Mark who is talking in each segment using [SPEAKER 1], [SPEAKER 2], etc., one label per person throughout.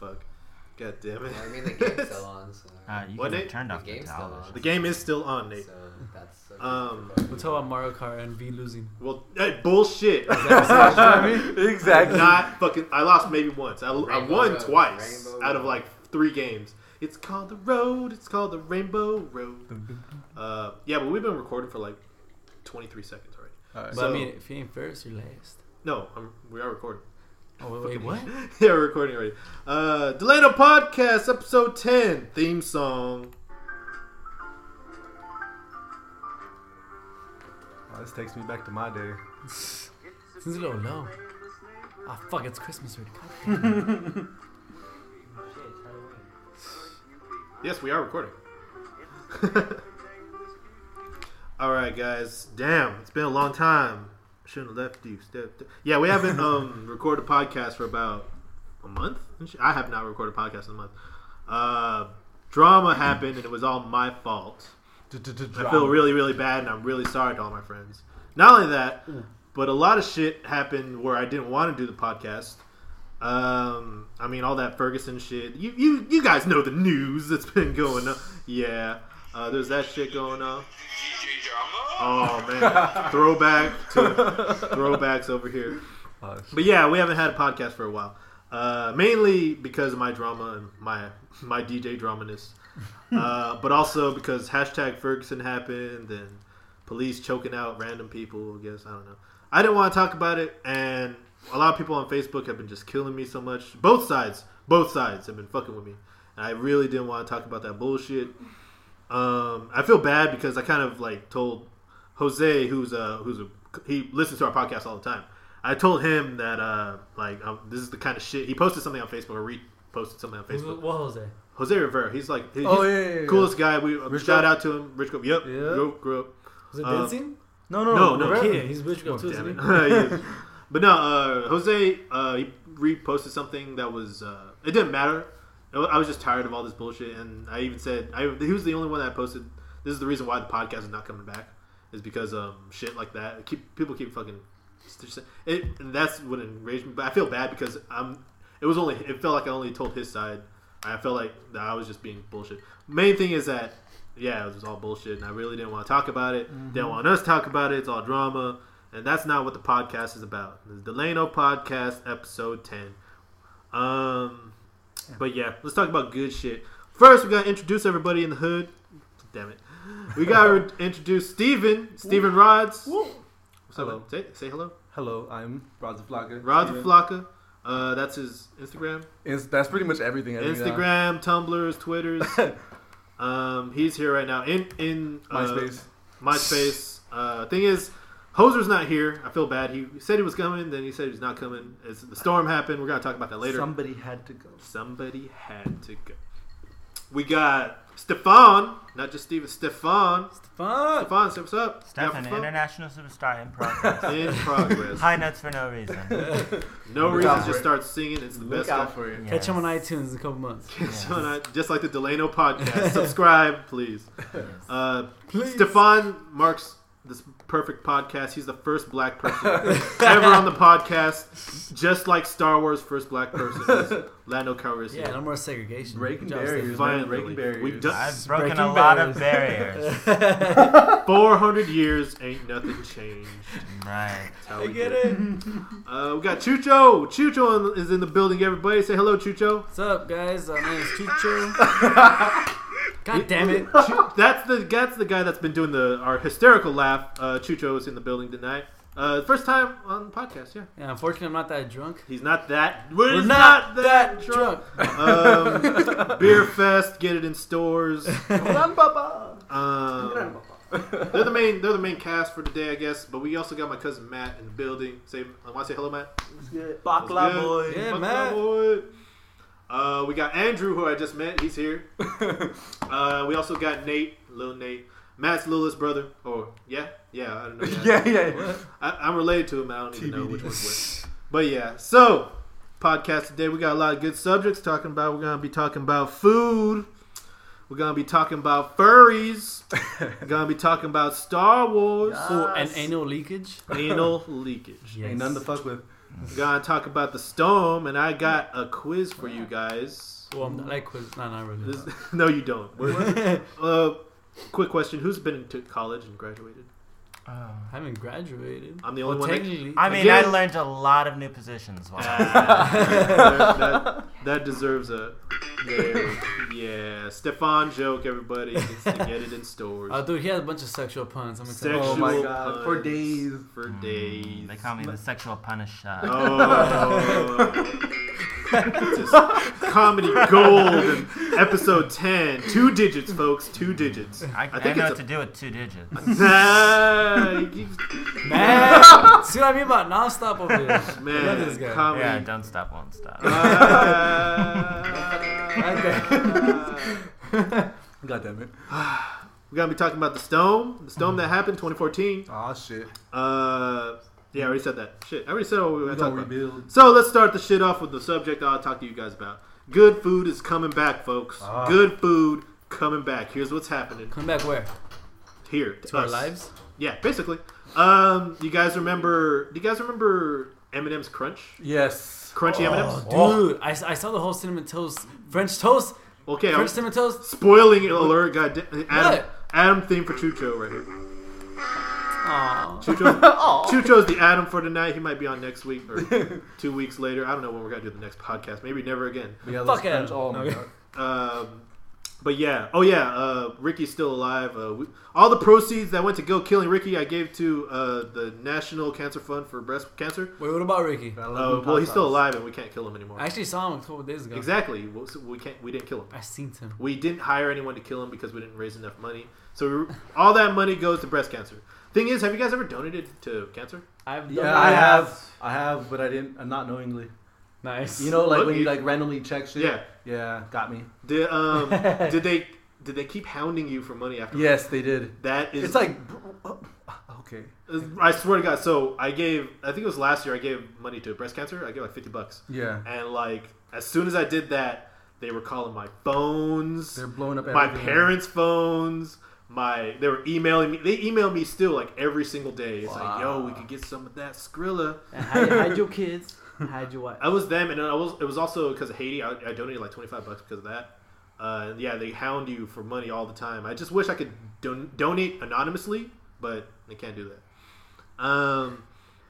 [SPEAKER 1] Fuck. God damn it.
[SPEAKER 2] I mean, the game's still on, so.
[SPEAKER 3] Uh, you
[SPEAKER 1] What,
[SPEAKER 3] could have
[SPEAKER 1] Nate?
[SPEAKER 3] turned
[SPEAKER 2] The
[SPEAKER 3] off the
[SPEAKER 2] game's still
[SPEAKER 3] television.
[SPEAKER 2] on.
[SPEAKER 1] the game is still on, Nate.
[SPEAKER 2] so that's. a-
[SPEAKER 1] Um,
[SPEAKER 4] Let's talk about Mario Kart and V losing.
[SPEAKER 1] Well, hey, bullshit.
[SPEAKER 5] exactly.
[SPEAKER 1] Not fucking. I lost maybe once. I, I
[SPEAKER 2] Rainbow
[SPEAKER 1] won
[SPEAKER 2] Road.
[SPEAKER 1] twice
[SPEAKER 2] Rainbow
[SPEAKER 1] out of
[SPEAKER 2] Road.
[SPEAKER 1] like three games. It's called the road. It's called the Rainbow Road. Uh, yeah, but we've been recording for like 23 seconds already.
[SPEAKER 5] Alright.
[SPEAKER 4] But
[SPEAKER 1] So-
[SPEAKER 4] I mean, if you ain't first, you're last.
[SPEAKER 1] No, I'm, we are recording.
[SPEAKER 4] Oh wait, wait, what?
[SPEAKER 1] yeah, we're recording already. Uh, Delano Podcast, episode 10, theme song.
[SPEAKER 5] Oh, this takes me back to my day.
[SPEAKER 4] Seems a little low. Ah, fuck! It's Christmas already. God damn.
[SPEAKER 1] Yes, we are recording. All right, guys. Damn, it's been a long time. Shouldn't have left you. Step- step- Yeah, we haven't um recorded a podcast for about a month. and sh- I have not recorded a podcast in a month. Uh, drama happened, and it was all my fault. I feel really, really bad, and I'm really sorry to all my friends. Not only that, but a lot of shit happened where I didn't want to do the podcast. Um, I mean, all that Ferguson shit. You, you, you guys know the news that's been going on. Yeah, uh, there's that shit going on.
[SPEAKER 6] DJ Drama?
[SPEAKER 1] Oh man, throwback to throwbacks over here.
[SPEAKER 5] Oh,
[SPEAKER 1] But yeah, we haven't had a podcast for a while, uh, mainly because of my drama and my my DJ dramaness, uh, but also because hashtag Ferguson happened and police choking out random people. I guess I don't know. I didn't want to talk about it, and a lot of people on Facebook have been just killing me so much. Both sides, both sides have been fucking with me, and I really didn't want to talk about that bullshit. Um, I feel bad because I kind of like told Jose, who's a who's a he listens to our podcast all the time. I told him that uh, like um, this is the kind of shit he posted something on Facebook or reposted something on Facebook.
[SPEAKER 4] What Jose?
[SPEAKER 1] Jose Rivera, he's like he's
[SPEAKER 5] Oh, yeah, yeah, yeah.
[SPEAKER 1] coolest guy. We
[SPEAKER 5] Rich
[SPEAKER 1] shout
[SPEAKER 5] Grove?
[SPEAKER 1] out to him, Rich Grove. Yep,
[SPEAKER 5] Yeah.
[SPEAKER 1] grew, grew up.
[SPEAKER 4] Was it
[SPEAKER 1] Uh,
[SPEAKER 4] dancing?
[SPEAKER 5] No, no,
[SPEAKER 1] No,
[SPEAKER 5] oh, no,
[SPEAKER 1] no,
[SPEAKER 5] Rivera.
[SPEAKER 4] yeah, he's Rich Girl
[SPEAKER 1] Oh,
[SPEAKER 4] too,
[SPEAKER 1] damn
[SPEAKER 4] isn't
[SPEAKER 1] it.
[SPEAKER 4] he?
[SPEAKER 1] He is. But no, uh, Jose uh, he reposted something that was uh, it didn't matter. I wa- I was just tired of all this bullshit, and I even said I, he was the only one that posted. This is the reason why the podcast is not coming back is because um, shit like that. It Keep people keep fucking. It, and that's what enraged me. But I feel bad because I'm. It was only. It felt like I only told his side. I felt like that I was just being bullshit. Main thing is that yeah, it was all bullshit, and I really didn't want to talk about it.
[SPEAKER 5] Mm-hmm.
[SPEAKER 1] Didn't want us to talk about it. It's all drama, and that's not what the podcast is about. It's Delano Podcast, episode ten. Um, but yeah, let's talk about good shit. First, we gotta introduce everybody in the hood. Damn it, we gotta introduce Steven, Steven Rods. What's up,
[SPEAKER 5] Hello.
[SPEAKER 1] bud? Say, say hello,
[SPEAKER 5] Hello, I'm Rods the Vlogger.
[SPEAKER 1] Rods
[SPEAKER 5] Steven.
[SPEAKER 1] Flocka. Uh, that's his Instagram,
[SPEAKER 5] It's- that's pretty much everything. I uh, do now.
[SPEAKER 1] Instagram, Tumblrs, Twitters. um, he's here right now in in uh,
[SPEAKER 5] MySpace.
[SPEAKER 1] MySpace. Uh, thing is, Hoser's not here. I feel bad. He said he was coming, then he said he's not coming. It's, the storm happened. We're gonna talk about that later.
[SPEAKER 5] Somebody had to go.
[SPEAKER 1] Somebody had to go. We got Stefan, not just Steven. Stefan,
[SPEAKER 4] Fuck!
[SPEAKER 1] Stefan, say what's up?
[SPEAKER 3] Stefan,
[SPEAKER 1] Got Stefan?
[SPEAKER 3] international superstar in progress.
[SPEAKER 1] in progress.
[SPEAKER 3] High notes for no reason.
[SPEAKER 1] No
[SPEAKER 5] Look
[SPEAKER 1] reason,
[SPEAKER 5] out for
[SPEAKER 1] just
[SPEAKER 5] it.
[SPEAKER 1] start singing. It's the
[SPEAKER 5] Look
[SPEAKER 1] best.
[SPEAKER 5] out
[SPEAKER 1] stuff.
[SPEAKER 5] for you.
[SPEAKER 4] Catch him on
[SPEAKER 3] Yes.
[SPEAKER 4] iTunes in a couple months.
[SPEAKER 1] So, and I- just like the Delano podcast. Subscribe, please. Uh,
[SPEAKER 4] Please.
[SPEAKER 1] Stefan marks this perfect podcast. He's the first black person ever on the podcast, just like Star Wars' first black person, is Lando Calrissian.
[SPEAKER 4] Yeah, no more segregation.
[SPEAKER 5] Breaking
[SPEAKER 4] Good job,
[SPEAKER 5] barriers,
[SPEAKER 1] Finally.
[SPEAKER 5] man. Breaking barriers.
[SPEAKER 1] We've done-
[SPEAKER 3] I've broken
[SPEAKER 4] Breaking
[SPEAKER 3] a lot of barriers.
[SPEAKER 4] barriers.
[SPEAKER 1] 400 years ain't nothing changed.
[SPEAKER 3] right.
[SPEAKER 1] That's how
[SPEAKER 4] I
[SPEAKER 1] we
[SPEAKER 4] get
[SPEAKER 1] do
[SPEAKER 4] it.
[SPEAKER 1] Uh, we got Chucho. Chucho in- is in the building. Everybody, say hello, Chucho.
[SPEAKER 4] What's up, guys? Uh, my name's Chucho. God damn it.
[SPEAKER 1] Chu- that's the that's the guy that's been doing the our hysterical laugh. Uh, Chucho is in the building tonight. Uh, first time on the podcast. Yeah,
[SPEAKER 4] Yeah, unfortunately, I'm not that drunk.
[SPEAKER 1] he's not that.
[SPEAKER 4] We're
[SPEAKER 1] he's
[SPEAKER 4] not, that drunk.
[SPEAKER 1] um, beer fest, get it in stores.
[SPEAKER 5] Gran Papa. Gran
[SPEAKER 1] Um,
[SPEAKER 5] Papa.
[SPEAKER 1] they're the main. They're the main cast for today, I guess. But we also got my cousin Matt in the building. Say, I want to say hello, Matt.
[SPEAKER 5] Bakla
[SPEAKER 1] good?
[SPEAKER 5] boy.
[SPEAKER 4] Yeah,
[SPEAKER 1] Fuck
[SPEAKER 4] Matt.
[SPEAKER 1] that boy. Uh, we got Andrew, who I just met. He's here. Uh, we also got Nate, little Nate, Matt's littlest brother. Or yeah, yeah, I don't know.
[SPEAKER 5] yeah, yeah.
[SPEAKER 4] What?
[SPEAKER 1] I, I'm related to him. I don't even know
[SPEAKER 5] TBD.
[SPEAKER 1] which one's which. But yeah, so podcast today we got a lot of good subjects talking about. We're gonna be talking about food. We're gonna be talking about furries. We're gonna be talking about Star Wars.
[SPEAKER 5] Yeah.
[SPEAKER 4] Oh, and anal leakage?
[SPEAKER 1] Anal leakage.
[SPEAKER 4] Yes.
[SPEAKER 5] Ain't none to fuck with.
[SPEAKER 1] Gonna talk about the Stone, and I got a quiz for you guys.
[SPEAKER 4] Well, I'm not, I quiz. No, not really.
[SPEAKER 1] This, no, you don't. We're- uh, quick question: Who's been to college and graduated?
[SPEAKER 4] I haven't graduated.
[SPEAKER 1] I'm the only one
[SPEAKER 4] well,
[SPEAKER 1] that-
[SPEAKER 4] Technically,
[SPEAKER 3] I mean, I
[SPEAKER 1] Again.
[SPEAKER 3] learned a lot of new positions. While I was
[SPEAKER 1] Ah, that, that deserves a there. yeah. Stefan joke, everybody. It's to get it in stores.
[SPEAKER 4] Oh, dude, he had a bunch of sexual puns. I'm excited.
[SPEAKER 1] Sexual
[SPEAKER 5] Oh my God,
[SPEAKER 1] puns
[SPEAKER 5] for days. Mm.
[SPEAKER 1] For
[SPEAKER 3] Mm,
[SPEAKER 1] days.
[SPEAKER 3] They call me the sexual punisher.
[SPEAKER 1] Oh. Just comedy gold in episode 10. Two digits, folks. Two digits.
[SPEAKER 3] I, I,
[SPEAKER 1] think
[SPEAKER 3] know
[SPEAKER 1] it's
[SPEAKER 3] what to do with two digits.
[SPEAKER 1] Nah, you keep-
[SPEAKER 4] Man, see what I mean about nonstop over here.
[SPEAKER 1] man,
[SPEAKER 4] I love this guy.
[SPEAKER 1] comedy.
[SPEAKER 3] yeah, don't stop, won't stop.
[SPEAKER 1] Uh,
[SPEAKER 5] God damn it.
[SPEAKER 1] We're gonna be talking about the stone, the stone that happened 2014.
[SPEAKER 5] Aw, Ah, shit.
[SPEAKER 1] Uh, yeah, I already said that. Shit, I already said what we were
[SPEAKER 5] We
[SPEAKER 1] gonna
[SPEAKER 5] gonna
[SPEAKER 1] talk about.
[SPEAKER 5] rebuild.
[SPEAKER 1] So let's start the shit off with the subject I'll talk to you guys about. Good food is coming back, folks.
[SPEAKER 5] Ah.
[SPEAKER 1] Good food coming back. Here's what's happening
[SPEAKER 4] Come back where?
[SPEAKER 1] here
[SPEAKER 4] To our
[SPEAKER 1] us.
[SPEAKER 4] lives?
[SPEAKER 1] Yeah, basically. Um, you guys remember? Do you guys remember M&M's Crunch?
[SPEAKER 5] Yes.
[SPEAKER 1] Crunchy M&Ms.
[SPEAKER 5] Oh.
[SPEAKER 4] Dude, I, I saw the whole cinnamon toast, French toast,
[SPEAKER 1] Okay, I'm
[SPEAKER 4] French cinnamon toast.
[SPEAKER 1] spoiling alert. God, Adam,
[SPEAKER 4] Look.
[SPEAKER 1] Adam theme for Chucho right here.
[SPEAKER 4] Aw.
[SPEAKER 1] Chucho, Chucho's the Adam for tonight. He might be on next week or two weeks later. I don't know when we're gonna do the next podcast. Maybe never again.
[SPEAKER 5] We got
[SPEAKER 4] Fuck
[SPEAKER 5] those
[SPEAKER 4] Adam.
[SPEAKER 5] French- Oh my
[SPEAKER 4] Okay.
[SPEAKER 5] God.
[SPEAKER 1] Um, but yeah, oh yeah, uh, Ricky's still alive. Uh, we, all the proceeds that went to go killing Ricky, I gave to uh, the National Cancer Fund for breast cancer.
[SPEAKER 4] Wait, what about Ricky?
[SPEAKER 5] I love
[SPEAKER 1] Uh,
[SPEAKER 5] them
[SPEAKER 1] well, he's still alive,
[SPEAKER 5] tatas.
[SPEAKER 1] and we can't kill him anymore.
[SPEAKER 4] I actually saw him a couple days ago.
[SPEAKER 1] Exactly, Well, so we can't. We didn't kill him.
[SPEAKER 4] I seen him.
[SPEAKER 1] We didn't hire anyone to kill him because we didn't raise enough money. So we, all that money goes to breast cancer. Thing is, have you guys ever donated to cancer?
[SPEAKER 4] I've
[SPEAKER 5] Yeah, I have. I have, but I didn't. uh, Not knowingly.
[SPEAKER 4] Nice.
[SPEAKER 5] You know, like
[SPEAKER 1] Look,
[SPEAKER 5] when you
[SPEAKER 1] you-
[SPEAKER 5] like randomly check shit.
[SPEAKER 1] Yeah.
[SPEAKER 5] Yeah. Got me.
[SPEAKER 1] Did um did they did they keep hounding you for money after?
[SPEAKER 5] Yes, they did.
[SPEAKER 1] That is
[SPEAKER 5] It's like, br- oh, okay.
[SPEAKER 1] I swear to God. So I gave I think it was last year I gave money to breast cancer. I gave like fifty bucks,
[SPEAKER 5] Yeah.
[SPEAKER 1] and like as soon as I did that, they were calling my phones,
[SPEAKER 5] They're blowing up.
[SPEAKER 1] my
[SPEAKER 5] everything.
[SPEAKER 1] parents' phones. My they were emailing me. They email me still like every single day. It's like yo, we could get some of that Skrilla.
[SPEAKER 4] And hide, hide your kids. Hide your wife.
[SPEAKER 1] I was them, and I was. It was also because of Haiti. I, I donated like twenty five bucks because of that. Uh, and yeah, they hound you for money all the time. I just wish I could don- donate anonymously, but they can't do that. Um,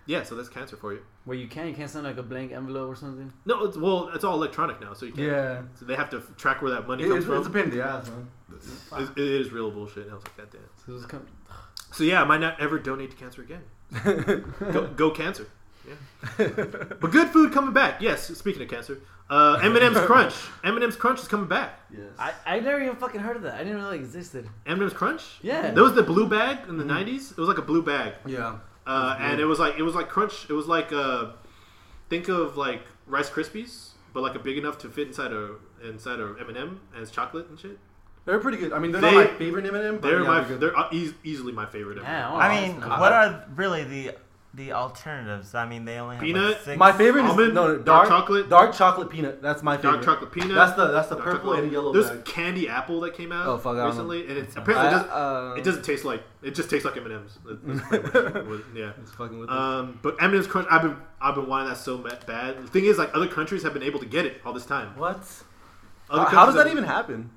[SPEAKER 1] yeah, so that's cancer for you.
[SPEAKER 4] Where you can, you can't send like a blank envelope or something.
[SPEAKER 1] No, it's, well, it's all electronic now, so you can't.
[SPEAKER 5] Yeah.
[SPEAKER 1] So they have to f- track where that money
[SPEAKER 5] It-
[SPEAKER 1] comes
[SPEAKER 5] it's,
[SPEAKER 1] from.
[SPEAKER 5] it's a pain in the ass, man.
[SPEAKER 1] It- it is real bullshit. And I was like, God damn.
[SPEAKER 4] So just come.
[SPEAKER 1] So yeah, I might not ever donate to cancer again. go, go cancer. Yeah. but good food coming back. Yes. Speaking of cancer, uh, M&M's Crunch. M&M's Crunch is coming back.
[SPEAKER 5] Yes.
[SPEAKER 4] I, I never even fucking heard of that. I didn't really existed.
[SPEAKER 1] M&M's Crunch.
[SPEAKER 4] Yeah.
[SPEAKER 1] That was the blue bag
[SPEAKER 5] Mm-hmm.
[SPEAKER 1] in the '90s. It was like a blue bag,
[SPEAKER 5] yeah.
[SPEAKER 1] uh,
[SPEAKER 5] It was
[SPEAKER 1] and
[SPEAKER 5] blue.
[SPEAKER 1] it was like it was like crunch. It was like uh, think of like Rice Krispies, but like a big enough to fit inside a inside a M&M and it's chocolate and shit.
[SPEAKER 5] They're pretty good. I mean, they're
[SPEAKER 1] They-
[SPEAKER 5] not my favorite M&M, but
[SPEAKER 1] They're
[SPEAKER 5] yeah,
[SPEAKER 1] my
[SPEAKER 5] good.
[SPEAKER 1] they're uh, eas easily my favorite. M&M.
[SPEAKER 4] Yeah,
[SPEAKER 3] I mean,
[SPEAKER 5] not
[SPEAKER 3] what
[SPEAKER 5] bad.
[SPEAKER 3] are really the the alternatives? I mean, they only have like
[SPEAKER 1] Peanut?
[SPEAKER 3] six.
[SPEAKER 5] My favorite is
[SPEAKER 1] Almond,
[SPEAKER 5] no, no
[SPEAKER 1] dark
[SPEAKER 5] dark,
[SPEAKER 1] chocolate?
[SPEAKER 5] dark chocolate peanut. That's my favorite.
[SPEAKER 1] Dark chocolate peanut.
[SPEAKER 5] That's the that's the
[SPEAKER 1] dark
[SPEAKER 5] purple
[SPEAKER 1] chocolate-
[SPEAKER 5] and yellow.
[SPEAKER 1] There's
[SPEAKER 5] bag.
[SPEAKER 1] candy apple that came out
[SPEAKER 5] Oh, fuck, I don't
[SPEAKER 1] recently, and it's apparently
[SPEAKER 5] I-
[SPEAKER 1] it doesn't,
[SPEAKER 5] uh,
[SPEAKER 1] it doesn't taste like it just tastes like M&Ms. That- that's pretty much what- yeah.
[SPEAKER 5] It's fucking with me.
[SPEAKER 1] Um, but M&M's Crunch, I've been I've been wanting that so ma- bad. The thing is, like other countries have been able to get it all this time.
[SPEAKER 5] What?
[SPEAKER 1] Other
[SPEAKER 5] How- how does
[SPEAKER 1] countries
[SPEAKER 5] that
[SPEAKER 1] have-
[SPEAKER 5] even happen?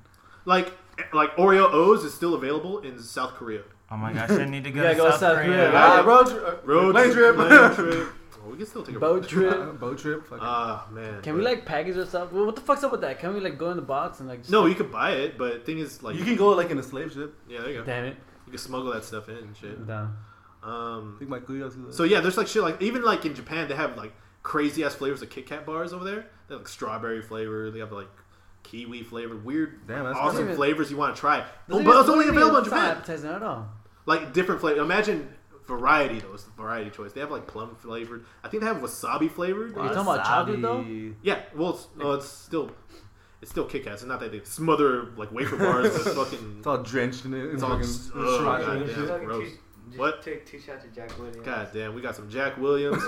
[SPEAKER 1] like like Oreo O's is still available in South Korea?
[SPEAKER 3] Oh my gosh, I need to go to
[SPEAKER 4] gotta go
[SPEAKER 3] South,
[SPEAKER 4] South
[SPEAKER 3] Korea.
[SPEAKER 4] Korea.
[SPEAKER 1] Yeah.
[SPEAKER 5] Uh, road tri- uh, plane trip.
[SPEAKER 1] plane trip. Well, we can still take a
[SPEAKER 4] Boat
[SPEAKER 5] Uh,
[SPEAKER 4] trip.
[SPEAKER 5] boat trip. Fucking.
[SPEAKER 1] Ah man,
[SPEAKER 4] Can we like package this up? Well, What the fuck's up with that? Can we like go in the box and like? Just,
[SPEAKER 1] No, you could buy it, but thing is, like,
[SPEAKER 5] you can go like in a slave ship.
[SPEAKER 1] yeah, there you go.
[SPEAKER 4] Damn it.
[SPEAKER 1] You can smuggle that stuff in and shit.
[SPEAKER 4] Damn.
[SPEAKER 5] I
[SPEAKER 1] Um,
[SPEAKER 5] think my cuyos do that.
[SPEAKER 1] So yeah, there's like shit like even like in Japan they have like crazy ass flavors of Kit Kat bars over there. They have like strawberry flavor. They have like kiwi flavor. Weird,
[SPEAKER 5] Damn,
[SPEAKER 1] awesome
[SPEAKER 5] that's awesome.
[SPEAKER 4] Doesn't even-
[SPEAKER 1] flavors you want to try. Oh, but it's only available in Japan.
[SPEAKER 4] Appetizing at all.
[SPEAKER 1] Like different flavor. Imagine variety though. It's the variety choice. They have like plum flavored. I think they have wasabi flavored.
[SPEAKER 4] Wow. You're talking about chocolate, though?
[SPEAKER 1] Yeah. Well, it's, well, it's still it's still Kit Kats. It's not that they smother like wafer bars with fucking.
[SPEAKER 5] It's all drenched in it. It's
[SPEAKER 1] all
[SPEAKER 5] fucking
[SPEAKER 1] s- oh,
[SPEAKER 5] sriracha
[SPEAKER 1] goddamn.
[SPEAKER 5] and shit.
[SPEAKER 1] Yeah, gross. What?
[SPEAKER 6] Take two shots of Jack Williams.
[SPEAKER 1] God damn, we got some Jack Williams.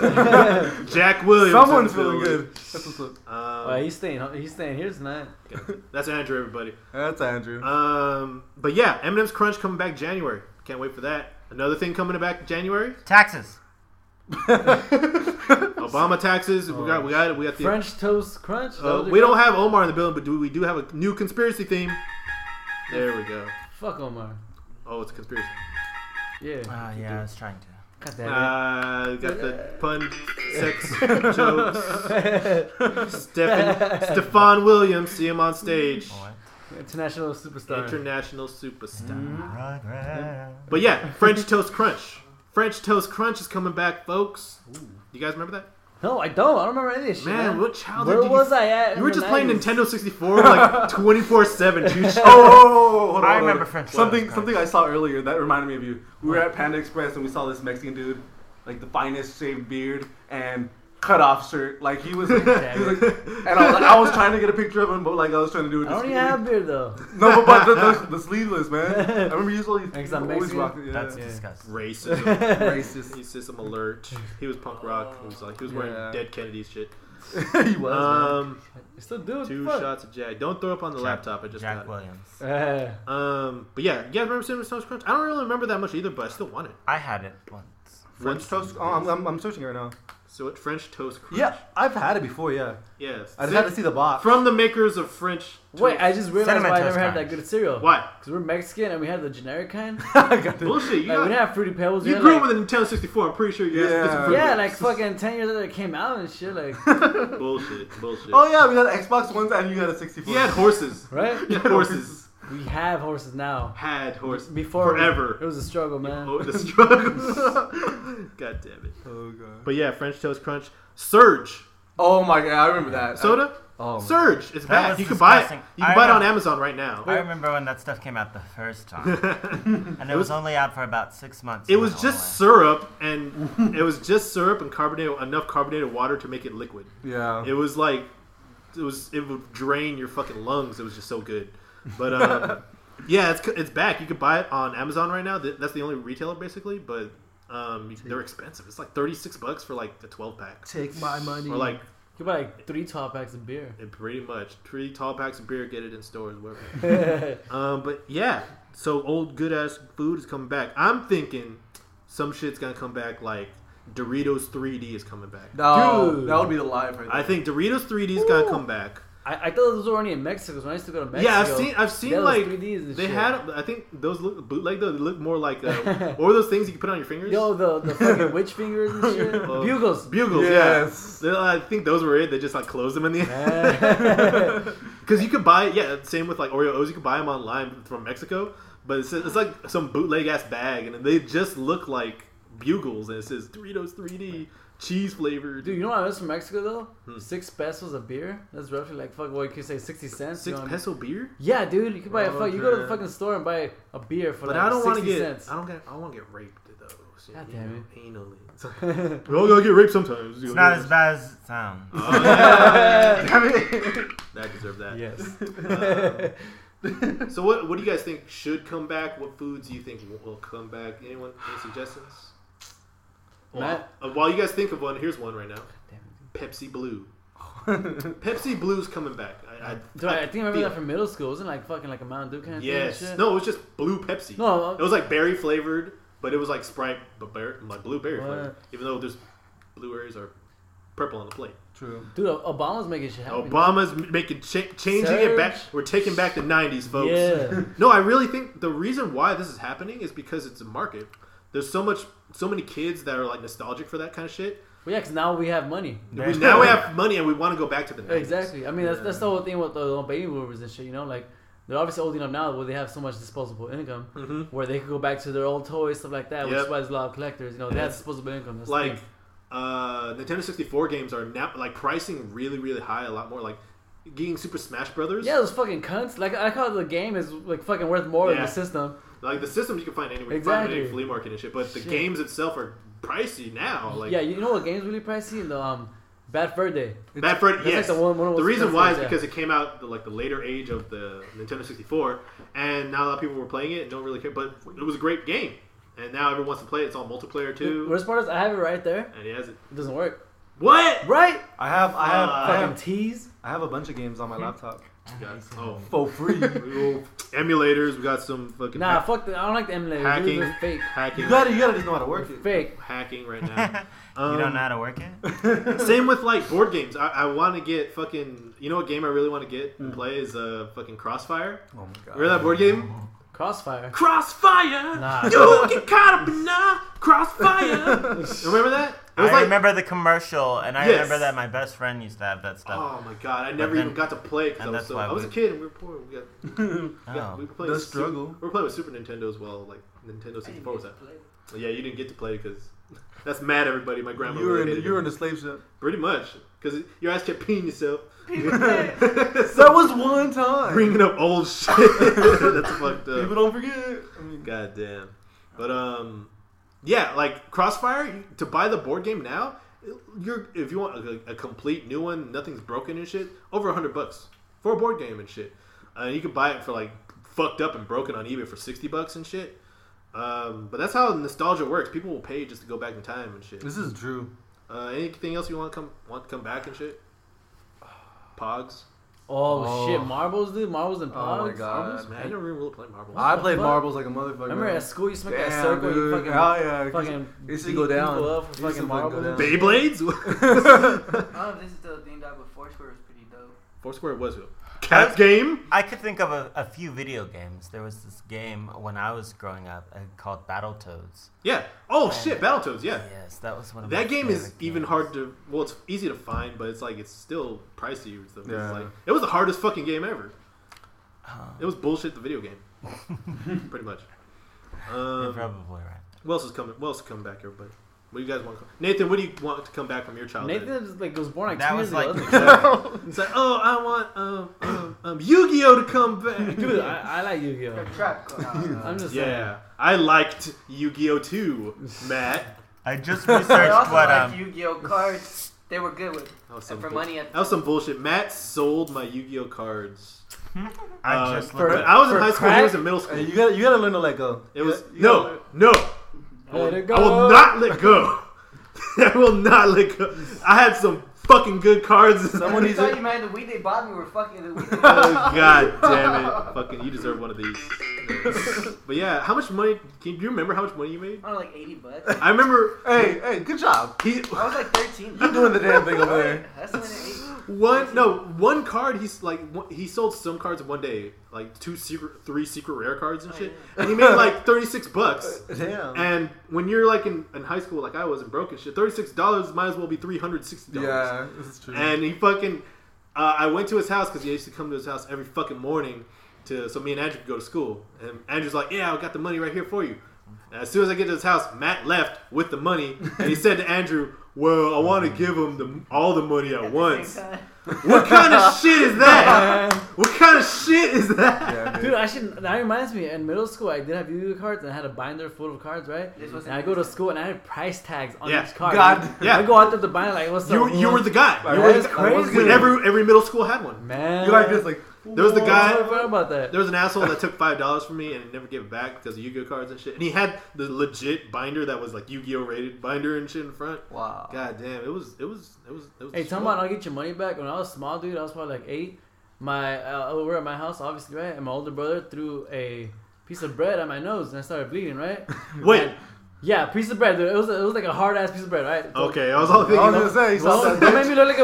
[SPEAKER 1] Jack Williams.
[SPEAKER 5] Someone's
[SPEAKER 1] in the
[SPEAKER 5] feeling
[SPEAKER 1] building.
[SPEAKER 5] good. That's what's up.
[SPEAKER 1] Um,
[SPEAKER 4] Well, he's staying. He's staying here tonight.
[SPEAKER 1] that's Andrew, everybody.
[SPEAKER 5] That's Andrew.
[SPEAKER 1] Um, but yeah, M&M's Crunch coming back January. Can't wait for that. Another thing coming back January.
[SPEAKER 3] Taxes.
[SPEAKER 1] Oh Obama taxes. We got we got it. We got the.
[SPEAKER 4] French toast crunch. Is that
[SPEAKER 1] uh,
[SPEAKER 4] what they're
[SPEAKER 1] we don't
[SPEAKER 4] called?
[SPEAKER 1] have Omar in the building, but do we do have a new conspiracy theme? There we go.
[SPEAKER 4] Fuck Omar.
[SPEAKER 1] Oh, it's a conspiracy.
[SPEAKER 4] Yeah.
[SPEAKER 3] Ah, yeah, I was trying to.
[SPEAKER 4] God damn
[SPEAKER 1] Uh, got the pun, sex jokes. Stefan Stefan Williams, see him on stage.
[SPEAKER 4] Oh,
[SPEAKER 3] What?
[SPEAKER 4] it. International superstar.
[SPEAKER 1] International superstar.
[SPEAKER 4] Mm-hmm.
[SPEAKER 3] Rugrats.
[SPEAKER 1] But yeah, French Toast Crunch. French Toast Crunch is coming back, folks. You guys remember that?
[SPEAKER 4] no, I don't. I don't remember any of this shit.
[SPEAKER 1] Man, what childhood
[SPEAKER 4] Where
[SPEAKER 1] did
[SPEAKER 4] was
[SPEAKER 1] you...
[SPEAKER 4] I at? in
[SPEAKER 1] You were
[SPEAKER 4] the
[SPEAKER 1] just playing
[SPEAKER 4] 90s?
[SPEAKER 1] Nintendo 64 like 24 7, dude.
[SPEAKER 5] Oh, hold on, hold on,
[SPEAKER 3] I
[SPEAKER 5] hold on.
[SPEAKER 3] remember French
[SPEAKER 5] Something,
[SPEAKER 3] toast
[SPEAKER 5] something I saw earlier that reminded me of you. We were at Panda Express and we saw this Mexican dude, like the finest shaved beard and cut off shirt. Like he was, like, he was like, and I was, like, I was trying to get a picture of him, but like I was trying to do it.
[SPEAKER 4] I don't even
[SPEAKER 5] discreetly.
[SPEAKER 4] have beer though.
[SPEAKER 5] No, but, but the, the, the sleeveless man. I remember you usually
[SPEAKER 4] Because I'm
[SPEAKER 5] always
[SPEAKER 4] Mexican?
[SPEAKER 5] rocking. Yeah.
[SPEAKER 3] That's
[SPEAKER 4] Yeah.
[SPEAKER 3] disgusting.
[SPEAKER 1] Racism.
[SPEAKER 5] racist.
[SPEAKER 1] Racism alert. He was punk rock. He was like he was wearing
[SPEAKER 5] Yeah.
[SPEAKER 1] dead Kennedy's shit.
[SPEAKER 5] he was.
[SPEAKER 1] Um,
[SPEAKER 4] I still do it.
[SPEAKER 1] two
[SPEAKER 4] fuck.
[SPEAKER 1] shots of Jack. Don't throw up on the
[SPEAKER 3] Jack-
[SPEAKER 1] laptop. I just got
[SPEAKER 3] Jack
[SPEAKER 1] it.
[SPEAKER 3] Williams.
[SPEAKER 4] Eh,
[SPEAKER 1] Um, but yeah, you guys remember Cinnamon Toast Crunch? I don't really remember that much either, but I still want it.
[SPEAKER 3] I had it once.
[SPEAKER 5] French
[SPEAKER 1] Once-
[SPEAKER 5] toast. Oh, I'm, I'm, I'm searching right now.
[SPEAKER 1] So what French Toast Crunch?
[SPEAKER 5] Yeah, I've had it before. Yeah,
[SPEAKER 1] Yes.
[SPEAKER 5] I just had to see the box.
[SPEAKER 1] From the makers of French. Toast.
[SPEAKER 4] Wait, I just realized
[SPEAKER 3] Cinnamon
[SPEAKER 4] why I
[SPEAKER 3] toast
[SPEAKER 4] never had that
[SPEAKER 3] crunch.
[SPEAKER 4] good cereal.
[SPEAKER 1] Why?
[SPEAKER 4] Because we're Mexican and we had the generic kind. like,
[SPEAKER 5] I got it.
[SPEAKER 1] Bullshit.
[SPEAKER 4] we
[SPEAKER 1] You,
[SPEAKER 4] didn't
[SPEAKER 1] got,
[SPEAKER 4] have Fruity Pebbles. we
[SPEAKER 1] you
[SPEAKER 4] had,
[SPEAKER 1] grew
[SPEAKER 4] like-
[SPEAKER 1] up with a Nintendo 64. I'm pretty sure you
[SPEAKER 5] Yeah.
[SPEAKER 1] guys some
[SPEAKER 4] Yeah, like fucking ten years after it came out and shit, like
[SPEAKER 1] bullshit. Bullshit.
[SPEAKER 5] Oh yeah, we had Xbox Ones and you had a 64.
[SPEAKER 1] He had horses.
[SPEAKER 4] right?
[SPEAKER 1] He had horses.
[SPEAKER 4] We have horses now.
[SPEAKER 1] Had horses.
[SPEAKER 4] Before
[SPEAKER 1] Forever.
[SPEAKER 4] it was a struggle, man.
[SPEAKER 1] Oh, the struggles. God damn it.
[SPEAKER 5] Oh god.
[SPEAKER 1] But yeah, French Toast Crunch. Surge.
[SPEAKER 5] Oh my god, I remember that.
[SPEAKER 1] Soda?
[SPEAKER 5] Oh. my-
[SPEAKER 1] Surge. It's
[SPEAKER 3] That
[SPEAKER 1] back.
[SPEAKER 3] was
[SPEAKER 1] You can buy it.
[SPEAKER 3] disgusting.
[SPEAKER 1] You can
[SPEAKER 3] I
[SPEAKER 1] buy it on
[SPEAKER 3] know.
[SPEAKER 1] Amazon right now.
[SPEAKER 3] I remember when that stuff came out the first time, and it was only out for about six months.
[SPEAKER 1] It
[SPEAKER 3] in
[SPEAKER 1] was just syrup and it was just syrup and carbonated enough carbonated water to make it liquid.
[SPEAKER 3] Oh.
[SPEAKER 5] Yeah.
[SPEAKER 1] It was like it was it would drain your fucking lungs. It was just so good. But um, yeah, it's it's back. You can buy it on Amazon right now. Th- That's the only retailer basically, but um, they're expensive. It's like 36 bucks for like a 12 pack
[SPEAKER 5] Take my money.
[SPEAKER 1] or like
[SPEAKER 4] You buy like three tall packs of beer.
[SPEAKER 1] it pretty much three tall packs of beer get it in stores whatever.
[SPEAKER 4] That's
[SPEAKER 1] Um, but yeah, so old good ass food is coming back. I'm thinking some shit's gonna come back like Doritos 3D is coming back.
[SPEAKER 5] no,
[SPEAKER 4] Dude.
[SPEAKER 5] that would be the live right there.
[SPEAKER 1] I think Doritos 3D is gonna come back.
[SPEAKER 4] I, I thought those were only in Mexico. So when I used to go to Mexico,
[SPEAKER 1] yeah, I've seen I've
[SPEAKER 4] that
[SPEAKER 1] seen
[SPEAKER 4] was
[SPEAKER 1] like
[SPEAKER 4] 3Ds and
[SPEAKER 1] they
[SPEAKER 4] shit.
[SPEAKER 1] had I think those look bootleg though they look more like uh, or those things you can put on your fingers.
[SPEAKER 4] yo the the fucking witch fingers and shit,
[SPEAKER 1] Uh,
[SPEAKER 4] bugles.
[SPEAKER 1] Bugles,
[SPEAKER 5] Yes.
[SPEAKER 1] yeah. They- I think those were it. They just like closed them in the end
[SPEAKER 4] Eh.
[SPEAKER 1] because you could buy yeah. Same with like Oreo O's, you could buy them online from Mexico, but it's, it's like some bootleg ass bag, and they just look like bugles, and it says Doritos 3D cheese flavored.
[SPEAKER 4] Dude, you know what I was from Mexico though?
[SPEAKER 1] Hmm.
[SPEAKER 4] Six pesos a beer. That's roughly like fuck. Well, you could say sixty cents. you
[SPEAKER 1] six
[SPEAKER 4] know what I mean?
[SPEAKER 1] peso beer.
[SPEAKER 4] Yeah, dude, you could buy a fuck. You go to the
[SPEAKER 5] Okay.
[SPEAKER 4] fucking store and buy a beer for
[SPEAKER 1] But
[SPEAKER 4] like
[SPEAKER 1] I don't want to
[SPEAKER 4] sixty
[SPEAKER 1] get.
[SPEAKER 4] cents.
[SPEAKER 1] I don't get. I want to get raped though. so,
[SPEAKER 4] God
[SPEAKER 1] you
[SPEAKER 4] damn
[SPEAKER 1] know, Anally. It's like- We all gotta get raped sometimes.
[SPEAKER 3] It's not as bad as it sounds.
[SPEAKER 1] Oh, yeah.
[SPEAKER 5] Damn it.
[SPEAKER 1] that deserved that.
[SPEAKER 4] yes.
[SPEAKER 1] So what what do you guys think should come back? What foods do you think will- will come back? Anyone any suggestions? Well,
[SPEAKER 4] Matt?
[SPEAKER 1] uh, while you guys think of one, here's one right now. Pepsi Blue. Pepsi Blue's coming back. I, I,
[SPEAKER 4] Dude, I, I think I remember
[SPEAKER 1] feel-
[SPEAKER 4] that from middle school. Wasn't it like fucking like a Mountain Dew kind of
[SPEAKER 1] Yes.
[SPEAKER 4] thing? and shit?
[SPEAKER 1] No, it was just blue Pepsi.
[SPEAKER 4] No, uh,
[SPEAKER 1] It was like berry flavored, but it was like Sprite, but bear, like blueberry
[SPEAKER 4] What?
[SPEAKER 1] flavored. Even though there's blueberries are purple on the plate.
[SPEAKER 5] True.
[SPEAKER 4] dude, Obama's making shit happen.
[SPEAKER 1] Obama's m- making cha- changing it back.
[SPEAKER 4] Surge.
[SPEAKER 1] We're taking back the '90s, folks.
[SPEAKER 4] Yeah.
[SPEAKER 1] No, I really think the reason why this is happening is because it's a market. There's so much, so many kids that are like nostalgic for that kind of shit.
[SPEAKER 4] Well, yeah, because now we have money.
[SPEAKER 1] We,
[SPEAKER 3] There's-
[SPEAKER 1] now we have money and we want to go back to the 90s.
[SPEAKER 4] Exactly. I mean, that's that's the whole thing with the little baby boomers and shit. You know, like they're obviously old enough now where they have so much disposable income,
[SPEAKER 1] Mhm.
[SPEAKER 4] where they could go back to their old toys, stuff like that. Which
[SPEAKER 1] Yep.
[SPEAKER 4] is why there's a lot of collectors. You know, they have disposable income. That's the
[SPEAKER 1] Like
[SPEAKER 4] thing.
[SPEAKER 1] uh, Nintendo 64 games are now like pricing really, really high. A lot more like getting Super Smash Brothers.
[SPEAKER 4] yeah, those fucking cunts. Like I call it the game is like fucking worth more than
[SPEAKER 1] Yeah.
[SPEAKER 4] the system.
[SPEAKER 1] Like the systems you can find anywhere, you can find them in
[SPEAKER 4] Exactly.
[SPEAKER 1] a flea market and shit. But the
[SPEAKER 4] Shit.
[SPEAKER 1] games itself are pricey now. Like
[SPEAKER 4] yeah, you know what game's really pricey? The um, Bad Fur Day.
[SPEAKER 1] Bad Freddy,
[SPEAKER 4] That's
[SPEAKER 1] yes.
[SPEAKER 4] like the one- one of
[SPEAKER 1] the
[SPEAKER 4] those
[SPEAKER 1] reason why is
[SPEAKER 4] consoles, yeah.
[SPEAKER 1] because it came out the, like the later age of the Nintendo 64, and not a lot of people were playing it and don't really care. But it was a great game, and now everyone wants to play it. It's all multiplayer
[SPEAKER 4] Dude,
[SPEAKER 1] too,
[SPEAKER 4] worst part is I have it right there.
[SPEAKER 1] and he has it.
[SPEAKER 4] It doesn't work.
[SPEAKER 1] What?
[SPEAKER 4] Right?
[SPEAKER 5] I have I have I
[SPEAKER 1] Uh,
[SPEAKER 5] have
[SPEAKER 4] fucking tease.
[SPEAKER 5] I have a bunch of games on my laptop.
[SPEAKER 3] I
[SPEAKER 1] Yeah.
[SPEAKER 3] already said
[SPEAKER 1] Oh.
[SPEAKER 3] that.
[SPEAKER 5] for free.
[SPEAKER 1] Little emulators. We got some fucking
[SPEAKER 4] Nah,
[SPEAKER 1] hack-
[SPEAKER 4] fuck that. I don't like the emulator.
[SPEAKER 1] Hacking.
[SPEAKER 4] Hacking. They're fake.
[SPEAKER 1] hacking.
[SPEAKER 5] You gotta, you gotta just know how to work it.
[SPEAKER 4] Fake.
[SPEAKER 1] hacking right now.
[SPEAKER 3] you
[SPEAKER 1] Um,
[SPEAKER 3] don't know how to work it?
[SPEAKER 1] Same with like board games. I, I want to get fucking. You know what game I really want to get and
[SPEAKER 5] Mm.
[SPEAKER 1] play is uh, fucking Crossfire.
[SPEAKER 5] Oh my god.
[SPEAKER 1] Remember that board game?
[SPEAKER 4] Crossfire.
[SPEAKER 1] Crossfire.
[SPEAKER 4] Nah.
[SPEAKER 1] You get caught up in the crossfire. remember that? It was
[SPEAKER 3] I
[SPEAKER 1] like.
[SPEAKER 3] remember the commercial, and I
[SPEAKER 1] Yes.
[SPEAKER 3] remember that my best friend used to have that stuff.
[SPEAKER 1] Oh my god! I never
[SPEAKER 3] then-
[SPEAKER 1] even got to play because I
[SPEAKER 3] and
[SPEAKER 1] was
[SPEAKER 3] that's
[SPEAKER 1] so
[SPEAKER 3] why
[SPEAKER 1] I was a
[SPEAKER 3] we-
[SPEAKER 1] kid and we were poor. We got, we, got, we
[SPEAKER 3] Oh.
[SPEAKER 1] were playing
[SPEAKER 5] The
[SPEAKER 1] with Super-
[SPEAKER 5] struggle.
[SPEAKER 1] we were playing with Super Nintendo as well. Like Nintendo sixty four was that? Well, yeah, you didn't get to play because that's mad everybody. My grandma.
[SPEAKER 5] You were
[SPEAKER 1] really
[SPEAKER 5] in,
[SPEAKER 1] hated
[SPEAKER 5] you were
[SPEAKER 1] it.
[SPEAKER 5] in the slave ship.
[SPEAKER 1] Pretty much, because your ass kept peeing yourself.
[SPEAKER 5] That was one time.
[SPEAKER 1] Bringing up old shit. That's fucked
[SPEAKER 5] People
[SPEAKER 1] up.
[SPEAKER 5] don't forget. I mean,
[SPEAKER 1] God damn. But um, yeah, like Crossfire you- to buy the board game now. You're if you want a, a complete new one, nothing's broken and shit. Over a hundred bucks for a board game and shit. Uh, you can buy it for like fucked up and broken on eBay for sixty bucks and shit. Um, but that's how nostalgia works. People will pay just to go back in time and shit.
[SPEAKER 5] this is Drew.
[SPEAKER 1] Uh, anything else you want come want to come back and shit? Pogs.
[SPEAKER 4] Oh,
[SPEAKER 5] Oh.
[SPEAKER 4] shit, marbles, dude. Marbles and pogs.
[SPEAKER 5] Oh my
[SPEAKER 4] Uh,
[SPEAKER 5] god.
[SPEAKER 1] Man, I never really played marbles.
[SPEAKER 5] I played
[SPEAKER 4] fuck?
[SPEAKER 5] marbles like a motherfucker.
[SPEAKER 4] Remember at school you smack
[SPEAKER 5] Damn,
[SPEAKER 4] that circle, you
[SPEAKER 5] dude.
[SPEAKER 4] fucking
[SPEAKER 5] Hell yeah.
[SPEAKER 4] fucking
[SPEAKER 5] It used to
[SPEAKER 4] beat
[SPEAKER 5] go down.
[SPEAKER 4] people up
[SPEAKER 5] It
[SPEAKER 4] for
[SPEAKER 5] used to
[SPEAKER 4] fucking
[SPEAKER 5] fucking go
[SPEAKER 4] marbles.
[SPEAKER 5] down.
[SPEAKER 1] Beyblades.
[SPEAKER 6] Oh, this is the thing that before square was pretty dope.
[SPEAKER 1] Foursquare was who? Cat game.
[SPEAKER 3] I could think of a, a few video games. There was this game when I was growing up uh, called Battletoads.
[SPEAKER 1] Yeah. Oh shit, Battletoads. Yeah.
[SPEAKER 3] Yes, that was one of
[SPEAKER 1] That
[SPEAKER 3] my
[SPEAKER 1] game is
[SPEAKER 3] favorite
[SPEAKER 1] even
[SPEAKER 3] games.
[SPEAKER 1] hard to. Well, it's easy to find, but it's like it's still pricey. Or something.
[SPEAKER 5] Yeah.
[SPEAKER 1] It's like it was the hardest fucking game ever.
[SPEAKER 3] Oh,
[SPEAKER 1] It was bullshit. The video game, pretty much.
[SPEAKER 3] you're
[SPEAKER 1] Um,
[SPEAKER 3] probably right.
[SPEAKER 1] what else is coming? What else is coming back, everybody? What do you guys want? To come? Nathan, what do you want to come back from your childhood?
[SPEAKER 4] Nathan is, like was born like
[SPEAKER 3] That
[SPEAKER 4] two
[SPEAKER 3] was
[SPEAKER 4] years
[SPEAKER 3] like,
[SPEAKER 4] ago.
[SPEAKER 1] It's like, oh, I want um, um, um, Yu-Gi-Oh to come back.
[SPEAKER 4] Dude, I, I like Yu-Gi-Oh.
[SPEAKER 6] Trap. Uh,
[SPEAKER 4] I'm just saying.
[SPEAKER 1] Yeah, I liked Yu-Gi-Oh too, Matt.
[SPEAKER 3] I just
[SPEAKER 6] I
[SPEAKER 3] researched
[SPEAKER 6] also
[SPEAKER 3] what
[SPEAKER 6] liked
[SPEAKER 3] um.
[SPEAKER 6] Yu-Gi-Oh cards. They were good with
[SPEAKER 1] That was some
[SPEAKER 6] and for
[SPEAKER 1] bull-
[SPEAKER 6] money. At
[SPEAKER 1] That was some bullshit. Matt sold my Yu-Gi-Oh cards.
[SPEAKER 3] I
[SPEAKER 1] Uh,
[SPEAKER 3] just
[SPEAKER 1] for-
[SPEAKER 3] looked.
[SPEAKER 4] for-
[SPEAKER 3] At,
[SPEAKER 1] I was in
[SPEAKER 4] for
[SPEAKER 1] high school. He
[SPEAKER 4] crack?
[SPEAKER 1] was in middle school.
[SPEAKER 5] Hey, you gotta, you gotta learn to let go.
[SPEAKER 1] It was
[SPEAKER 5] You gotta
[SPEAKER 1] no,
[SPEAKER 5] learn-
[SPEAKER 1] no. I
[SPEAKER 4] Let
[SPEAKER 1] will,
[SPEAKER 4] it go.
[SPEAKER 1] I will not let go. I will not let go. I had some fucking good cards.
[SPEAKER 5] Someone
[SPEAKER 6] I
[SPEAKER 5] needs
[SPEAKER 6] tell
[SPEAKER 5] it.
[SPEAKER 6] you, man, the weed they bought me were fucking. The weed they
[SPEAKER 1] Oh, God damn it! Fucking, you deserve one of these. But yeah, how much money? Can do you remember how much money you made?
[SPEAKER 6] I don't know, like eighty bucks.
[SPEAKER 1] I remember
[SPEAKER 5] Hey, hey, good job.
[SPEAKER 1] he
[SPEAKER 6] I was like thirteen.
[SPEAKER 5] You're doing the damn thing over there.
[SPEAKER 6] Hustling at eight.
[SPEAKER 1] One no one card he's like one, he sold some cards one day like two secret three secret rare cards and
[SPEAKER 6] Oh,
[SPEAKER 1] shit
[SPEAKER 6] yeah.
[SPEAKER 1] and he made like thirty six bucks
[SPEAKER 5] Damn.
[SPEAKER 1] and when you're like in, in high school like I was and broke and shit thirty six dollars might as well be three hundred sixty dollars
[SPEAKER 5] Yeah, this is true.
[SPEAKER 1] and he fucking uh, I went to his house because he used to come to his house every fucking morning to so me and Andrew could go to school and Andrew's like yeah I got the money right here for you and as soon as I get to his house Matt left with the money and he said to Andrew well I want to give him the, all the money at
[SPEAKER 6] At
[SPEAKER 1] once.
[SPEAKER 6] The same time.
[SPEAKER 1] What kind of shit is that? What kind of shit is that?
[SPEAKER 5] yeah, dude.
[SPEAKER 4] Dude, I should. That reminds me. In middle school, I did have Yu-Gi-Oh cards and I had a binder full of cards, right?
[SPEAKER 6] This was
[SPEAKER 4] And I go to school and I had price tags on
[SPEAKER 1] Yeah.
[SPEAKER 4] each card.
[SPEAKER 5] God.
[SPEAKER 1] Yeah.
[SPEAKER 4] I go out to the binder like, what's
[SPEAKER 1] You were,
[SPEAKER 4] up?
[SPEAKER 1] you were the guy.
[SPEAKER 5] Like,
[SPEAKER 4] You
[SPEAKER 5] I
[SPEAKER 4] were
[SPEAKER 5] was- I was
[SPEAKER 4] crazy.
[SPEAKER 1] When
[SPEAKER 5] good.
[SPEAKER 1] every every middle school had one.
[SPEAKER 4] man.
[SPEAKER 5] you like this, like
[SPEAKER 1] There was the
[SPEAKER 5] whoa.
[SPEAKER 1] guy-
[SPEAKER 4] I forgot about that.
[SPEAKER 1] There was an asshole that took five dollars from me and never gave it back because of Yu-Gi-Oh cards and shit. And he had the legit binder that was like Yu-Gi-Oh rated binder and shit in front.
[SPEAKER 5] Wow.
[SPEAKER 1] God damn, it was it was it was it was.
[SPEAKER 4] Hey, tell me about I'll get your money back. When I was small, dude, I was probably like eight. My uh, we were at my house, obviously, right? And my older brother threw a piece of bread at my nose, and I started bleeding, right?
[SPEAKER 1] Wait,
[SPEAKER 4] yeah, piece of bread. Dude. It was it was like a hard ass piece of bread, right? So-
[SPEAKER 1] okay, I was all
[SPEAKER 5] I was
[SPEAKER 1] thinking.
[SPEAKER 5] gonna say, he saw
[SPEAKER 4] Well,
[SPEAKER 5] that
[SPEAKER 4] that made
[SPEAKER 5] bitch.
[SPEAKER 4] me look like a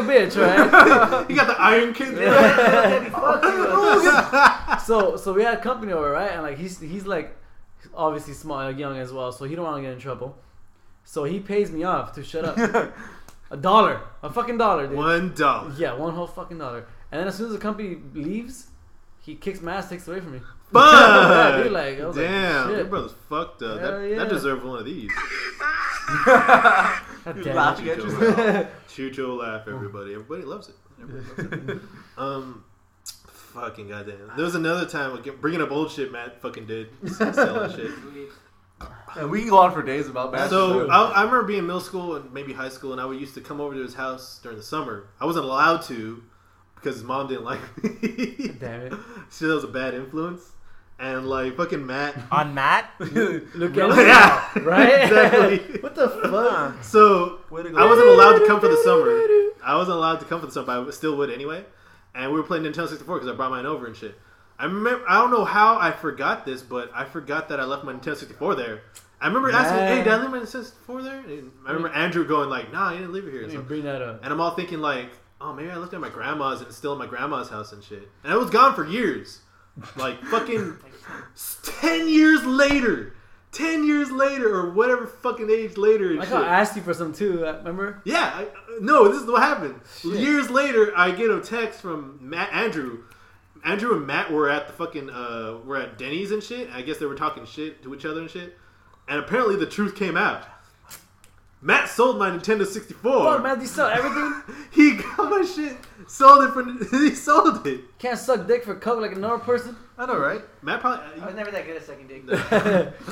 [SPEAKER 4] bitch, right?
[SPEAKER 1] You got the Iron Kid. there?
[SPEAKER 6] Fuck you.
[SPEAKER 4] so so we had company over, right? And like he's he's like obviously small, like young as well, so he don't want to get in trouble. So he pays me off to shut up. a dollar, a fucking dollar, dude.
[SPEAKER 1] One dollar.
[SPEAKER 4] Yeah, one whole fucking dollar. And then as soon as the company leaves, he kicks my ass, takes it away from me.
[SPEAKER 1] Fuck.
[SPEAKER 4] Yeah, dude, like, I was like,
[SPEAKER 1] damn,
[SPEAKER 4] shit.
[SPEAKER 1] your brother's fucked up.
[SPEAKER 4] Hell
[SPEAKER 1] That,
[SPEAKER 4] yeah.
[SPEAKER 1] that deserved one of these.
[SPEAKER 4] God
[SPEAKER 5] He's
[SPEAKER 4] damn it.
[SPEAKER 5] laughing at
[SPEAKER 1] Chucho
[SPEAKER 5] you.
[SPEAKER 1] laugh. Chucho laugh, everybody. Everybody loves it. Everybody loves it. Um, fucking goddamn. There was another time, again, bringing up old shit Matt fucking did. Selling shit.
[SPEAKER 5] And we can go on for days about that.
[SPEAKER 1] So I, I remember being in middle school and maybe high school, and I would used to come over to his house during the summer. I wasn't allowed to because his mom didn't like me.
[SPEAKER 4] Damn it.
[SPEAKER 1] She was a bad influence. And like fucking Matt.
[SPEAKER 3] on Matt,
[SPEAKER 4] Look at him.
[SPEAKER 1] yeah,
[SPEAKER 4] Right?
[SPEAKER 1] exactly.
[SPEAKER 4] What the fuck?
[SPEAKER 1] So
[SPEAKER 5] Way to go.
[SPEAKER 1] I wasn't allowed to come for the summer. I wasn't allowed to come for the summer, but I still would anyway. and we were playing Nintendo 64 because I brought mine over and shit. I remember, I don't know how I forgot this, but I forgot that I left my Nintendo 64 there. I remember asking,
[SPEAKER 4] Man.
[SPEAKER 1] "Hey, did I leave my Nintendo 64 there?" And I remember Andrew going like, "Nah, I didn't leave it here."
[SPEAKER 4] Let
[SPEAKER 1] or
[SPEAKER 4] me
[SPEAKER 1] something.
[SPEAKER 4] bring that up.
[SPEAKER 1] And I'm all thinking like, "Oh, maybe I left it at my grandma's and it's still in my grandma's house and shit." And it was gone for years, like fucking
[SPEAKER 6] Like, ten-
[SPEAKER 1] s- ten years later, ten years later, or whatever fucking age later. And
[SPEAKER 4] Like
[SPEAKER 1] shit.
[SPEAKER 4] how I asked you for some too. uh, Remember?
[SPEAKER 1] Yeah, I, no, this is what happened.
[SPEAKER 4] Shit.
[SPEAKER 1] Years later, I get a text from Matt, Andrew. Andrew and Matt were at the fucking uh, were at Denny's and shit. I guess they were talking shit to each other and shit. And apparently, the truth came out. Matt sold my Nintendo 64.
[SPEAKER 4] Fuck, man, they sell everything.
[SPEAKER 1] He got my shit, sold it for. He sold it.
[SPEAKER 4] Can't suck dick for coke like a normal person.
[SPEAKER 1] I know, right? Matt probably. uh,
[SPEAKER 6] I was never that good at sucking dick.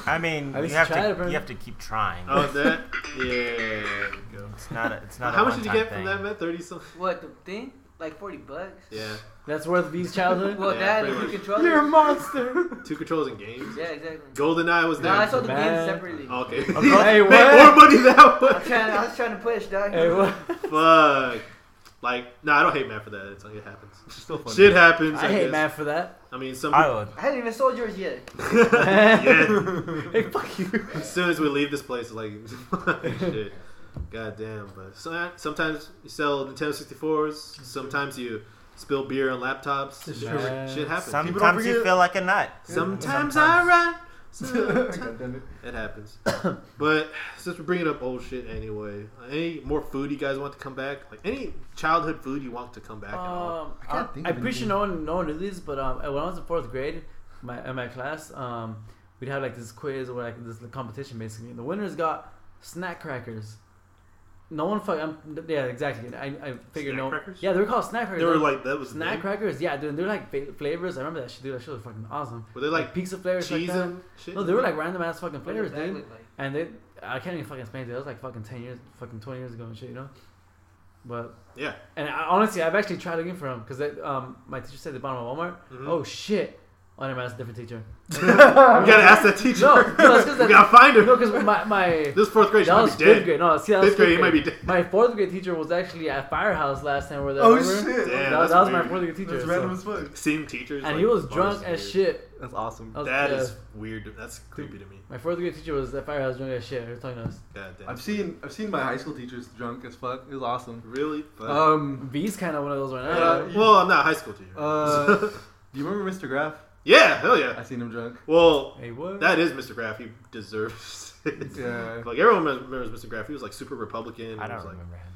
[SPEAKER 3] I mean,
[SPEAKER 4] At
[SPEAKER 3] you
[SPEAKER 4] least
[SPEAKER 3] have
[SPEAKER 4] try it,
[SPEAKER 3] to
[SPEAKER 4] brother.
[SPEAKER 3] you have to keep trying.
[SPEAKER 1] oh, that. Yeah. there you go.
[SPEAKER 3] It's not a, it's not.
[SPEAKER 1] How
[SPEAKER 3] a
[SPEAKER 1] much did you
[SPEAKER 3] one-time
[SPEAKER 1] get from
[SPEAKER 3] thing.
[SPEAKER 1] that, Matt? Thirty something.
[SPEAKER 6] What the thing? Like forty bucks.
[SPEAKER 1] Yeah.
[SPEAKER 4] That's worth V's childhood.
[SPEAKER 6] Well,
[SPEAKER 1] Yeah,
[SPEAKER 6] that
[SPEAKER 1] pretty
[SPEAKER 6] and two
[SPEAKER 1] much.
[SPEAKER 6] controllers.
[SPEAKER 4] monster.
[SPEAKER 1] Two controls and games.
[SPEAKER 6] Yeah, exactly.
[SPEAKER 1] GoldenEye was
[SPEAKER 6] No,
[SPEAKER 1] there. Oh.
[SPEAKER 6] I sold the games
[SPEAKER 4] Man.
[SPEAKER 6] separately.
[SPEAKER 1] Okay.
[SPEAKER 4] Hey,
[SPEAKER 1] Make
[SPEAKER 4] what?
[SPEAKER 1] more money that
[SPEAKER 6] I was
[SPEAKER 1] way.
[SPEAKER 6] trying. I was trying to push, dog.
[SPEAKER 4] hey, what?
[SPEAKER 1] Fuck. Like, nah, I don't hate Matt for that. It's like it happens.
[SPEAKER 5] Still funny.
[SPEAKER 1] Shit happens. I,
[SPEAKER 4] I hate
[SPEAKER 1] guess.
[SPEAKER 4] Matt for that.
[SPEAKER 1] I mean, some.
[SPEAKER 3] I would.
[SPEAKER 6] I haven't even sold yours yet.
[SPEAKER 1] yeah.
[SPEAKER 4] Hey, fuck you.
[SPEAKER 1] As soon as we leave this place, like, shit. God damn. But so, sometimes you sell Nintendo 64s. Sometimes you spill beer on laptops. Shit,
[SPEAKER 4] Man.
[SPEAKER 1] shit happens.
[SPEAKER 5] People don't
[SPEAKER 3] Sometimes you
[SPEAKER 5] forget-
[SPEAKER 3] feel like a nut.
[SPEAKER 1] sometimes,
[SPEAKER 3] Sometimes.
[SPEAKER 1] I run.
[SPEAKER 5] God damn it.
[SPEAKER 1] It happens. but since we're bringing up old shit anyway, any more food you guys want to come back? Like any childhood food you want to come back at all?
[SPEAKER 4] Um,
[SPEAKER 7] I
[SPEAKER 4] I,
[SPEAKER 7] can't think
[SPEAKER 4] I
[SPEAKER 7] of
[SPEAKER 4] pretty sure
[SPEAKER 7] anything.
[SPEAKER 4] no one, no one knew this, but um, when I was in fourth grade, my in my class, um, we'd have like this quiz or like this competition basically. And the winners got snack crackers. No one fuck. I'm, yeah, exactly. I, I figured
[SPEAKER 1] Snack
[SPEAKER 4] no.
[SPEAKER 1] crackers?
[SPEAKER 4] Yeah, they were called snack crackers.
[SPEAKER 1] They were like that was the
[SPEAKER 4] snack
[SPEAKER 1] name?
[SPEAKER 4] crackers. Yeah, dude, they're like fa- flavors. I remember that shit, dude. That shit was fucking awesome.
[SPEAKER 1] Were they like,
[SPEAKER 4] pizza flavors,
[SPEAKER 1] cheese
[SPEAKER 4] like that.
[SPEAKER 1] and shit?
[SPEAKER 4] No, they were like random ass fucking
[SPEAKER 6] What does
[SPEAKER 4] flavors,
[SPEAKER 6] that
[SPEAKER 4] dude.
[SPEAKER 6] look like?
[SPEAKER 4] And they, I can't even fucking explain it. That was like fucking ten years, fucking twenty years ago and shit, you know. But
[SPEAKER 1] yeah.
[SPEAKER 4] and I, honestly, I've actually tried looking for them because um, my teacher said they bought them at Walmart.
[SPEAKER 1] Mhm.
[SPEAKER 4] Oh shit! Oh, never mind, it's a different teacher.
[SPEAKER 1] We gotta ask that teacher.
[SPEAKER 4] No, no, that's 'cause
[SPEAKER 1] we
[SPEAKER 4] that-
[SPEAKER 1] gotta find
[SPEAKER 4] No,
[SPEAKER 1] him.
[SPEAKER 4] because my my
[SPEAKER 1] This fourth grade, she
[SPEAKER 4] that was
[SPEAKER 1] might be
[SPEAKER 4] fifth
[SPEAKER 1] dead.
[SPEAKER 4] grade. No, see, that was
[SPEAKER 1] Fifth grade, he might be dead.
[SPEAKER 4] My fourth grade teacher was actually at Firehouse last time. Where they
[SPEAKER 5] Oh
[SPEAKER 4] remember?
[SPEAKER 5] shit.
[SPEAKER 1] Damn,
[SPEAKER 4] that,
[SPEAKER 1] that's
[SPEAKER 4] that was my
[SPEAKER 1] weird.
[SPEAKER 4] fourth grade teacher.
[SPEAKER 5] That's
[SPEAKER 4] so-
[SPEAKER 5] random as fuck.
[SPEAKER 1] Seeing teachers, like,
[SPEAKER 4] and
[SPEAKER 1] "Oh,
[SPEAKER 4] he was
[SPEAKER 1] bars
[SPEAKER 4] drunk
[SPEAKER 1] and
[SPEAKER 4] as shit.
[SPEAKER 5] That's awesome.
[SPEAKER 4] That was,
[SPEAKER 1] That
[SPEAKER 4] yeah.
[SPEAKER 1] is weird. That's creepy to me.
[SPEAKER 4] my fourth grade teacher was at Firehouse drunk as shit. Her tongue us.
[SPEAKER 1] God damn.
[SPEAKER 5] I've seen I've seen my high school teachers drunk as fuck. It was awesome.
[SPEAKER 1] really. But,
[SPEAKER 5] Um,
[SPEAKER 4] V's kind of one of those right now.
[SPEAKER 5] Uh,
[SPEAKER 1] well, I'm not a high school teacher.
[SPEAKER 5] uh, do you remember Mr. Graff?
[SPEAKER 1] yeah, hell
[SPEAKER 5] I
[SPEAKER 1] yeah.
[SPEAKER 5] seen him drunk.
[SPEAKER 1] Well,
[SPEAKER 4] hey, what?
[SPEAKER 1] that is Mr. Graff. He deserves it.
[SPEAKER 5] Yeah.
[SPEAKER 1] Like everyone remembers Mr. Graff. He was like super Republican.
[SPEAKER 3] I
[SPEAKER 1] He was,
[SPEAKER 3] don't
[SPEAKER 1] like,
[SPEAKER 3] remember him.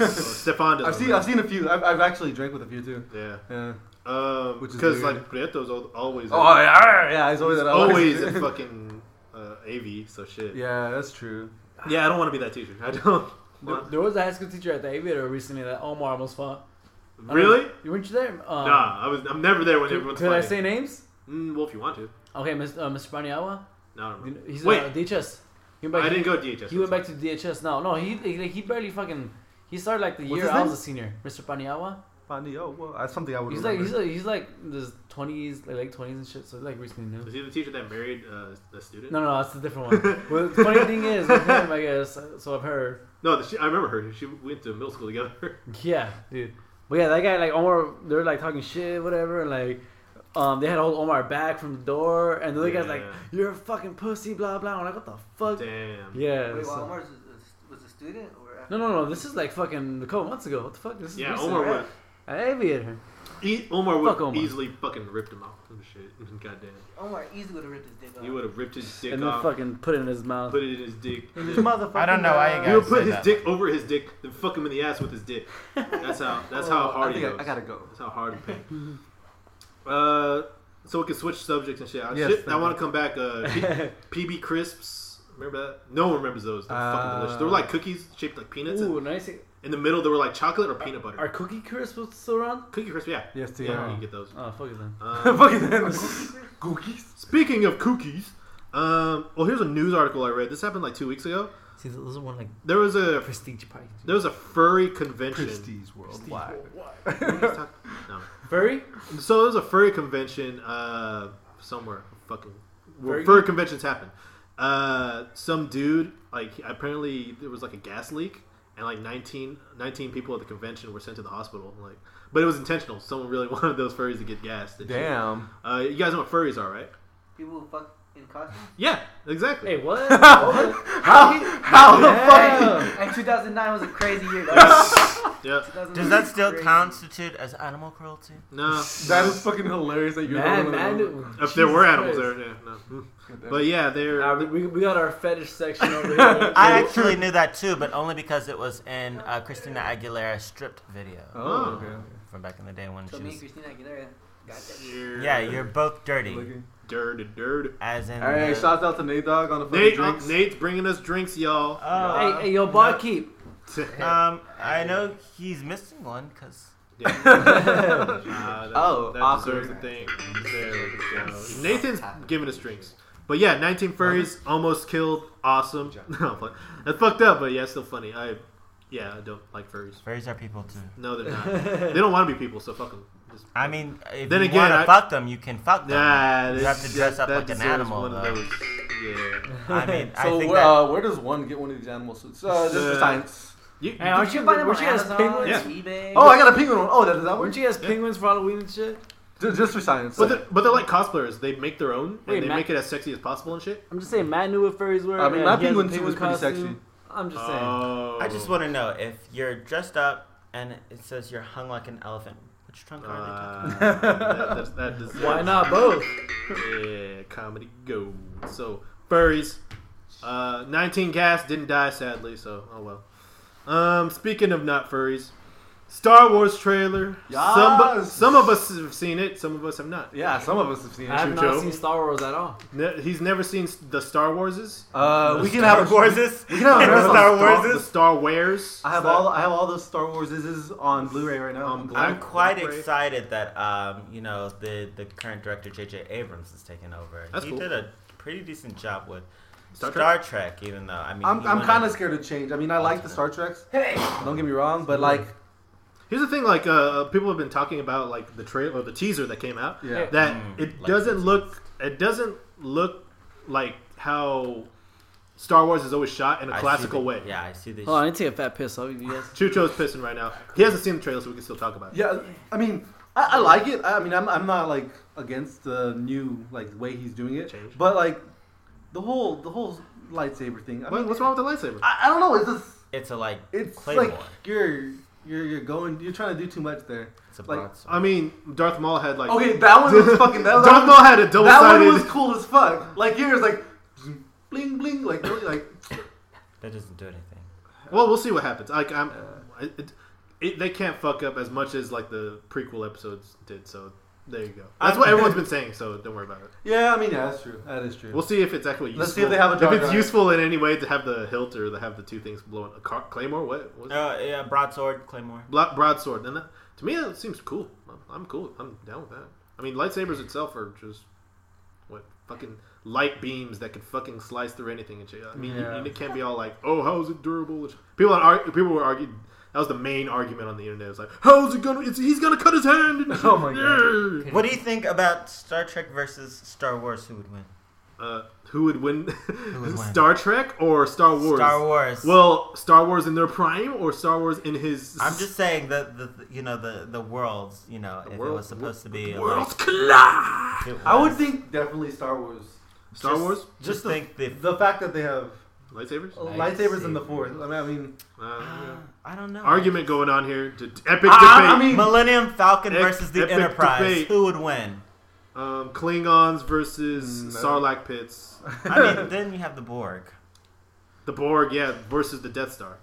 [SPEAKER 1] Uh, Stefan doesn't.
[SPEAKER 5] I've seen I've
[SPEAKER 1] remember.
[SPEAKER 5] seen a few. I've, I've actually drank with a few too.
[SPEAKER 1] Yeah.
[SPEAKER 5] Yeah.
[SPEAKER 1] Um,
[SPEAKER 5] Which is
[SPEAKER 1] because
[SPEAKER 5] weird.
[SPEAKER 1] like Prieto's al- always
[SPEAKER 5] Oh yeah, yeah. He's always
[SPEAKER 1] he's
[SPEAKER 5] at
[SPEAKER 1] always at fucking uh, AV. So shit. Yeah.
[SPEAKER 5] Yeah, that's true.
[SPEAKER 1] I don't want to be that teacher. I don't.
[SPEAKER 4] There, there was a high school teacher at the aviator recently that Omar almost fought. I don't-
[SPEAKER 1] Really?
[SPEAKER 4] You weren't you there? Um,
[SPEAKER 1] nah. I was. I'm never there when
[SPEAKER 4] Could,
[SPEAKER 1] everyone's
[SPEAKER 4] could I
[SPEAKER 1] fighting.
[SPEAKER 4] say names?
[SPEAKER 1] Mm, well, if you want to.
[SPEAKER 4] Okay, Mr. Uh, Mr. Paniagua.
[SPEAKER 1] No, I don't
[SPEAKER 4] You
[SPEAKER 1] remember.
[SPEAKER 4] know, He's
[SPEAKER 1] Wait.
[SPEAKER 4] uh, DHS. He went
[SPEAKER 1] I didn't
[SPEAKER 4] he,
[SPEAKER 1] go DHS.
[SPEAKER 4] He went back to DHS now. No, he he, like, he barely fucking. He started like the
[SPEAKER 5] What's
[SPEAKER 4] year
[SPEAKER 5] his
[SPEAKER 4] I
[SPEAKER 5] name?
[SPEAKER 4] was a senior, Mr. Paniagua.
[SPEAKER 5] Funny. Oh well, that's something I would.
[SPEAKER 4] He's like
[SPEAKER 5] remember.
[SPEAKER 4] he's like he's like in his twenties, like late twenties and shit. So like recently new.
[SPEAKER 1] Is he the teacher that married uh, the student?
[SPEAKER 4] No, no, that's a different one. well, the funny thing is with him, I guess. So I've heard.
[SPEAKER 1] No, the, she, I remember her. She went to middle school together.
[SPEAKER 4] Yeah, dude. But yeah, that guy like Omar, they're like talking shit, whatever, and like. Um, they had to hold Omar back from the door, and the other guy's like,
[SPEAKER 1] Yeah.
[SPEAKER 4] "You're a fucking pussy," blah blah. I'm like, "What the fuck?"
[SPEAKER 1] Damn.
[SPEAKER 4] Yeah.
[SPEAKER 6] Wait,
[SPEAKER 4] so-
[SPEAKER 6] well, Omar was, a- was a student or after?
[SPEAKER 4] No, no, no. This is like fucking a couple months ago. What the fuck? This is
[SPEAKER 1] Yeah,
[SPEAKER 4] recent.
[SPEAKER 1] Omar
[SPEAKER 6] right?
[SPEAKER 1] would.
[SPEAKER 4] Aviator.
[SPEAKER 1] E- Omar would
[SPEAKER 4] Fuck Omar.
[SPEAKER 1] easily fucking ripped him off. and Shit. Goddamn.
[SPEAKER 6] Omar easily would have ripped his dick off.
[SPEAKER 1] He would have ripped his dick
[SPEAKER 4] and then
[SPEAKER 1] off.
[SPEAKER 4] fucking put it in his mouth.
[SPEAKER 1] Put it in his dick.
[SPEAKER 3] I don't know why you
[SPEAKER 1] He would
[SPEAKER 3] guys
[SPEAKER 1] put
[SPEAKER 3] say
[SPEAKER 1] his
[SPEAKER 3] that.
[SPEAKER 1] dick over his dick, then fuck him in the ass with his dick. That's how. That's
[SPEAKER 4] Oh,
[SPEAKER 1] how
[SPEAKER 5] I,
[SPEAKER 1] hard he
[SPEAKER 5] think
[SPEAKER 1] goes.
[SPEAKER 5] I, I gotta go.
[SPEAKER 1] That's how hard he paid. uh, so we can switch subjects and shit. Uh,
[SPEAKER 5] Yes,
[SPEAKER 1] shit, I
[SPEAKER 5] thank
[SPEAKER 1] want to come back. Uh, P- PB crisps. Remember that? No one remembers those. They're fucking
[SPEAKER 5] Uh,
[SPEAKER 1] delicious. They were like cookies shaped like peanuts. and
[SPEAKER 4] Ooh, nice.
[SPEAKER 1] in the middle, they were like chocolate or peanut butter.
[SPEAKER 4] Are Cookie Crisp still around?
[SPEAKER 1] Cookie crisp, yeah.
[SPEAKER 5] Yes, too.
[SPEAKER 1] Yeah, you can get those.
[SPEAKER 4] Oh, fuck it then.
[SPEAKER 1] Um,
[SPEAKER 5] Fucking cookies.
[SPEAKER 1] speaking of cookies, um, well, here's a news article I read. This happened like two weeks ago.
[SPEAKER 3] See, those are one like
[SPEAKER 1] There was a
[SPEAKER 3] prestige party.
[SPEAKER 1] there was a furry convention.
[SPEAKER 5] Prestige worldwide.
[SPEAKER 1] No.
[SPEAKER 4] Furry?
[SPEAKER 1] So there was a furry convention uh, somewhere. Fucking where
[SPEAKER 4] Furry?
[SPEAKER 1] furry conventions happen. Uh, some dude like apparently there was like a gas leak and like 19, 19 people at the convention were sent to the hospital. Like, but it was intentional. Someone really wanted those furries to get gassed. and shit.
[SPEAKER 5] Damn.
[SPEAKER 1] Uh, you guys know what furries are, right?
[SPEAKER 6] People who fuck in costumes.
[SPEAKER 1] Yeah, exactly.
[SPEAKER 4] Hey, what?
[SPEAKER 5] How, how the fuck?
[SPEAKER 4] Damn.
[SPEAKER 6] And 2009 was a crazy year. Though.
[SPEAKER 1] Yeah.
[SPEAKER 6] 2009
[SPEAKER 3] Does that
[SPEAKER 6] was
[SPEAKER 3] still
[SPEAKER 6] crazy.
[SPEAKER 3] constitute as animal cruelty?
[SPEAKER 1] No.
[SPEAKER 5] That is fucking hilarious that you're
[SPEAKER 4] Man,
[SPEAKER 5] the one
[SPEAKER 4] man,
[SPEAKER 5] that-
[SPEAKER 1] If there were
[SPEAKER 4] Jesus
[SPEAKER 1] animals
[SPEAKER 4] Christ.
[SPEAKER 1] there, yeah, no. But yeah, they're
[SPEAKER 4] Uh, we- we, we got our fetish section over here.
[SPEAKER 3] I actually knew that too, but only because it was in uh, Christina Aguilera's stripped video
[SPEAKER 5] Oh, okay.
[SPEAKER 3] from back in the day when
[SPEAKER 6] So
[SPEAKER 3] she
[SPEAKER 6] me and
[SPEAKER 3] was.
[SPEAKER 6] Christina Aguilera got that year.
[SPEAKER 3] Yeah, you're both dirty,
[SPEAKER 5] Looking.
[SPEAKER 1] dirty, dirty.
[SPEAKER 3] as in.
[SPEAKER 5] Hey,
[SPEAKER 3] the-
[SPEAKER 5] shouts out to Nate Dog on the fucking
[SPEAKER 1] Nate,
[SPEAKER 5] drinks.
[SPEAKER 1] Nate's bringing us drinks, y'all.
[SPEAKER 3] Oh.
[SPEAKER 4] hey, hey, yo, barkeep.
[SPEAKER 3] Um, I know he's missing one because
[SPEAKER 1] Yeah. Nah, that,
[SPEAKER 5] Oh,
[SPEAKER 1] that
[SPEAKER 5] awkward.
[SPEAKER 1] deserves a thing. There we go. Nathan's giving us drinks. But yeah, 19 furries almost killed. Awesome. No, I'm playing. That's fucked up, but yeah, it's still funny. I, yeah, I don't like furries.
[SPEAKER 3] furries are people too.
[SPEAKER 1] No, they're not. they don't want to be people, so fuck them. Just,
[SPEAKER 3] I mean, if
[SPEAKER 1] Then
[SPEAKER 3] you
[SPEAKER 1] again,
[SPEAKER 3] want to
[SPEAKER 1] I-
[SPEAKER 3] fuck them, you can fuck them.
[SPEAKER 1] nah,
[SPEAKER 3] you
[SPEAKER 1] this-
[SPEAKER 3] have to dress up
[SPEAKER 1] that
[SPEAKER 3] like an
[SPEAKER 1] deserves
[SPEAKER 3] animal,
[SPEAKER 1] One of
[SPEAKER 3] though.
[SPEAKER 1] those. Yeah.
[SPEAKER 3] I mean, I
[SPEAKER 5] So
[SPEAKER 3] think
[SPEAKER 5] where,
[SPEAKER 3] that.
[SPEAKER 5] uh, where does one get one of these animal suits? Uh, this
[SPEAKER 1] Uh,
[SPEAKER 5] is science.
[SPEAKER 1] You,
[SPEAKER 4] Hey, aren't
[SPEAKER 6] Did
[SPEAKER 4] you,
[SPEAKER 6] you find them
[SPEAKER 4] weren't
[SPEAKER 6] on
[SPEAKER 4] you guys
[SPEAKER 6] Amazon,
[SPEAKER 4] penguins?
[SPEAKER 6] eBay?
[SPEAKER 5] Oh, I got a penguin one. Oh, that, that one?
[SPEAKER 4] Weren't you guys penguins for Halloween and shit?
[SPEAKER 5] Ju- Just for science.
[SPEAKER 1] but, they're, but they're like cosplayers. They make their own,
[SPEAKER 4] Wait,
[SPEAKER 1] and they
[SPEAKER 4] Matt-
[SPEAKER 1] make it as sexy as possible and shit.
[SPEAKER 4] I'm just saying, Matt knew what furries were.
[SPEAKER 5] I mean,
[SPEAKER 4] and
[SPEAKER 5] my
[SPEAKER 4] he has a
[SPEAKER 5] penguin suit was pretty
[SPEAKER 4] costume.
[SPEAKER 5] sexy.
[SPEAKER 4] I'm just saying.
[SPEAKER 1] Oh.
[SPEAKER 3] I just want to know if you're dressed up and it says you're hung like an elephant. Which trunk are they talking?
[SPEAKER 1] Uh, that, that, that deserves-
[SPEAKER 4] Why not both?
[SPEAKER 1] Yeah, comedy go. So furries. Uh, 19 cast didn't die sadly, so oh well. Um, speaking of not furries, Star Wars trailer. Some
[SPEAKER 5] Yes.
[SPEAKER 1] some of us have seen it, some of us have not.
[SPEAKER 5] Yeah, some of us have seen
[SPEAKER 4] I have
[SPEAKER 5] it.
[SPEAKER 4] not seen Star Wars at all.
[SPEAKER 1] Ne- he's never seen the Star Warses.
[SPEAKER 5] Uh, we can
[SPEAKER 3] Star
[SPEAKER 5] have
[SPEAKER 3] Wars is-
[SPEAKER 5] We can
[SPEAKER 3] Star
[SPEAKER 5] have a dress on
[SPEAKER 1] Star-
[SPEAKER 3] Warses?
[SPEAKER 1] The Star Wares.
[SPEAKER 5] I have all I have all those Star Wars is on Blu-ray right now.
[SPEAKER 1] On
[SPEAKER 3] I'm
[SPEAKER 1] Black
[SPEAKER 3] quite
[SPEAKER 1] Black Ray.
[SPEAKER 3] excited that um, you know the the current director J.J. Abrams is taking over.
[SPEAKER 1] That's
[SPEAKER 3] he
[SPEAKER 1] cool.
[SPEAKER 3] did a pretty decent job with
[SPEAKER 1] Star
[SPEAKER 3] Star
[SPEAKER 1] Trek?
[SPEAKER 3] Trek, even though I mean
[SPEAKER 5] I'm,
[SPEAKER 3] he
[SPEAKER 5] I'm
[SPEAKER 3] went
[SPEAKER 5] kind
[SPEAKER 3] on-
[SPEAKER 5] of scared of change. I mean, I like the Star Treks.
[SPEAKER 6] Hey!
[SPEAKER 5] Don't get me wrong, but like,
[SPEAKER 1] Here's the thing: like uh, people have been talking about like the trailer, or the teaser that came out.
[SPEAKER 5] yeah,
[SPEAKER 1] that
[SPEAKER 3] Mm,
[SPEAKER 1] it
[SPEAKER 3] like
[SPEAKER 1] doesn't
[SPEAKER 3] this.
[SPEAKER 1] look it doesn't look like how Star Wars is always shot in a
[SPEAKER 3] I see
[SPEAKER 1] classical
[SPEAKER 3] the-
[SPEAKER 1] way.
[SPEAKER 3] Yeah, I see this.
[SPEAKER 4] Hold on, I need to take a fat piss. I'll you guys.
[SPEAKER 1] Chucho's pissing right now. He hasn't seen the trailer, so we can still talk about it.
[SPEAKER 5] yeah. I mean, I, I like it. I, I mean, I'm, I'm not like against the new like way he's doing it,
[SPEAKER 1] Change.
[SPEAKER 5] but like the whole the whole lightsaber thing. I
[SPEAKER 1] What,
[SPEAKER 5] mean,
[SPEAKER 1] what's wrong with the lightsaber?
[SPEAKER 5] I, I don't know. It's just
[SPEAKER 3] It's a like
[SPEAKER 5] it's
[SPEAKER 3] Claymore.
[SPEAKER 5] like you're you're you're going you're trying to do too much there.
[SPEAKER 3] it's a
[SPEAKER 5] like,
[SPEAKER 3] broadsword.
[SPEAKER 1] I mean, Darth Maul had like
[SPEAKER 5] Okay, that one was fucking that,
[SPEAKER 1] Darth
[SPEAKER 5] that one
[SPEAKER 1] Maul had a double
[SPEAKER 5] that one was
[SPEAKER 1] sided.
[SPEAKER 5] cool as fuck. Like yours, like zoom, bling bling, like really, like
[SPEAKER 3] that doesn't do anything.
[SPEAKER 1] Well, we'll see what happens. Like I'm, it, it, it, they can't fuck up as much as like the prequel episodes did. So there you go. That's what everyone's been saying. So don't worry about it.
[SPEAKER 5] yeah. I mean, yeah, that's true. That is true.
[SPEAKER 1] We'll see if it's actually useful.
[SPEAKER 5] Let's see if they have a Jar
[SPEAKER 1] If it's
[SPEAKER 5] Jar.
[SPEAKER 1] useful in any way to have the hilt or to have the two things blowing a car, claymore. What? what is it?
[SPEAKER 3] Uh, yeah, broadsword, claymore.
[SPEAKER 1] Bla- broadsword. And that, to me, that seems cool. I'm, I'm cool. I'm down with that. I mean, lightsabers itself are just what fucking light beams that could fucking slice through anything and shit. I mean, you-
[SPEAKER 5] Yeah.
[SPEAKER 1] and it can't be all like, oh, how's it durable? People are, argu- people were arguing. That was the main argument on the internet. It was like, how's it gonna? It's, he's gonna cut his hand. And
[SPEAKER 5] Oh my God.
[SPEAKER 3] What do you think about Star Trek versus Star Wars? Who would win?
[SPEAKER 1] Uh, who would win?
[SPEAKER 3] would win?
[SPEAKER 1] Star Trek or Star Wars?
[SPEAKER 3] Star Wars.
[SPEAKER 1] Well, Star Wars in their prime or Star Wars in his.
[SPEAKER 3] I'm just saying that the you know the the worlds you know if it was supposed to be
[SPEAKER 1] Worlds
[SPEAKER 3] like,
[SPEAKER 1] collide.
[SPEAKER 3] it
[SPEAKER 5] I would
[SPEAKER 3] was.
[SPEAKER 5] think definitely Star Wars.
[SPEAKER 1] Star
[SPEAKER 3] Just-
[SPEAKER 1] Wars
[SPEAKER 3] Just think the
[SPEAKER 5] The fact that they have
[SPEAKER 1] lightsabers.
[SPEAKER 5] oh. lightsabers in the force. I mean, I mean,
[SPEAKER 1] Uh,
[SPEAKER 3] I don't know.
[SPEAKER 1] argument going on here. D- epic
[SPEAKER 5] I,
[SPEAKER 2] Ah,
[SPEAKER 5] I
[SPEAKER 1] debate.
[SPEAKER 5] mean,
[SPEAKER 3] Millennium Falcon
[SPEAKER 1] Ex-
[SPEAKER 3] versus the
[SPEAKER 1] epic
[SPEAKER 3] Enterprise.
[SPEAKER 1] debate.
[SPEAKER 3] Who would win?
[SPEAKER 1] um, Klingons versus
[SPEAKER 5] Mm, No.
[SPEAKER 1] Sarlacc pits.
[SPEAKER 3] I mean, then you have the Borg.
[SPEAKER 1] The Borg, yeah, versus the Death Star.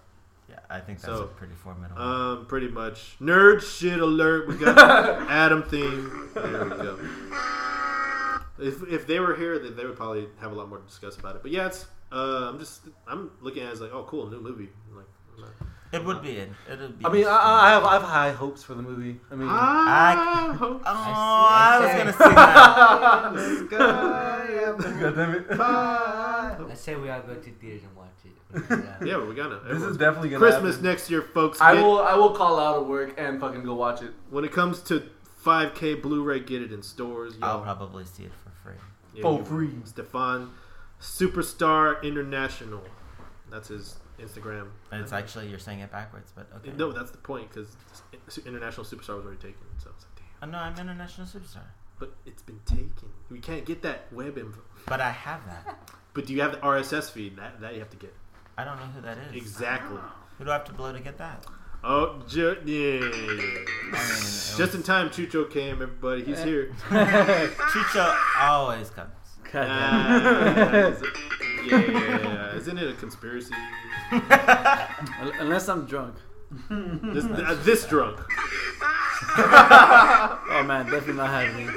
[SPEAKER 3] Yeah, I think that's
[SPEAKER 1] So,
[SPEAKER 3] a pretty formidable.
[SPEAKER 1] Um, pretty much. Nerd shit alert. We got Adam theme. There we go. If, if they were here, then they would probably have a lot more to discuss about it. But yeah, it's uh, I'm just I'm looking at it as like, oh, cool, new movie. Like, I'm not-
[SPEAKER 3] it would be. It would be.
[SPEAKER 5] I mean, I, I I have I have high hopes for the movie. I mean,
[SPEAKER 1] Ah,
[SPEAKER 3] oh,
[SPEAKER 6] I
[SPEAKER 3] I,
[SPEAKER 6] see- I
[SPEAKER 3] was gonna say that.
[SPEAKER 5] the
[SPEAKER 6] see.
[SPEAKER 5] sky and the- God damn it.
[SPEAKER 2] Let's say we all go to theaters and watch it.
[SPEAKER 1] yeah, but we got it.
[SPEAKER 5] This is
[SPEAKER 1] Everyone's-
[SPEAKER 5] definitely gonna
[SPEAKER 1] Christmas
[SPEAKER 5] happen.
[SPEAKER 1] next year, folks.
[SPEAKER 5] I
[SPEAKER 1] Get-
[SPEAKER 5] will I will call out of work and fucking go watch it.
[SPEAKER 1] When it comes to 5K Blu-ray, get it in stores.
[SPEAKER 3] I'll Oh.
[SPEAKER 1] Y'all,
[SPEAKER 3] probably see it for free.
[SPEAKER 1] yeah,
[SPEAKER 5] for
[SPEAKER 1] you-
[SPEAKER 5] free.
[SPEAKER 1] Stefan, Superstar International. That's his Instagram.
[SPEAKER 3] It's actually you're saying it backwards, but okay.
[SPEAKER 1] no, that's the point because international superstar was already taken. So I was like, damn.
[SPEAKER 3] Oh, no, I'm international superstar,
[SPEAKER 1] But it's been taken. We can't get that web info.
[SPEAKER 3] but I have that.
[SPEAKER 1] But do you have the RSS feed? That that you have to get
[SPEAKER 3] I don't know who that is.
[SPEAKER 1] exactly.
[SPEAKER 3] Who do I have to blow to get that?
[SPEAKER 1] Oh, ju-
[SPEAKER 3] I
[SPEAKER 1] yeah.
[SPEAKER 3] mean, it was- Eh.
[SPEAKER 1] Just in time, Chucho came. Everybody, he's here.
[SPEAKER 3] Chicho always comes.
[SPEAKER 4] God damn.
[SPEAKER 1] Ah, is it- yeah, isn't it a conspiracy?
[SPEAKER 4] Un- Unless I'm drunk.
[SPEAKER 1] This, uh, this drunk.
[SPEAKER 4] Oh man, definitely not happening.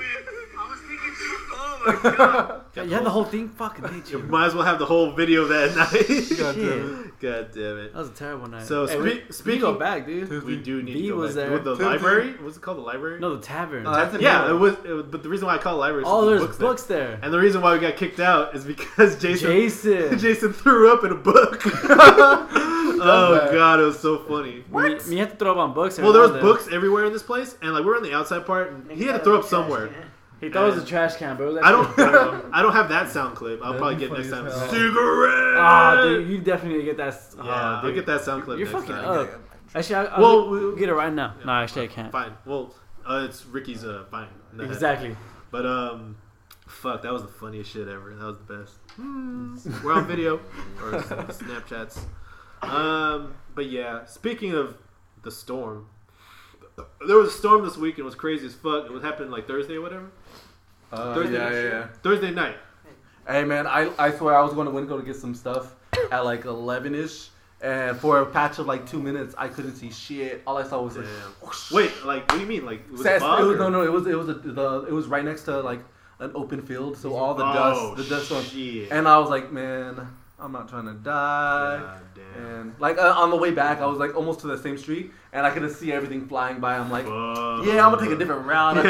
[SPEAKER 4] You had the whole thing? Fucking hate
[SPEAKER 1] You
[SPEAKER 4] you.
[SPEAKER 1] might as well have the whole video that night.
[SPEAKER 4] God damn
[SPEAKER 1] God damn it.
[SPEAKER 4] That was a terrible night.
[SPEAKER 1] So
[SPEAKER 4] Hey,
[SPEAKER 1] spe-
[SPEAKER 4] we- we
[SPEAKER 1] speaking
[SPEAKER 4] go back, dude.
[SPEAKER 1] we do need
[SPEAKER 4] B
[SPEAKER 1] to go
[SPEAKER 4] was
[SPEAKER 1] back.
[SPEAKER 4] there.
[SPEAKER 1] The
[SPEAKER 5] Tuesday.
[SPEAKER 1] library? What's it called? The library?
[SPEAKER 4] No, the tavern.
[SPEAKER 5] Oh, that's a new
[SPEAKER 1] yeah,
[SPEAKER 5] one.
[SPEAKER 1] it was, it was. But the reason why I call it library is
[SPEAKER 4] oh,
[SPEAKER 1] the
[SPEAKER 4] there's
[SPEAKER 1] books
[SPEAKER 4] books,
[SPEAKER 1] there.
[SPEAKER 4] there.
[SPEAKER 1] And the reason why we got kicked out is because Jason
[SPEAKER 4] Jason.
[SPEAKER 1] Jason threw up in a book. oh
[SPEAKER 5] that.
[SPEAKER 1] god, it was so funny.
[SPEAKER 4] We, we had to throw up on books.
[SPEAKER 1] Well, there was
[SPEAKER 4] around
[SPEAKER 1] books everywhere in this place, and like we were on the outside part, and he had to throw up somewhere.
[SPEAKER 4] He thought it was a trash can, but it was
[SPEAKER 1] I
[SPEAKER 4] actually-
[SPEAKER 1] don't, I don't, I don't have that sound clip. I'll
[SPEAKER 5] That'd
[SPEAKER 1] probably
[SPEAKER 5] be
[SPEAKER 1] get it
[SPEAKER 5] funny
[SPEAKER 1] next
[SPEAKER 5] as
[SPEAKER 1] time.
[SPEAKER 5] hell.
[SPEAKER 1] Cigarette.
[SPEAKER 4] Ah, dude, you definitely need to get that. s-
[SPEAKER 1] Yeah,
[SPEAKER 4] Ah,
[SPEAKER 1] I'll
[SPEAKER 4] dude.
[SPEAKER 1] get that sound clip.
[SPEAKER 4] You're
[SPEAKER 1] next
[SPEAKER 4] fucking
[SPEAKER 1] time.
[SPEAKER 4] up. Actually, I, I'll
[SPEAKER 1] Well,
[SPEAKER 4] well, we'll get it right now. No, actually, I can't.
[SPEAKER 1] Fine. Well, uh, it's Ricky's uh, fine. in the head.
[SPEAKER 4] Exactly.
[SPEAKER 1] But um, fuck, that was the funniest shit ever. That was the best. Hmm. We're on video or s- Snapchats. Um, but yeah, speaking of the storm, there was a storm this week and it was crazy as fuck. It was happening like Thursday or whatever.
[SPEAKER 5] Uh,
[SPEAKER 1] Thursday
[SPEAKER 5] yeah,
[SPEAKER 1] night.
[SPEAKER 5] yeah, yeah.
[SPEAKER 1] Thursday night.
[SPEAKER 5] Hey man, I, I swear I was going to Winco to get some stuff at like eleven ish, and for a patch of like two minutes, I couldn't see shit. All I saw was like,
[SPEAKER 1] Damn.
[SPEAKER 5] whoosh.
[SPEAKER 1] Wait, like what do you mean? Like was
[SPEAKER 5] Sass-
[SPEAKER 1] it
[SPEAKER 5] it
[SPEAKER 1] fog
[SPEAKER 5] was-
[SPEAKER 1] or-
[SPEAKER 5] no, no, it was it was a, the it was right next to like an open field, so all the
[SPEAKER 1] oh,
[SPEAKER 5] dust, the dust. on-
[SPEAKER 1] shit.
[SPEAKER 5] And I was like, man, I'm not trying to die.
[SPEAKER 1] God damn.
[SPEAKER 5] And like uh, on the way back, I was like almost to the same street, and I could see everything flying by. I'm like,
[SPEAKER 1] Fuck.
[SPEAKER 5] yeah, I'm gonna take a different route. I, I,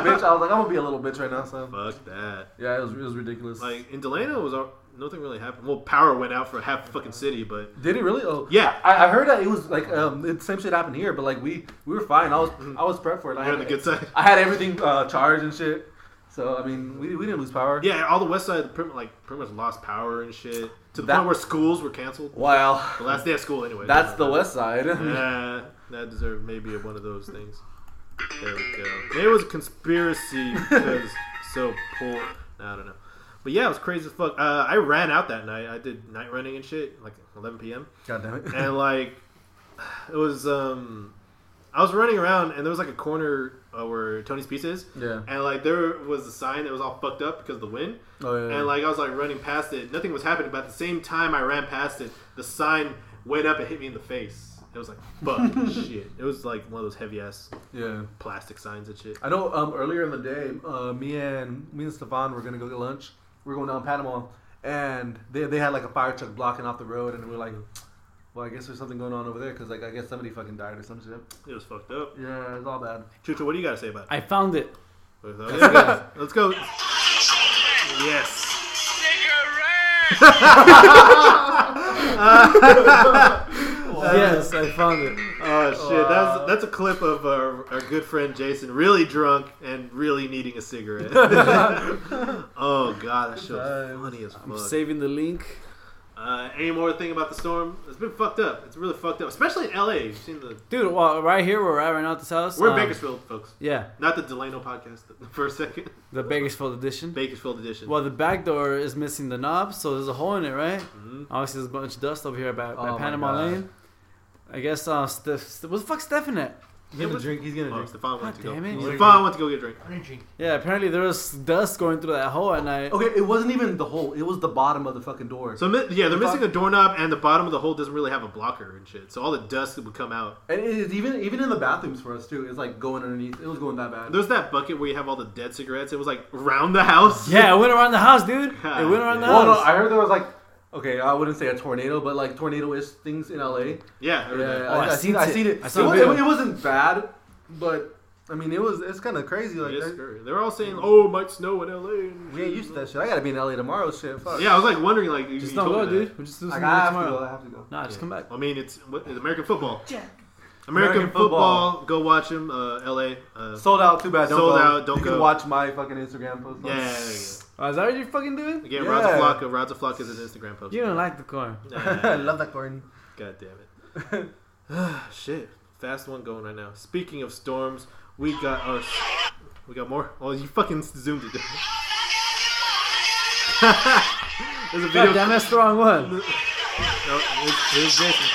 [SPEAKER 5] bitch. I was like, I'm gonna be a little bitch right now. So
[SPEAKER 1] Fuck that.
[SPEAKER 5] yeah, it was, it was ridiculous.
[SPEAKER 1] Like in Delano was all, nothing really happened. Well, power went out for half the fucking city, but
[SPEAKER 5] did it really? Oh,
[SPEAKER 1] yeah,
[SPEAKER 5] I, I heard that it was like um, the same shit happened here, but like we we were fine. I was
[SPEAKER 1] Mm-hmm.
[SPEAKER 5] I was prepped for it. I
[SPEAKER 1] we're on the
[SPEAKER 5] had,
[SPEAKER 1] good side.
[SPEAKER 5] I had everything uh, charged and shit. So I mean, we, we didn't lose power.
[SPEAKER 1] Yeah, all the west side pretty, much- like pretty much lost power and shit to the
[SPEAKER 5] That-
[SPEAKER 1] point where schools were canceled.
[SPEAKER 5] Wow,
[SPEAKER 1] The last day of school, anyway.
[SPEAKER 5] that's the west side.
[SPEAKER 1] Yeah, that deserved maybe one of those things. There we go. Maybe it was a conspiracy because so poor. I don't know. But yeah, it was crazy as fuck. Uh, I ran out that night. I did night running and shit, like 11 p.m.
[SPEAKER 5] God damn it.
[SPEAKER 1] and like it was um i was running around and there was like a corner uh, where tony's pizza is
[SPEAKER 5] Yeah.
[SPEAKER 1] and like there was a sign that was all fucked up because of the wind
[SPEAKER 5] Oh yeah. yeah.
[SPEAKER 1] and like i was like running past it nothing was happening but at the same time i ran past it the sign went up and hit me in the face it was like fuck shit it was like one of those heavy ass
[SPEAKER 5] yeah.
[SPEAKER 1] plastic signs and shit
[SPEAKER 5] I know um, earlier in the day, uh, me and me and Stefan were gonna go get lunch. We were going down Panama, and they, they had like a fire truck blocking off the road, and we were like, "Well, I guess there's something going on over there, because like I guess somebody fucking died or some shit."
[SPEAKER 1] it was fucked up
[SPEAKER 5] Yeah, it's all bad.
[SPEAKER 1] chucha what do you got to say about it
[SPEAKER 4] I found it.
[SPEAKER 1] let's go yes
[SPEAKER 4] Yes, I found it.
[SPEAKER 1] Oh shit! That's that's a clip of uh, our, our good friend Jason, really drunk and really needing a cigarette. oh god, that show is funny as
[SPEAKER 4] I'm
[SPEAKER 1] fuck.
[SPEAKER 4] saving the link.
[SPEAKER 1] Uh, any more thing about the storm? It's been fucked up. It's really fucked up, especially in LA. You've seen the
[SPEAKER 4] Dude, well, right here where we're at right now at this house.
[SPEAKER 1] we're in
[SPEAKER 4] um,
[SPEAKER 1] Bakersfield, folks.
[SPEAKER 4] Yeah,
[SPEAKER 1] Not the Delano podcast for a second.
[SPEAKER 4] the Bakersfield edition.
[SPEAKER 1] Bakersfield edition.
[SPEAKER 4] Well, the back door is missing the knob, so there's a hole in it, right?
[SPEAKER 1] Mm-hmm.
[SPEAKER 4] Obviously, there's a bunch of dust over here by, by
[SPEAKER 5] Oh my
[SPEAKER 4] Panama
[SPEAKER 5] God.
[SPEAKER 4] Lane. I guess, uh, Steph, Steph, what the fuck's Stefan at?
[SPEAKER 5] He's gonna drink. He's gonna
[SPEAKER 1] Oh,
[SPEAKER 5] drink.
[SPEAKER 1] Stefan went
[SPEAKER 4] God
[SPEAKER 1] to go.
[SPEAKER 4] damn it.
[SPEAKER 1] Stefan went to go get a drink.
[SPEAKER 2] I'm gonna drink.
[SPEAKER 4] Yeah, apparently there was dust going through that hole, and
[SPEAKER 1] Oh,
[SPEAKER 4] I.
[SPEAKER 5] Okay, it wasn't even the hole. It was the bottom of the fucking door.
[SPEAKER 1] So mi- yeah, they're missing a doorknob, and the bottom of the hole doesn't really have a blocker and shit. So all the dust would come out.
[SPEAKER 5] and it is even even in the bathrooms for us too. It's like going underneath. It was going that bad.
[SPEAKER 1] There's that bucket where you have all the dead cigarettes. It was like around the house.
[SPEAKER 4] Yeah, it went around the house, dude. It went
[SPEAKER 1] God
[SPEAKER 4] around the
[SPEAKER 1] damn.
[SPEAKER 5] Well, no,
[SPEAKER 4] house.
[SPEAKER 5] I heard there was like. Okay, I wouldn't say a tornado, but like tornado-ish things in
[SPEAKER 1] yeah. I
[SPEAKER 5] LA.
[SPEAKER 1] heard that.
[SPEAKER 5] Yeah,
[SPEAKER 4] Oh,
[SPEAKER 5] I, I,
[SPEAKER 4] I
[SPEAKER 5] seen,
[SPEAKER 4] seen
[SPEAKER 5] I
[SPEAKER 4] it.
[SPEAKER 5] seen it.
[SPEAKER 4] I
[SPEAKER 5] It,
[SPEAKER 4] saw
[SPEAKER 5] was,
[SPEAKER 4] it.
[SPEAKER 5] it wasn't bad, but I mean, it was. It's kind of crazy. Like,
[SPEAKER 1] It is
[SPEAKER 5] that-
[SPEAKER 1] scary. They're all saying, "Oh, it might snow in LA." and
[SPEAKER 5] we ain't used to that shit. I gotta be in LA tomorrow. Shit, fuck.
[SPEAKER 1] Yeah, I was like wondering, like, you
[SPEAKER 4] just
[SPEAKER 1] you
[SPEAKER 4] don't
[SPEAKER 1] told
[SPEAKER 4] go,
[SPEAKER 1] me that.
[SPEAKER 4] dude. We just do
[SPEAKER 5] I,
[SPEAKER 4] something
[SPEAKER 5] gotta- I have to go.
[SPEAKER 4] tomorrow.
[SPEAKER 5] I have to go.
[SPEAKER 4] Nah, just come back.
[SPEAKER 1] I mean, it's what, it's American football.
[SPEAKER 6] Yeah.
[SPEAKER 1] American,
[SPEAKER 5] American
[SPEAKER 1] football.
[SPEAKER 5] football.
[SPEAKER 1] Go watch him. Uh, LA. Uh,
[SPEAKER 5] Sold out. Too bad. Don't
[SPEAKER 1] Sold
[SPEAKER 5] go.
[SPEAKER 1] out, don't
[SPEAKER 5] you
[SPEAKER 1] go.
[SPEAKER 5] Can watch my fucking Instagram post.
[SPEAKER 1] yeah, yeah, yeah,
[SPEAKER 4] Oh, is that what you're fucking doing?
[SPEAKER 1] yeah. Again,
[SPEAKER 5] Yeah.
[SPEAKER 1] Raza Flocka. Raza Flocka is an Instagram post.
[SPEAKER 4] You don't like the corn.
[SPEAKER 1] Nah.
[SPEAKER 5] I love that corn.
[SPEAKER 1] God damn it. Shit. Fast one going right now. Speaking of storms, we got our. We got more? Oh, you fucking zoomed it. There's a video.
[SPEAKER 4] God damn, that's the wrong one.
[SPEAKER 1] No, it's- it's Jason.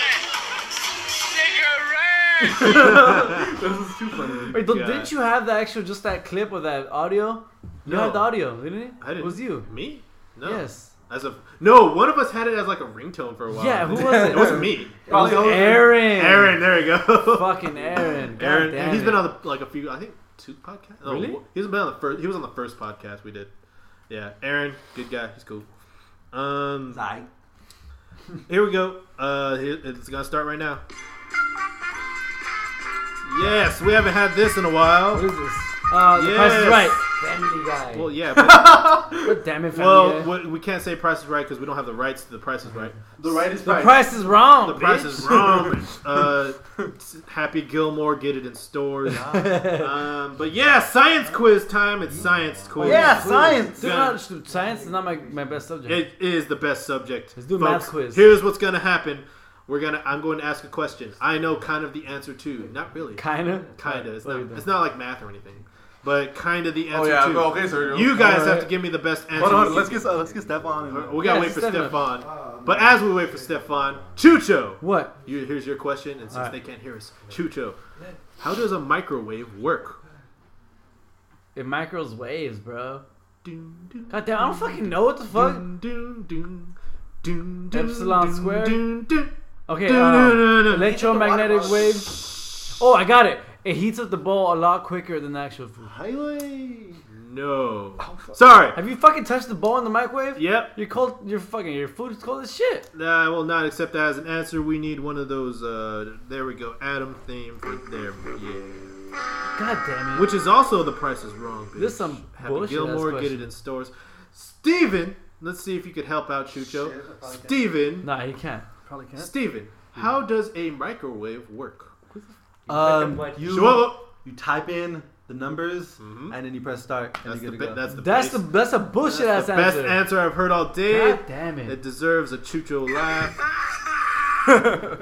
[SPEAKER 5] this is too funny.
[SPEAKER 4] Wait, don't-
[SPEAKER 1] God.
[SPEAKER 4] didn't you have the actual just that clip or that audio? You
[SPEAKER 1] No.
[SPEAKER 4] had the audio, didn't you?
[SPEAKER 1] I didn't.
[SPEAKER 4] It was you.
[SPEAKER 1] Me? No.
[SPEAKER 4] Yes.
[SPEAKER 1] As a no, one of us had it as like a ringtone for a while.
[SPEAKER 4] Yeah, who was it?
[SPEAKER 1] It wasn't me.
[SPEAKER 4] It was
[SPEAKER 5] Probably over-
[SPEAKER 4] Aaron.
[SPEAKER 1] Aaron. There we go.
[SPEAKER 4] Fucking Aaron. God
[SPEAKER 1] Aaron.
[SPEAKER 4] damn
[SPEAKER 1] And he's
[SPEAKER 4] it.
[SPEAKER 1] been on the like a few. I think two podcasts. No,
[SPEAKER 4] Really?
[SPEAKER 1] He's been on the first. He was on the first podcast we did. Yeah, Aaron, good guy. He's cool. Um,
[SPEAKER 5] Zai.
[SPEAKER 1] here we go. Uh, here- it's gonna start right now. Yes, we haven't had this in a
[SPEAKER 4] What
[SPEAKER 1] while.
[SPEAKER 4] is this? Uh, the price is
[SPEAKER 1] Yes.
[SPEAKER 4] right.
[SPEAKER 2] Family guy.
[SPEAKER 1] Well, yeah. But,
[SPEAKER 4] But damn it, family.
[SPEAKER 1] well,
[SPEAKER 4] Guy.
[SPEAKER 1] what- we can't say Price is Right because we don't have the rights to the Price is Right.
[SPEAKER 5] The right is
[SPEAKER 4] the
[SPEAKER 5] right.
[SPEAKER 4] price is wrong.
[SPEAKER 1] The
[SPEAKER 4] bitch.
[SPEAKER 1] price is wrong. uh, Happy Gilmore, get it in stores. um, but yeah, science quiz time. It's science quiz.
[SPEAKER 5] Yeah, science.
[SPEAKER 4] Dude, not- dude, science is not my, my best subject.
[SPEAKER 1] It is the best subject.
[SPEAKER 4] Let's do a math quiz.
[SPEAKER 1] Here's what's gonna happen. We're gonna. I'm going to ask a question. I know kind of the answer to. Not really.
[SPEAKER 4] Kinda.
[SPEAKER 1] Kinda. It's
[SPEAKER 4] What are
[SPEAKER 1] not.
[SPEAKER 4] you doing?
[SPEAKER 1] It's not like math or anything. But kind of the
[SPEAKER 5] Oh
[SPEAKER 1] answer
[SPEAKER 5] yeah.
[SPEAKER 1] to.
[SPEAKER 5] go- Okay, Sergio.
[SPEAKER 1] You guys
[SPEAKER 4] Alright.
[SPEAKER 1] have to give me the best answer.
[SPEAKER 5] Hold on. hold on, Let's get uh, let's get Steph on.
[SPEAKER 1] we gotta
[SPEAKER 4] Yeah,
[SPEAKER 1] wait for
[SPEAKER 4] Stefan.
[SPEAKER 1] Stefan.
[SPEAKER 5] Um,
[SPEAKER 1] but as we wait for Stefan, Chucho.
[SPEAKER 4] What?
[SPEAKER 1] You, here's your question, and since
[SPEAKER 4] Alright.
[SPEAKER 1] they can't hear us, Chucho, how does a microwave work?
[SPEAKER 4] It micros waves, bro.
[SPEAKER 1] Dun, dun,
[SPEAKER 4] God damn, I don't fucking know what the fuck.
[SPEAKER 1] dun, dun, dun, dun, dun,
[SPEAKER 4] Epsilon
[SPEAKER 1] dun,
[SPEAKER 4] squared?
[SPEAKER 1] dun, dun.
[SPEAKER 4] Okay,
[SPEAKER 1] Dun,
[SPEAKER 4] uh,
[SPEAKER 1] dun, dun, dun.
[SPEAKER 4] electromagnetic wave. Oh, I got it. It heats up the ball a lot quicker than the actual food.
[SPEAKER 5] Highway.
[SPEAKER 1] No.
[SPEAKER 4] Oh,
[SPEAKER 1] Sorry.
[SPEAKER 4] Have you fucking touched the ball in the microwave?
[SPEAKER 1] Yep.
[SPEAKER 4] You're cold. You're fucking. Your food is cold as shit.
[SPEAKER 1] Nah, I will not accept that as an answer. We need one of those. Uh, there we go. Atom theme for there. Yeah.
[SPEAKER 4] God damn it.
[SPEAKER 1] Which is also the Price is Wrong. Bitch.
[SPEAKER 4] This some
[SPEAKER 1] Happy
[SPEAKER 4] bullshit ass
[SPEAKER 1] Gilmore get
[SPEAKER 4] question.
[SPEAKER 1] it in stores. Steven, let's see if you could help out Chucho.
[SPEAKER 6] Shit, I probably can't.
[SPEAKER 1] Steven,
[SPEAKER 4] Nah, you can't.
[SPEAKER 5] Probably can't.
[SPEAKER 1] Steven, how does a microwave work?
[SPEAKER 5] Um,
[SPEAKER 2] What?
[SPEAKER 5] you you type in the numbers
[SPEAKER 1] Mhm.
[SPEAKER 5] and then you press start and
[SPEAKER 1] That's
[SPEAKER 5] you
[SPEAKER 1] the,
[SPEAKER 5] Mm-hmm. get
[SPEAKER 1] be-
[SPEAKER 5] to go.
[SPEAKER 1] that's the
[SPEAKER 4] That's
[SPEAKER 1] best-
[SPEAKER 4] the that's a bullshit
[SPEAKER 1] that's
[SPEAKER 4] ass
[SPEAKER 1] the
[SPEAKER 4] answer.
[SPEAKER 1] best answer I've heard all day.
[SPEAKER 4] God damn it.
[SPEAKER 1] It deserves a chucho laugh.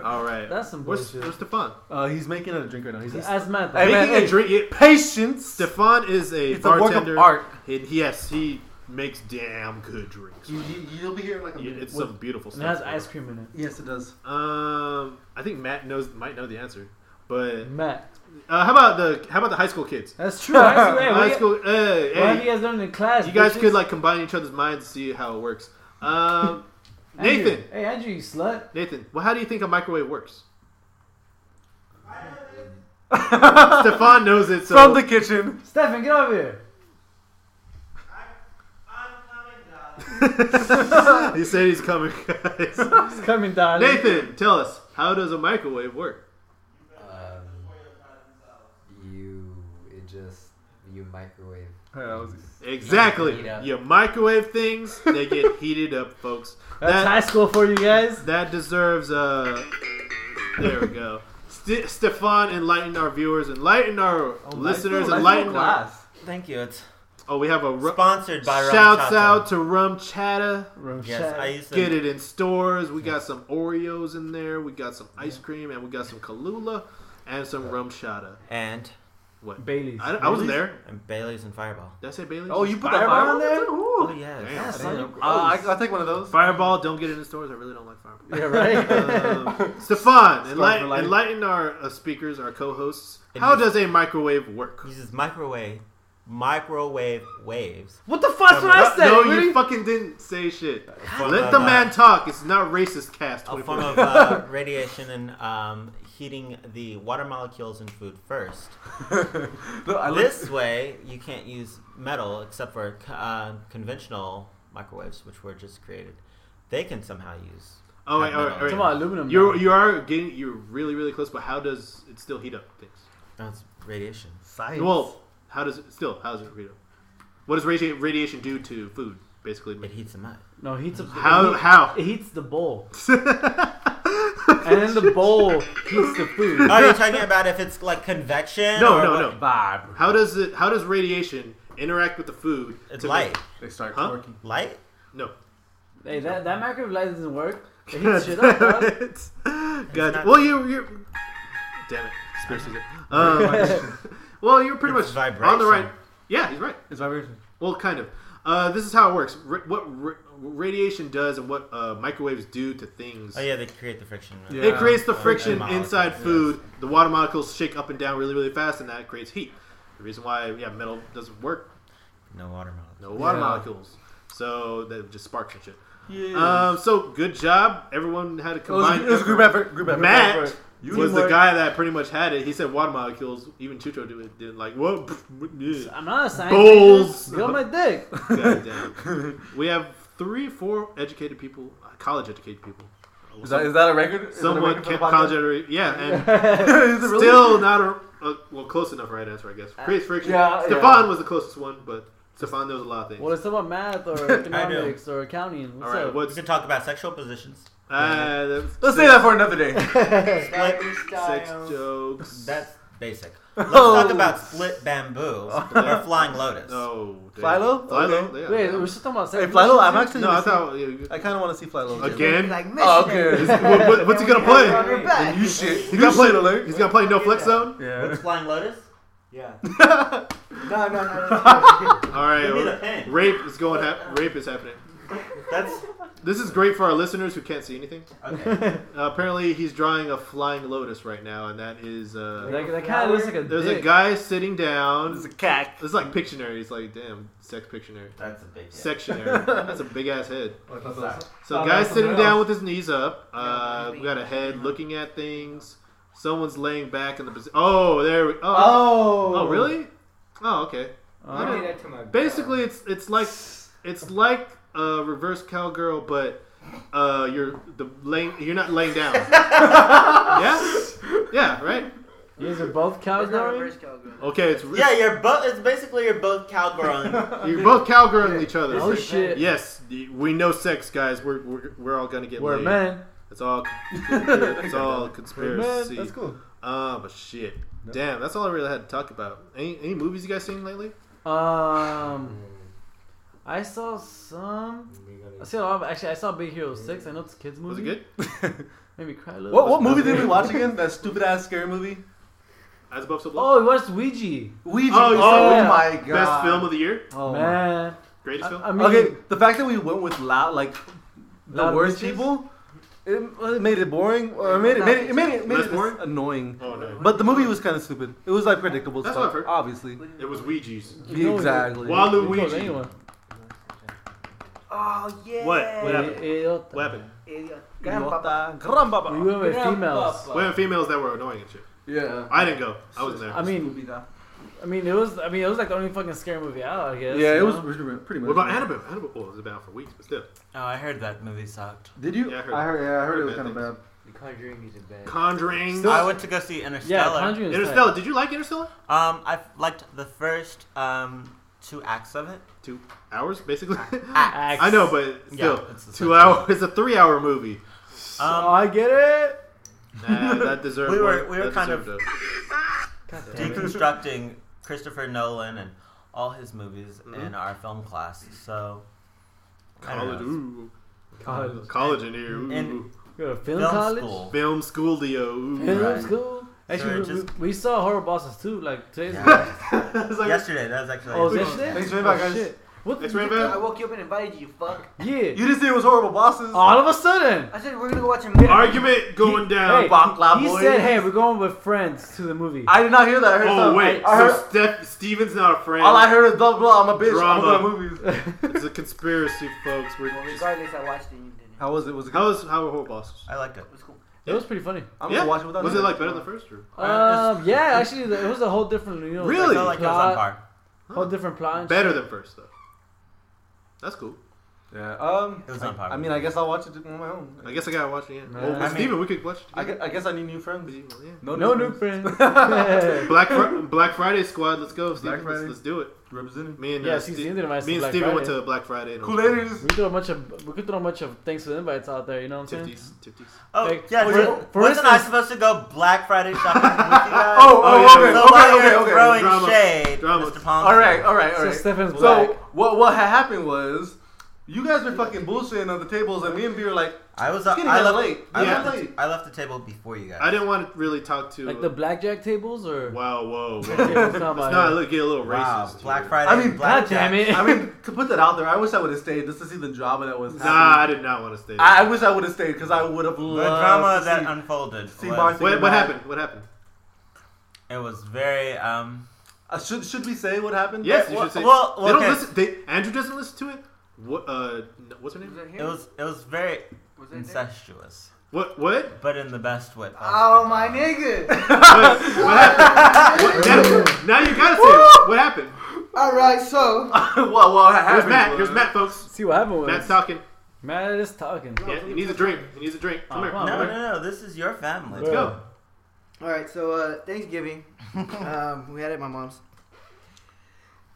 [SPEAKER 1] all right.
[SPEAKER 4] That's some
[SPEAKER 1] Where's,
[SPEAKER 4] bullshit.
[SPEAKER 1] where's Stefan?
[SPEAKER 5] uh, he's making a drink right now. He's
[SPEAKER 4] That's
[SPEAKER 5] just,
[SPEAKER 4] math.
[SPEAKER 5] Hey, man,
[SPEAKER 1] Making a
[SPEAKER 5] hey.
[SPEAKER 1] drink. yeah,
[SPEAKER 5] patience.
[SPEAKER 1] Stefan is a
[SPEAKER 5] it's a work
[SPEAKER 1] bartender.
[SPEAKER 5] of art.
[SPEAKER 1] He- yes, he makes damn good drinks.
[SPEAKER 5] You, you, will be here in like a
[SPEAKER 1] Yeah,
[SPEAKER 5] minute.
[SPEAKER 1] It's
[SPEAKER 5] What-
[SPEAKER 1] some beautiful
[SPEAKER 4] And
[SPEAKER 1] stuff.
[SPEAKER 4] it has ice cream in
[SPEAKER 5] yes, it does.
[SPEAKER 1] Um, I think Matt knows might know the answer, but
[SPEAKER 4] it. Matt.
[SPEAKER 1] uh, how about the how about the high school kids?
[SPEAKER 4] That's true. High school. Hey,
[SPEAKER 1] high
[SPEAKER 4] what,
[SPEAKER 1] school. uh,
[SPEAKER 4] what have
[SPEAKER 1] hey,
[SPEAKER 4] you guys learned in class?
[SPEAKER 1] you guys
[SPEAKER 4] bitches?
[SPEAKER 1] could like combine each other's minds to see how it works. Um,
[SPEAKER 4] Andrew.
[SPEAKER 1] Nathan.
[SPEAKER 4] Hey, Andrew, you slut.
[SPEAKER 1] Nathan, well, how do you think a microwave works? Stefan knows it, so
[SPEAKER 5] From the kitchen.
[SPEAKER 4] Stefan, get over here.
[SPEAKER 1] he said he's coming, guys.
[SPEAKER 4] He's coming down.
[SPEAKER 1] Nathan, tell us how does a microwave work?
[SPEAKER 2] Um, you it just you microwave.
[SPEAKER 5] Hey, I was-
[SPEAKER 1] Exactly.
[SPEAKER 2] Heat up.
[SPEAKER 1] You microwave things; they get heated up, folks.
[SPEAKER 4] That's
[SPEAKER 1] That
[SPEAKER 4] high school for you guys.
[SPEAKER 1] that deserves Uh, there we go. St- Stefan enlightened our viewers, enlighten
[SPEAKER 5] Oh,
[SPEAKER 1] our listeners,
[SPEAKER 5] Nice little
[SPEAKER 1] enlighten our.
[SPEAKER 5] class.
[SPEAKER 3] Thank you. It's
[SPEAKER 1] Oh, we have a ru-
[SPEAKER 3] sponsored by Rum
[SPEAKER 1] shouts
[SPEAKER 3] Chata.
[SPEAKER 1] out to Rum Chata.
[SPEAKER 3] Yes, I used to
[SPEAKER 1] get it in stores. We got some Oreos in there. We got some ice cream, and we got some Kalula and some rum chata.
[SPEAKER 3] And
[SPEAKER 1] What?
[SPEAKER 4] Bailey's.
[SPEAKER 1] I, I wasn't there.
[SPEAKER 3] and Bailey's and Fireball.
[SPEAKER 1] Did I say Bailey's?
[SPEAKER 5] Oh, you put that
[SPEAKER 4] Fireball
[SPEAKER 5] fire on there?
[SPEAKER 3] Oh
[SPEAKER 5] Ooh.
[SPEAKER 3] yes.
[SPEAKER 1] Damn.
[SPEAKER 3] I
[SPEAKER 4] son,
[SPEAKER 3] didn't
[SPEAKER 4] you
[SPEAKER 3] know.
[SPEAKER 5] Uh, I, I'll take one of those.
[SPEAKER 1] Fireball, don't get it in stores. I really don't like Fireball.
[SPEAKER 4] Yeah, right.
[SPEAKER 1] Um, Stefan, enlighten,
[SPEAKER 5] life.
[SPEAKER 1] enlighten our uh, speakers, our co-hosts.
[SPEAKER 3] It
[SPEAKER 1] How
[SPEAKER 3] is-
[SPEAKER 1] does a microwave work?
[SPEAKER 3] uses microwave microwave waves.
[SPEAKER 4] what the fuck's what I said?
[SPEAKER 1] no,
[SPEAKER 4] What are
[SPEAKER 1] you fucking didn't say shit.
[SPEAKER 3] form
[SPEAKER 1] Let
[SPEAKER 3] of,
[SPEAKER 1] the
[SPEAKER 3] uh,
[SPEAKER 1] man talk. It's not racist cast.
[SPEAKER 3] A form
[SPEAKER 1] 24.
[SPEAKER 3] of uh, radiation and um, heating the water molecules in food first.
[SPEAKER 5] No, I like-
[SPEAKER 3] This way, you can't use metal except for uh, conventional microwaves, which were just created. They can somehow use.
[SPEAKER 1] Oh, wait, all right, all
[SPEAKER 4] It's
[SPEAKER 1] right.
[SPEAKER 4] about aluminum.
[SPEAKER 1] You're
[SPEAKER 4] man.
[SPEAKER 1] you are getting you're really really close, but how does it still heat up things?
[SPEAKER 3] That's radiation.
[SPEAKER 5] Science.
[SPEAKER 1] Well, how does it still? How does it read? What does radi- radiation do to food? Basically,
[SPEAKER 3] It heats them up.
[SPEAKER 4] no, it heats up. the-
[SPEAKER 1] how
[SPEAKER 4] it heat-
[SPEAKER 1] how?
[SPEAKER 4] It heats the bowl. and then the bowl heats the food.
[SPEAKER 3] Are you talking about if it's like convection?
[SPEAKER 1] No,
[SPEAKER 3] or
[SPEAKER 1] no,
[SPEAKER 3] what?
[SPEAKER 1] no.
[SPEAKER 5] vibe.
[SPEAKER 1] How does it? How does radiation interact with the food?
[SPEAKER 3] It's
[SPEAKER 1] to
[SPEAKER 3] light.
[SPEAKER 5] They start
[SPEAKER 1] Huh?
[SPEAKER 5] working.
[SPEAKER 3] Light?
[SPEAKER 1] make- no.
[SPEAKER 4] Hey, that, that microwave light doesn't work. It heats shit up, dog.
[SPEAKER 1] God.
[SPEAKER 3] not-
[SPEAKER 1] well, you you. Damn it, conspiracy. theory. Um, well, you're pretty
[SPEAKER 3] It's
[SPEAKER 1] much on the right.
[SPEAKER 3] vibration.
[SPEAKER 1] Yeah, he's right.
[SPEAKER 5] It's vibration.
[SPEAKER 1] Well, kind of. Uh, this is how it works. Ra- what ra- radiation does and what uh, microwaves do to things.
[SPEAKER 3] Oh yeah, they create the friction.
[SPEAKER 5] Yeah.
[SPEAKER 1] It creates the
[SPEAKER 3] Uh,
[SPEAKER 1] friction
[SPEAKER 3] and
[SPEAKER 1] inside
[SPEAKER 3] molecules,
[SPEAKER 1] food. The water molecules shake up and down really, really fast, and that creates heat. The reason why, yeah, metal doesn't work.
[SPEAKER 3] No water molecules.
[SPEAKER 1] No water
[SPEAKER 5] Yeah.
[SPEAKER 1] molecules. So that just sparks and shit.
[SPEAKER 5] Yeah.
[SPEAKER 1] Um, so good job. Everyone had a
[SPEAKER 5] it, was,
[SPEAKER 1] combined.
[SPEAKER 5] it was a group effort. Group effort.
[SPEAKER 1] Matt
[SPEAKER 5] Group effort. You
[SPEAKER 1] was
[SPEAKER 5] need
[SPEAKER 1] the
[SPEAKER 5] more-
[SPEAKER 1] guy that pretty much had it. He said water molecules. Even Chucho did, did like whoa.
[SPEAKER 4] I'm not a scientist.
[SPEAKER 1] Balls.
[SPEAKER 4] Get on my dick.
[SPEAKER 1] Goddamn. we have three, four educated people, uh, college educated people.
[SPEAKER 5] Is that, is that a record? Is that a
[SPEAKER 1] Someone
[SPEAKER 5] record for the
[SPEAKER 1] kept
[SPEAKER 5] podcast?
[SPEAKER 1] college educated. Yeah, and
[SPEAKER 5] Is it really?
[SPEAKER 1] still not a uh, well close enough right answer, I guess.
[SPEAKER 6] Uh,
[SPEAKER 1] Creates friction.
[SPEAKER 5] yeah,
[SPEAKER 1] Stefan
[SPEAKER 5] yeah.
[SPEAKER 1] was the closest one, but Stefan knows a lot of things.
[SPEAKER 4] Well, it's about math or economics or accounting.
[SPEAKER 1] All
[SPEAKER 4] What's
[SPEAKER 1] right,
[SPEAKER 4] up?
[SPEAKER 3] We
[SPEAKER 1] what's
[SPEAKER 3] could talk about sexual positions.
[SPEAKER 1] uh, that's-
[SPEAKER 5] Let's say that for another day.
[SPEAKER 3] Split
[SPEAKER 1] sex jokes.
[SPEAKER 3] That's basic. Let's talk about split bamboo or flying lotus.
[SPEAKER 1] no Oh, damn.
[SPEAKER 5] Philo?
[SPEAKER 1] Philo.
[SPEAKER 5] Okay.
[SPEAKER 1] Yeah.
[SPEAKER 4] Wait, we're still talking about
[SPEAKER 5] hey,
[SPEAKER 4] sex.
[SPEAKER 5] Philo, I'm actually.
[SPEAKER 1] no, I thought yeah,
[SPEAKER 5] I kind of want to see Philo.
[SPEAKER 1] Okay. Again?
[SPEAKER 6] Like
[SPEAKER 5] Oh, okay.
[SPEAKER 6] missionaries.
[SPEAKER 1] What- what- what's he
[SPEAKER 6] And
[SPEAKER 1] gonna play?
[SPEAKER 6] we have it on our
[SPEAKER 2] And
[SPEAKER 6] back.
[SPEAKER 5] You shit.
[SPEAKER 1] he's gonna
[SPEAKER 5] You
[SPEAKER 1] play.
[SPEAKER 5] shit alert.
[SPEAKER 1] He's gonna play no flex zone.
[SPEAKER 5] Yeah.
[SPEAKER 3] What's flying lotus?
[SPEAKER 2] Yeah.
[SPEAKER 6] No, no, no. no.
[SPEAKER 1] All right,
[SPEAKER 3] Give me the
[SPEAKER 1] well,
[SPEAKER 3] pen.
[SPEAKER 1] rape is going. Ha- rape is happening.
[SPEAKER 3] That's
[SPEAKER 1] This is great for our listeners who can't see anything.
[SPEAKER 3] okay.
[SPEAKER 1] Uh, apparently, he's drawing a flying lotus right now, and that is uh,
[SPEAKER 4] That, that kind of looks like a
[SPEAKER 1] there's
[SPEAKER 4] dick.
[SPEAKER 1] a guy sitting down.
[SPEAKER 5] It's a cack.
[SPEAKER 1] It's like Pictionary. It's like damn, sex Pictionary,
[SPEAKER 3] That's a big yeah.
[SPEAKER 1] sectionary. That's a big ass head.
[SPEAKER 3] Sorry.
[SPEAKER 1] So
[SPEAKER 5] Oh,
[SPEAKER 1] guy
[SPEAKER 5] that's
[SPEAKER 1] sitting
[SPEAKER 5] something
[SPEAKER 1] down
[SPEAKER 5] else.
[SPEAKER 1] with his knees up. Uh,
[SPEAKER 6] Yeah,
[SPEAKER 1] we got a head looking at things. Someone's laying back in the position. Oh, there we. Oh,
[SPEAKER 5] Oh.
[SPEAKER 1] oh, really? Oh, okay.
[SPEAKER 4] Oh.
[SPEAKER 6] I did that to my brother.
[SPEAKER 1] Basically, it's it's like it's like a reverse cowgirl, but uh, you're the laying. You're not laying down. yeah, yeah, right.
[SPEAKER 4] You guys are both
[SPEAKER 6] It's not
[SPEAKER 4] cowgirls.
[SPEAKER 6] reverse cowgirl.
[SPEAKER 1] Okay, it's
[SPEAKER 3] Yeah, you're both. It's basically you're both cowgirling.
[SPEAKER 1] you're both cowgirling each other.
[SPEAKER 4] Oh shit.
[SPEAKER 1] Yes, we know sex, guys. We're we're, we're all gonna get
[SPEAKER 4] We're
[SPEAKER 1] laid.
[SPEAKER 4] men.
[SPEAKER 1] It's all it's all conspiracy.
[SPEAKER 5] that's cool.
[SPEAKER 1] Ah, but shit. Damn, that's all I really had to talk about. Any any movies you guys seen lately?
[SPEAKER 4] Um, I saw some. I see a lot of, actually. I saw Big Hero Six. I know it's a kids movie.
[SPEAKER 1] Was it good?
[SPEAKER 4] Made me cry a little.
[SPEAKER 5] What
[SPEAKER 4] bit.
[SPEAKER 5] what movie did we watch again? That stupid ass scary movie.
[SPEAKER 1] As above, so below.
[SPEAKER 4] Oh, we watched Ouija.
[SPEAKER 5] Ouija.
[SPEAKER 1] Oh, you
[SPEAKER 4] saw it.
[SPEAKER 5] my god.
[SPEAKER 1] Best film of the year.
[SPEAKER 5] Oh my
[SPEAKER 4] Man,
[SPEAKER 1] Greatest
[SPEAKER 4] I,
[SPEAKER 1] film.
[SPEAKER 4] I mean,
[SPEAKER 5] Okay, the fact that we went with loud, like the
[SPEAKER 4] Loud
[SPEAKER 5] worst
[SPEAKER 4] bitches?
[SPEAKER 5] people, it, it made it boring. Or it made it made it, it made it, made
[SPEAKER 1] Less
[SPEAKER 5] it
[SPEAKER 1] boring?
[SPEAKER 5] annoying.
[SPEAKER 1] oh no,
[SPEAKER 5] But the movie was kind of stupid. It was like predictable
[SPEAKER 1] That's
[SPEAKER 5] stuff,
[SPEAKER 1] what I've heard.
[SPEAKER 5] obviously.
[SPEAKER 1] it was Ouija's.
[SPEAKER 4] You know it.
[SPEAKER 5] exactly.
[SPEAKER 1] Wall-
[SPEAKER 4] you can call
[SPEAKER 1] Luigi.
[SPEAKER 4] anyone.
[SPEAKER 6] Oh yeah.
[SPEAKER 1] What? What happened?
[SPEAKER 4] Idiota.
[SPEAKER 1] What happened?
[SPEAKER 6] Idiot.
[SPEAKER 5] Grandpapa.
[SPEAKER 4] We
[SPEAKER 5] Grandpapa.
[SPEAKER 4] went with females.
[SPEAKER 1] Women females that were annoying and shit.
[SPEAKER 5] Yeah.
[SPEAKER 1] I didn't go. I wasn't there.
[SPEAKER 4] I mean, I mean, it was. I mean, it was like the only fucking scary movie out. I guess.
[SPEAKER 5] yeah,
[SPEAKER 4] you
[SPEAKER 5] it was
[SPEAKER 4] know?
[SPEAKER 5] pretty much.
[SPEAKER 1] what about Annabelle? Annabelle well, it was about for weeks, but still.
[SPEAKER 3] Oh, I heard that movie sucked.
[SPEAKER 5] Did you?
[SPEAKER 1] Yeah, I heard
[SPEAKER 5] I heard. Yeah, I heard it was
[SPEAKER 1] bad
[SPEAKER 5] kind of bad.
[SPEAKER 2] The Conjuring is a bad.
[SPEAKER 1] Conjuring.
[SPEAKER 3] I went to go see
[SPEAKER 4] Yeah,
[SPEAKER 3] Interstellar.
[SPEAKER 4] Conjuring is
[SPEAKER 1] Interstellar. Did you like Interstellar?
[SPEAKER 3] um, I liked the first um two acts of it.
[SPEAKER 1] Two hours basically.
[SPEAKER 4] Acts.
[SPEAKER 1] I know, but
[SPEAKER 3] Yeah,
[SPEAKER 1] still,
[SPEAKER 3] it's the
[SPEAKER 1] two
[SPEAKER 3] same.
[SPEAKER 1] hours. It's a three-hour movie.
[SPEAKER 4] Oh,
[SPEAKER 3] Um,
[SPEAKER 4] I get it.
[SPEAKER 1] Nah, that deserved.
[SPEAKER 3] We were-
[SPEAKER 1] more-
[SPEAKER 3] we were
[SPEAKER 1] that
[SPEAKER 3] kind
[SPEAKER 1] deserved
[SPEAKER 3] of-
[SPEAKER 1] a-
[SPEAKER 4] God damn it.
[SPEAKER 3] deconstructing Christopher Nolan and all his movies
[SPEAKER 4] Hmm?
[SPEAKER 1] Mhm.
[SPEAKER 3] in our film class. So, I don't
[SPEAKER 1] college.
[SPEAKER 3] know.
[SPEAKER 1] Ooh,
[SPEAKER 4] College.
[SPEAKER 1] college in here. Ooh.
[SPEAKER 3] And-
[SPEAKER 4] You go to film,
[SPEAKER 3] film
[SPEAKER 4] college.
[SPEAKER 3] school.
[SPEAKER 1] Film school Dio. Ooh.
[SPEAKER 4] Film
[SPEAKER 3] Right.
[SPEAKER 4] school. Actually,
[SPEAKER 3] Sorry,
[SPEAKER 4] we,
[SPEAKER 3] just-
[SPEAKER 4] we, we saw horror bosses too. Like today's.
[SPEAKER 3] Yeah.
[SPEAKER 1] It's like-
[SPEAKER 3] yesterday, that was actually.
[SPEAKER 4] Oh, is
[SPEAKER 1] Wait,
[SPEAKER 4] that shit?
[SPEAKER 5] thanks for having me,
[SPEAKER 4] Oh,
[SPEAKER 5] guys.
[SPEAKER 4] shit. What?
[SPEAKER 1] Thanks
[SPEAKER 4] the-
[SPEAKER 1] for having
[SPEAKER 6] I woke you up and invited you, fuck.
[SPEAKER 4] Yeah. Oh,
[SPEAKER 5] You didn't say it was horrible bosses.
[SPEAKER 4] All of a sudden.
[SPEAKER 6] I said we're gonna go watch a movie.
[SPEAKER 1] Argument going down.
[SPEAKER 4] Hey,
[SPEAKER 5] Bakla
[SPEAKER 4] he
[SPEAKER 5] boys.
[SPEAKER 4] said, "Hey, we're going with friends to the movie."
[SPEAKER 5] I did not hear that. I heard
[SPEAKER 1] oh
[SPEAKER 5] something-
[SPEAKER 1] wait,
[SPEAKER 5] I heard,
[SPEAKER 1] so Steph, Steven's not a friend.
[SPEAKER 5] all I heard is blah blah. I'm a bitch.
[SPEAKER 1] Drama.
[SPEAKER 5] I'm going to movies.
[SPEAKER 1] It's a conspiracy, folks. We're
[SPEAKER 6] Well,
[SPEAKER 1] just,
[SPEAKER 6] regardless, I watched it. and You didn't.
[SPEAKER 5] How was it? Was it good?
[SPEAKER 1] how was how were whole bosses?
[SPEAKER 3] I liked it.
[SPEAKER 6] It was cool.
[SPEAKER 4] it was pretty funny.
[SPEAKER 5] I'm
[SPEAKER 1] yeah.
[SPEAKER 5] gonna watch it without
[SPEAKER 1] Was
[SPEAKER 5] you.
[SPEAKER 1] it like better than the first? Or?
[SPEAKER 3] Uh,
[SPEAKER 4] Um, yeah, actually, it was a whole different, you know,
[SPEAKER 1] Really?
[SPEAKER 3] I felt like it was on par.
[SPEAKER 4] whole different plot. and shit.
[SPEAKER 1] Better than first though. That's cool.
[SPEAKER 5] Yeah. Um.
[SPEAKER 3] It was
[SPEAKER 5] I-
[SPEAKER 3] on par.
[SPEAKER 5] I mean, I guess I'll watch it on my own.
[SPEAKER 1] I guess I gotta watch it again.
[SPEAKER 4] Nah.
[SPEAKER 1] Well,
[SPEAKER 4] I
[SPEAKER 1] with
[SPEAKER 3] mean-
[SPEAKER 1] Steven, we could watch. It
[SPEAKER 5] I guess, I guess I need new friends.
[SPEAKER 1] together. Yeah.
[SPEAKER 4] No new friends.
[SPEAKER 1] Black Fri- Black Friday squad, let's go. Steven.
[SPEAKER 5] Black
[SPEAKER 1] let's,
[SPEAKER 5] Friday.
[SPEAKER 1] let's do it.
[SPEAKER 5] Representing.
[SPEAKER 1] Me and
[SPEAKER 4] Yeah,
[SPEAKER 1] uh,
[SPEAKER 4] see,
[SPEAKER 1] Ste-
[SPEAKER 4] Steven invited us to
[SPEAKER 1] me and
[SPEAKER 4] Black
[SPEAKER 1] Steven went
[SPEAKER 4] Friday.
[SPEAKER 1] to Black Friday. and-
[SPEAKER 5] Cool ladies.
[SPEAKER 4] we throw a bunch of we could throw a bunch of thanks for the invites out there. You know what I'm saying?
[SPEAKER 1] Tifties, tifties.
[SPEAKER 3] Oh,
[SPEAKER 4] Like,
[SPEAKER 3] yeah.
[SPEAKER 4] for-
[SPEAKER 3] dude,
[SPEAKER 4] for
[SPEAKER 3] wasn't I
[SPEAKER 4] instance-
[SPEAKER 3] supposed to go Black Friday shopping with you guys?
[SPEAKER 5] Oh, oh,
[SPEAKER 1] yeah,
[SPEAKER 5] okay,
[SPEAKER 3] so
[SPEAKER 5] okay,
[SPEAKER 3] why are
[SPEAKER 5] okay,
[SPEAKER 3] you
[SPEAKER 5] okay.
[SPEAKER 3] throwing
[SPEAKER 1] Drama.
[SPEAKER 3] shade,
[SPEAKER 1] Drama.
[SPEAKER 3] Mr. Palm?
[SPEAKER 5] All right, uh, all right, all
[SPEAKER 4] So
[SPEAKER 5] right.
[SPEAKER 4] Stefan's
[SPEAKER 5] So
[SPEAKER 4] black.
[SPEAKER 5] what what had happened was You guys were fucking bullshitting on the tables, and me and B were like,
[SPEAKER 3] I was.
[SPEAKER 5] it's
[SPEAKER 3] up
[SPEAKER 5] getting
[SPEAKER 3] I
[SPEAKER 5] kind of
[SPEAKER 3] left.
[SPEAKER 5] late.
[SPEAKER 3] I,
[SPEAKER 5] Yeah.
[SPEAKER 3] left
[SPEAKER 5] late.
[SPEAKER 3] the, I left the table before you guys.
[SPEAKER 1] I didn't want to really talk to.
[SPEAKER 4] Like the blackjack tables or.
[SPEAKER 1] wow, whoa, whoa.
[SPEAKER 4] Okay, let's
[SPEAKER 1] Let's
[SPEAKER 4] not buy
[SPEAKER 1] not
[SPEAKER 4] it.
[SPEAKER 1] look, get a little
[SPEAKER 3] Wow,
[SPEAKER 1] racist.
[SPEAKER 3] Black
[SPEAKER 1] here.
[SPEAKER 3] Friday.
[SPEAKER 5] I mean,
[SPEAKER 3] Black
[SPEAKER 4] God damn it.
[SPEAKER 5] I mean, to put that out there, I wish I would have stayed just to see the drama that was.
[SPEAKER 1] Nah, I
[SPEAKER 5] happening.
[SPEAKER 1] did not want to stay.
[SPEAKER 5] I, I wish I would have stayed because I would have
[SPEAKER 3] The
[SPEAKER 5] loved
[SPEAKER 3] drama
[SPEAKER 5] to
[SPEAKER 3] that
[SPEAKER 5] see-
[SPEAKER 3] unfolded
[SPEAKER 5] see
[SPEAKER 3] was,
[SPEAKER 5] Martha-
[SPEAKER 1] what, what happened? What happened?
[SPEAKER 3] it was very um.
[SPEAKER 5] Uh, should should we say what happened?
[SPEAKER 1] Yes, you
[SPEAKER 3] well,
[SPEAKER 1] should say.
[SPEAKER 3] well,
[SPEAKER 1] they don't
[SPEAKER 3] okay.
[SPEAKER 1] listen. They, Andrew doesn't listen to it. What? Uh, no, what's her
[SPEAKER 6] Was
[SPEAKER 1] name?
[SPEAKER 6] it
[SPEAKER 3] It
[SPEAKER 6] here?
[SPEAKER 3] was it was very
[SPEAKER 6] Was it there?
[SPEAKER 3] incestuous,
[SPEAKER 1] What? What?
[SPEAKER 3] but in the best way. possible.
[SPEAKER 6] Oh my nigga!
[SPEAKER 1] what, what happened? What- now, now you gotta say it. what happened.
[SPEAKER 6] All right, so
[SPEAKER 5] well, well, it
[SPEAKER 1] Here's
[SPEAKER 5] happened.
[SPEAKER 1] Matt.
[SPEAKER 5] was-
[SPEAKER 1] Here's Matt, folks.
[SPEAKER 4] See what happened with
[SPEAKER 1] Matt's
[SPEAKER 4] us.
[SPEAKER 1] talking.
[SPEAKER 4] Matt is talking.
[SPEAKER 1] Yeah, he needs a drink. He needs a drink. Come here.
[SPEAKER 4] Uh-huh.
[SPEAKER 1] Come
[SPEAKER 3] No, no,
[SPEAKER 1] here.
[SPEAKER 3] no! This is your family.
[SPEAKER 1] Oh. Let's go.
[SPEAKER 6] all right, so uh, Thanksgiving, um, we had it at my mom's,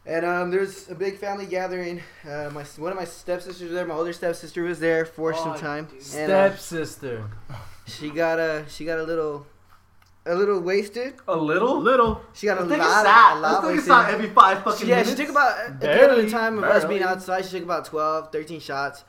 [SPEAKER 6] and um, there's a big family gathering. Uh, my one of my stepsisters was there. My older stepsister was there for some
[SPEAKER 2] Oh,
[SPEAKER 6] time.
[SPEAKER 2] dude.
[SPEAKER 6] And, uh,
[SPEAKER 4] Stepsister.
[SPEAKER 6] she got a she got a little, a little wasted.
[SPEAKER 5] A little.
[SPEAKER 1] Little.
[SPEAKER 6] She got a
[SPEAKER 5] Let's take
[SPEAKER 6] lot,
[SPEAKER 5] a
[SPEAKER 6] a
[SPEAKER 5] shot.
[SPEAKER 6] lot
[SPEAKER 5] Let's take a
[SPEAKER 6] wasted.
[SPEAKER 5] shot every five fucking
[SPEAKER 6] She- yeah,
[SPEAKER 5] minutes.
[SPEAKER 6] she took about at the end of
[SPEAKER 4] Barely,
[SPEAKER 6] the time of us being
[SPEAKER 4] barely.
[SPEAKER 6] outside, she took about 12, 13 shots.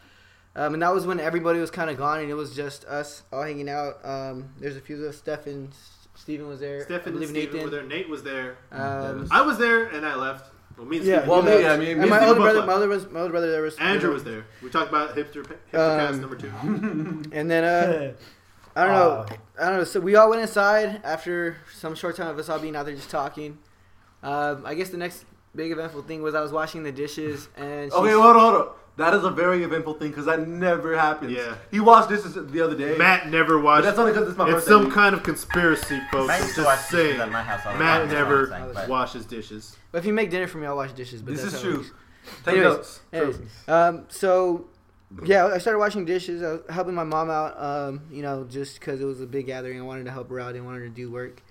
[SPEAKER 6] Um, and that was when everybody was kind of gone, and it was just us all hanging out. Um, there's a few of us. Stefan, Steven was there. I
[SPEAKER 1] Stefan and
[SPEAKER 6] believe
[SPEAKER 1] Steven were
[SPEAKER 6] Nathan.
[SPEAKER 1] there. Nate was there.
[SPEAKER 6] Um,
[SPEAKER 1] I was there and I left. Well, me and
[SPEAKER 6] Yeah,
[SPEAKER 1] Steven
[SPEAKER 5] Well,
[SPEAKER 1] left.
[SPEAKER 5] me, I mean,
[SPEAKER 6] and
[SPEAKER 5] me
[SPEAKER 6] my
[SPEAKER 1] Stephen
[SPEAKER 6] older
[SPEAKER 1] both
[SPEAKER 6] brother,
[SPEAKER 1] left.
[SPEAKER 6] my older, was- my older brother there was
[SPEAKER 1] Andrew was there. We talked about hipster hipster cast
[SPEAKER 6] Um,
[SPEAKER 1] number two.
[SPEAKER 6] and then uh, I don't know, I don't know. So we all went inside after some short time of us all being out there just talking. Um, I guess the next big eventful thing was I was washing the dishes, and
[SPEAKER 5] Okay,
[SPEAKER 6] she's-
[SPEAKER 5] hold on, hold on. That is a very eventful thing because that never happens.
[SPEAKER 1] Yeah.
[SPEAKER 5] He watched this the other day.
[SPEAKER 1] Matt never
[SPEAKER 5] but
[SPEAKER 1] watched.
[SPEAKER 5] that's only because it's my
[SPEAKER 1] It's
[SPEAKER 5] birthday.
[SPEAKER 1] some kind of conspiracy, folks.
[SPEAKER 3] Matt
[SPEAKER 1] I'm
[SPEAKER 3] used to watch
[SPEAKER 1] just
[SPEAKER 3] dishes
[SPEAKER 1] saying.
[SPEAKER 3] at my house all the
[SPEAKER 1] Matt
[SPEAKER 3] time, that's
[SPEAKER 1] never
[SPEAKER 3] what I'm saying, but-
[SPEAKER 1] washes dishes.
[SPEAKER 6] But if you make dinner for me, I'll wash dishes. But
[SPEAKER 5] This
[SPEAKER 6] that's
[SPEAKER 5] is
[SPEAKER 6] how it
[SPEAKER 5] true.
[SPEAKER 6] works.
[SPEAKER 5] Take
[SPEAKER 6] Anyways,
[SPEAKER 5] notes.
[SPEAKER 6] Anyways, um, so yeah, I started washing dishes. I was helping my mom out, um, you know, just because it was a big gathering. I wanted to help her out. I didn't want her to do work.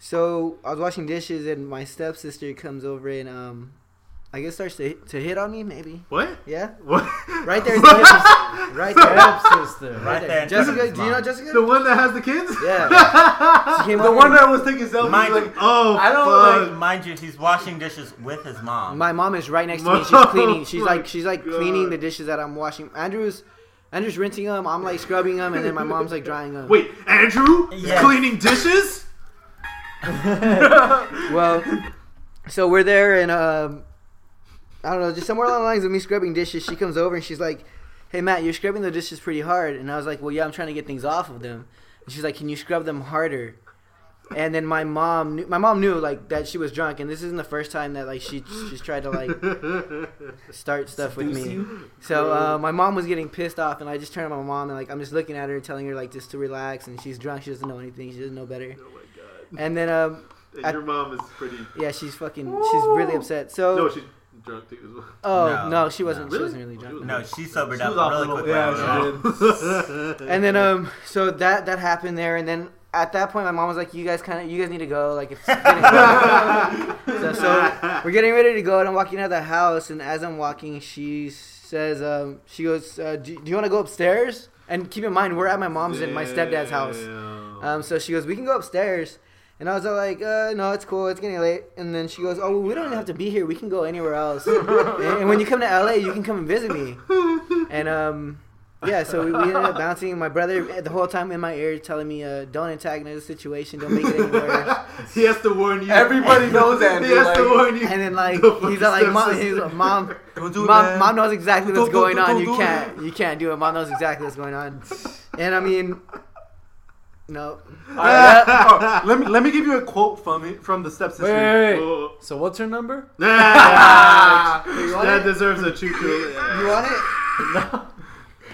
[SPEAKER 6] So I was washing dishes, and my stepsister comes over and um, I guess starts to, to hit on me, maybe.
[SPEAKER 1] What?
[SPEAKER 6] Yeah,
[SPEAKER 1] What?
[SPEAKER 6] right there, in front of us. right there,
[SPEAKER 4] Ah, Stepsister.
[SPEAKER 3] Right there in front of
[SPEAKER 6] Jessica,
[SPEAKER 3] his
[SPEAKER 6] do you know
[SPEAKER 3] mom.
[SPEAKER 6] Jessica?
[SPEAKER 1] The one that has the kids?
[SPEAKER 6] Yeah, she came
[SPEAKER 5] The
[SPEAKER 6] over
[SPEAKER 5] one
[SPEAKER 6] and-
[SPEAKER 5] that was taking selfies.
[SPEAKER 3] Mind-
[SPEAKER 5] like,
[SPEAKER 1] Oh,
[SPEAKER 5] I don't
[SPEAKER 1] fuck.
[SPEAKER 5] like-
[SPEAKER 3] Mind you, he's washing dishes with his mom.
[SPEAKER 6] My mom is right next to me. and She's cleaning. She's like she's like
[SPEAKER 1] God.
[SPEAKER 6] cleaning the dishes that I'm washing. Andrew's Andrew's rinsing them. I'm like scrubbing them, and then my mom's like drying them.
[SPEAKER 1] Wait, Andrew is
[SPEAKER 3] Yes.
[SPEAKER 1] cleaning dishes?
[SPEAKER 6] Well, so we're there, and um, I don't know, just somewhere along the lines of me scrubbing dishes, she comes over and she's like, "Hey Matt, you're scrubbing the dishes pretty hard," and I was like, "Well, yeah, I'm trying to get things off of them." And she's like, "Can you scrub them harder?" And then my mom, knew, my mom knew like that she was drunk, and this isn't the first time that like she she's tried to like start stuff with me. So uh, my mom was getting pissed off, and I just turned to my mom and like I'm just looking at her, telling her like just to relax, and she's drunk, she doesn't know anything, she doesn't know better.
[SPEAKER 1] Oh my
[SPEAKER 6] And then um,
[SPEAKER 1] god.
[SPEAKER 6] I-
[SPEAKER 1] And your mom is pretty.
[SPEAKER 6] yeah, she's fucking, she's really upset. So
[SPEAKER 1] No, she's drunk too as well.
[SPEAKER 6] Oh
[SPEAKER 3] No.
[SPEAKER 6] no, she wasn't.
[SPEAKER 1] Really?
[SPEAKER 6] She wasn't really drunk.
[SPEAKER 3] no, she sobered
[SPEAKER 5] she
[SPEAKER 3] up
[SPEAKER 5] was off
[SPEAKER 3] really
[SPEAKER 5] a little.
[SPEAKER 3] quickly.
[SPEAKER 5] Yeah, she did.
[SPEAKER 6] And then um, so that that happened there, and then at that point, my mom was like, "You guys kind of, you guys need to go." Like, it's getting so, so we're getting ready to go, and I'm walking out of the house, and as I'm walking, she says, um, she goes, uh, do, "Do you want to go upstairs?" And keep in mind, we're at my mom's and my stepdad's house.
[SPEAKER 1] Damn.
[SPEAKER 6] Um, so she goes, "We can go upstairs." And I was all like, uh, no, it's cool. It's getting late. And then she goes, oh, we don't even have to be here. We can go anywhere else. and, and when you come to LA, you can come and visit me. And um, yeah, so we, we ended up bouncing. My brother, eh, the whole time in my ear, telling me, uh, don't antagonize the situation. Don't make it any worse.
[SPEAKER 1] he has to warn you.
[SPEAKER 5] Everybody knows
[SPEAKER 1] he
[SPEAKER 5] Andrew.
[SPEAKER 1] has
[SPEAKER 5] Like,
[SPEAKER 1] to warn you.
[SPEAKER 6] And then like
[SPEAKER 1] Don't fuck
[SPEAKER 6] he's
[SPEAKER 1] your
[SPEAKER 6] like, mom,
[SPEAKER 1] stepsister."
[SPEAKER 6] he's like, mom,
[SPEAKER 5] Don't do it,
[SPEAKER 6] mom,
[SPEAKER 5] man.
[SPEAKER 6] mom knows exactly what's
[SPEAKER 5] Don't- don't-
[SPEAKER 6] going on.
[SPEAKER 5] don't
[SPEAKER 6] You
[SPEAKER 5] do
[SPEAKER 6] can't, you can't do it. Mom knows exactly what's going on. And I mean, no.
[SPEAKER 5] All right, oh, let me let me give you a quote from it, from the
[SPEAKER 4] Wait,
[SPEAKER 5] stepsister.
[SPEAKER 4] wait, wait.
[SPEAKER 1] Oh.
[SPEAKER 4] So what's her number?
[SPEAKER 1] Ah,
[SPEAKER 6] You want
[SPEAKER 1] that
[SPEAKER 6] it?
[SPEAKER 1] deserves a choo choo.
[SPEAKER 6] You want it?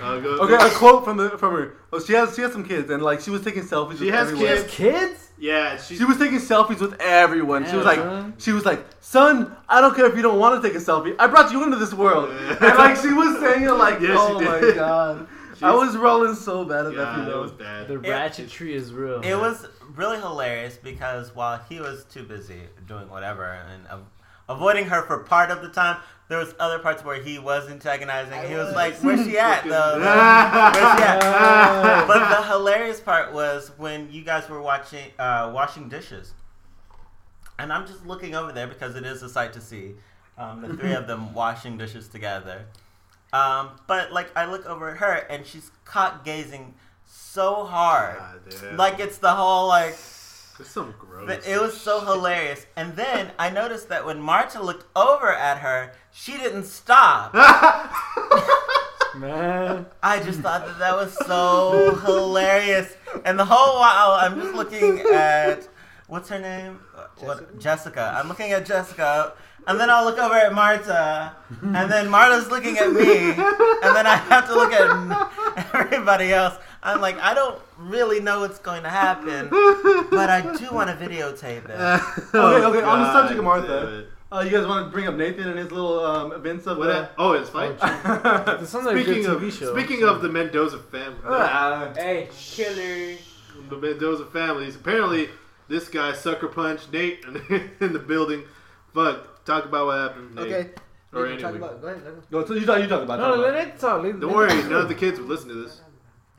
[SPEAKER 1] I'll go.
[SPEAKER 5] Okay, a quote from the from her. Oh, she has she has some kids, and like she was taking selfies.
[SPEAKER 1] She
[SPEAKER 5] with
[SPEAKER 1] has
[SPEAKER 5] everyone.
[SPEAKER 4] She has kids?
[SPEAKER 1] Yeah, she's
[SPEAKER 5] She was taking selfies with everyone. she was like,
[SPEAKER 4] son.
[SPEAKER 5] she was like, son, I don't care if you don't want to take a selfie. I brought you into this world. And like she was saying it like,
[SPEAKER 1] Yes,
[SPEAKER 5] oh
[SPEAKER 1] she
[SPEAKER 5] my
[SPEAKER 1] did.
[SPEAKER 5] god, I was rolling so bad at that
[SPEAKER 1] God, that
[SPEAKER 5] video.
[SPEAKER 1] was bad.
[SPEAKER 4] The ratchetry is real.
[SPEAKER 3] It was really hilarious because while he was too busy doing whatever and av- avoiding her for part of the time, there was other parts where he was antagonizing. He was like, "Where's she at, though? Where's she at?" but the hilarious part was when you guys were watching uh, washing dishes, and I'm just looking over there because it is a sight to see um, the three of them washing dishes together. Um, but like I look over at her and she's cock gazing so hard,
[SPEAKER 1] Ah, dude.
[SPEAKER 3] like it's the whole like
[SPEAKER 1] That's some gross.
[SPEAKER 3] but it was so hilarious. And then I noticed that when Marta looked over at her, she didn't stop.
[SPEAKER 4] Man.
[SPEAKER 3] I just thought that that was so hilarious. And the whole while, I'm just looking at what's her name? What, Jessica. I'm looking at Jessica. And then I'll look over at Marta, and then Marta's looking at me, and then I have to look at everybody else. I'm like, I don't really know what's going to happen, but I do want to videotape it.
[SPEAKER 5] Okay, okay, on the subject of Martha.
[SPEAKER 1] damn it.
[SPEAKER 5] Uh, you guys want to bring up Nathan and his little um, events of
[SPEAKER 1] What?
[SPEAKER 5] uh,
[SPEAKER 1] a- Oh, it's fine.
[SPEAKER 4] This sounds like
[SPEAKER 1] speaking
[SPEAKER 4] a good TV
[SPEAKER 1] of
[SPEAKER 4] show.
[SPEAKER 1] speaking of the Mendoza family,
[SPEAKER 6] Ah.
[SPEAKER 5] uh,
[SPEAKER 2] Hey, killer.
[SPEAKER 1] the Mendoza families. Apparently, this guy sucker punched Nate in the building. Fuck, talk about what happened. Nate.
[SPEAKER 6] Okay.
[SPEAKER 1] Or
[SPEAKER 6] Nathan, talk
[SPEAKER 1] anyway.
[SPEAKER 6] about- go ahead, go ahead.
[SPEAKER 5] No, so you talk. You talk about.
[SPEAKER 4] No,
[SPEAKER 5] talk
[SPEAKER 4] no,
[SPEAKER 5] about.
[SPEAKER 4] let it talk. Let,
[SPEAKER 1] Don't worry, none of the kids would listen to this.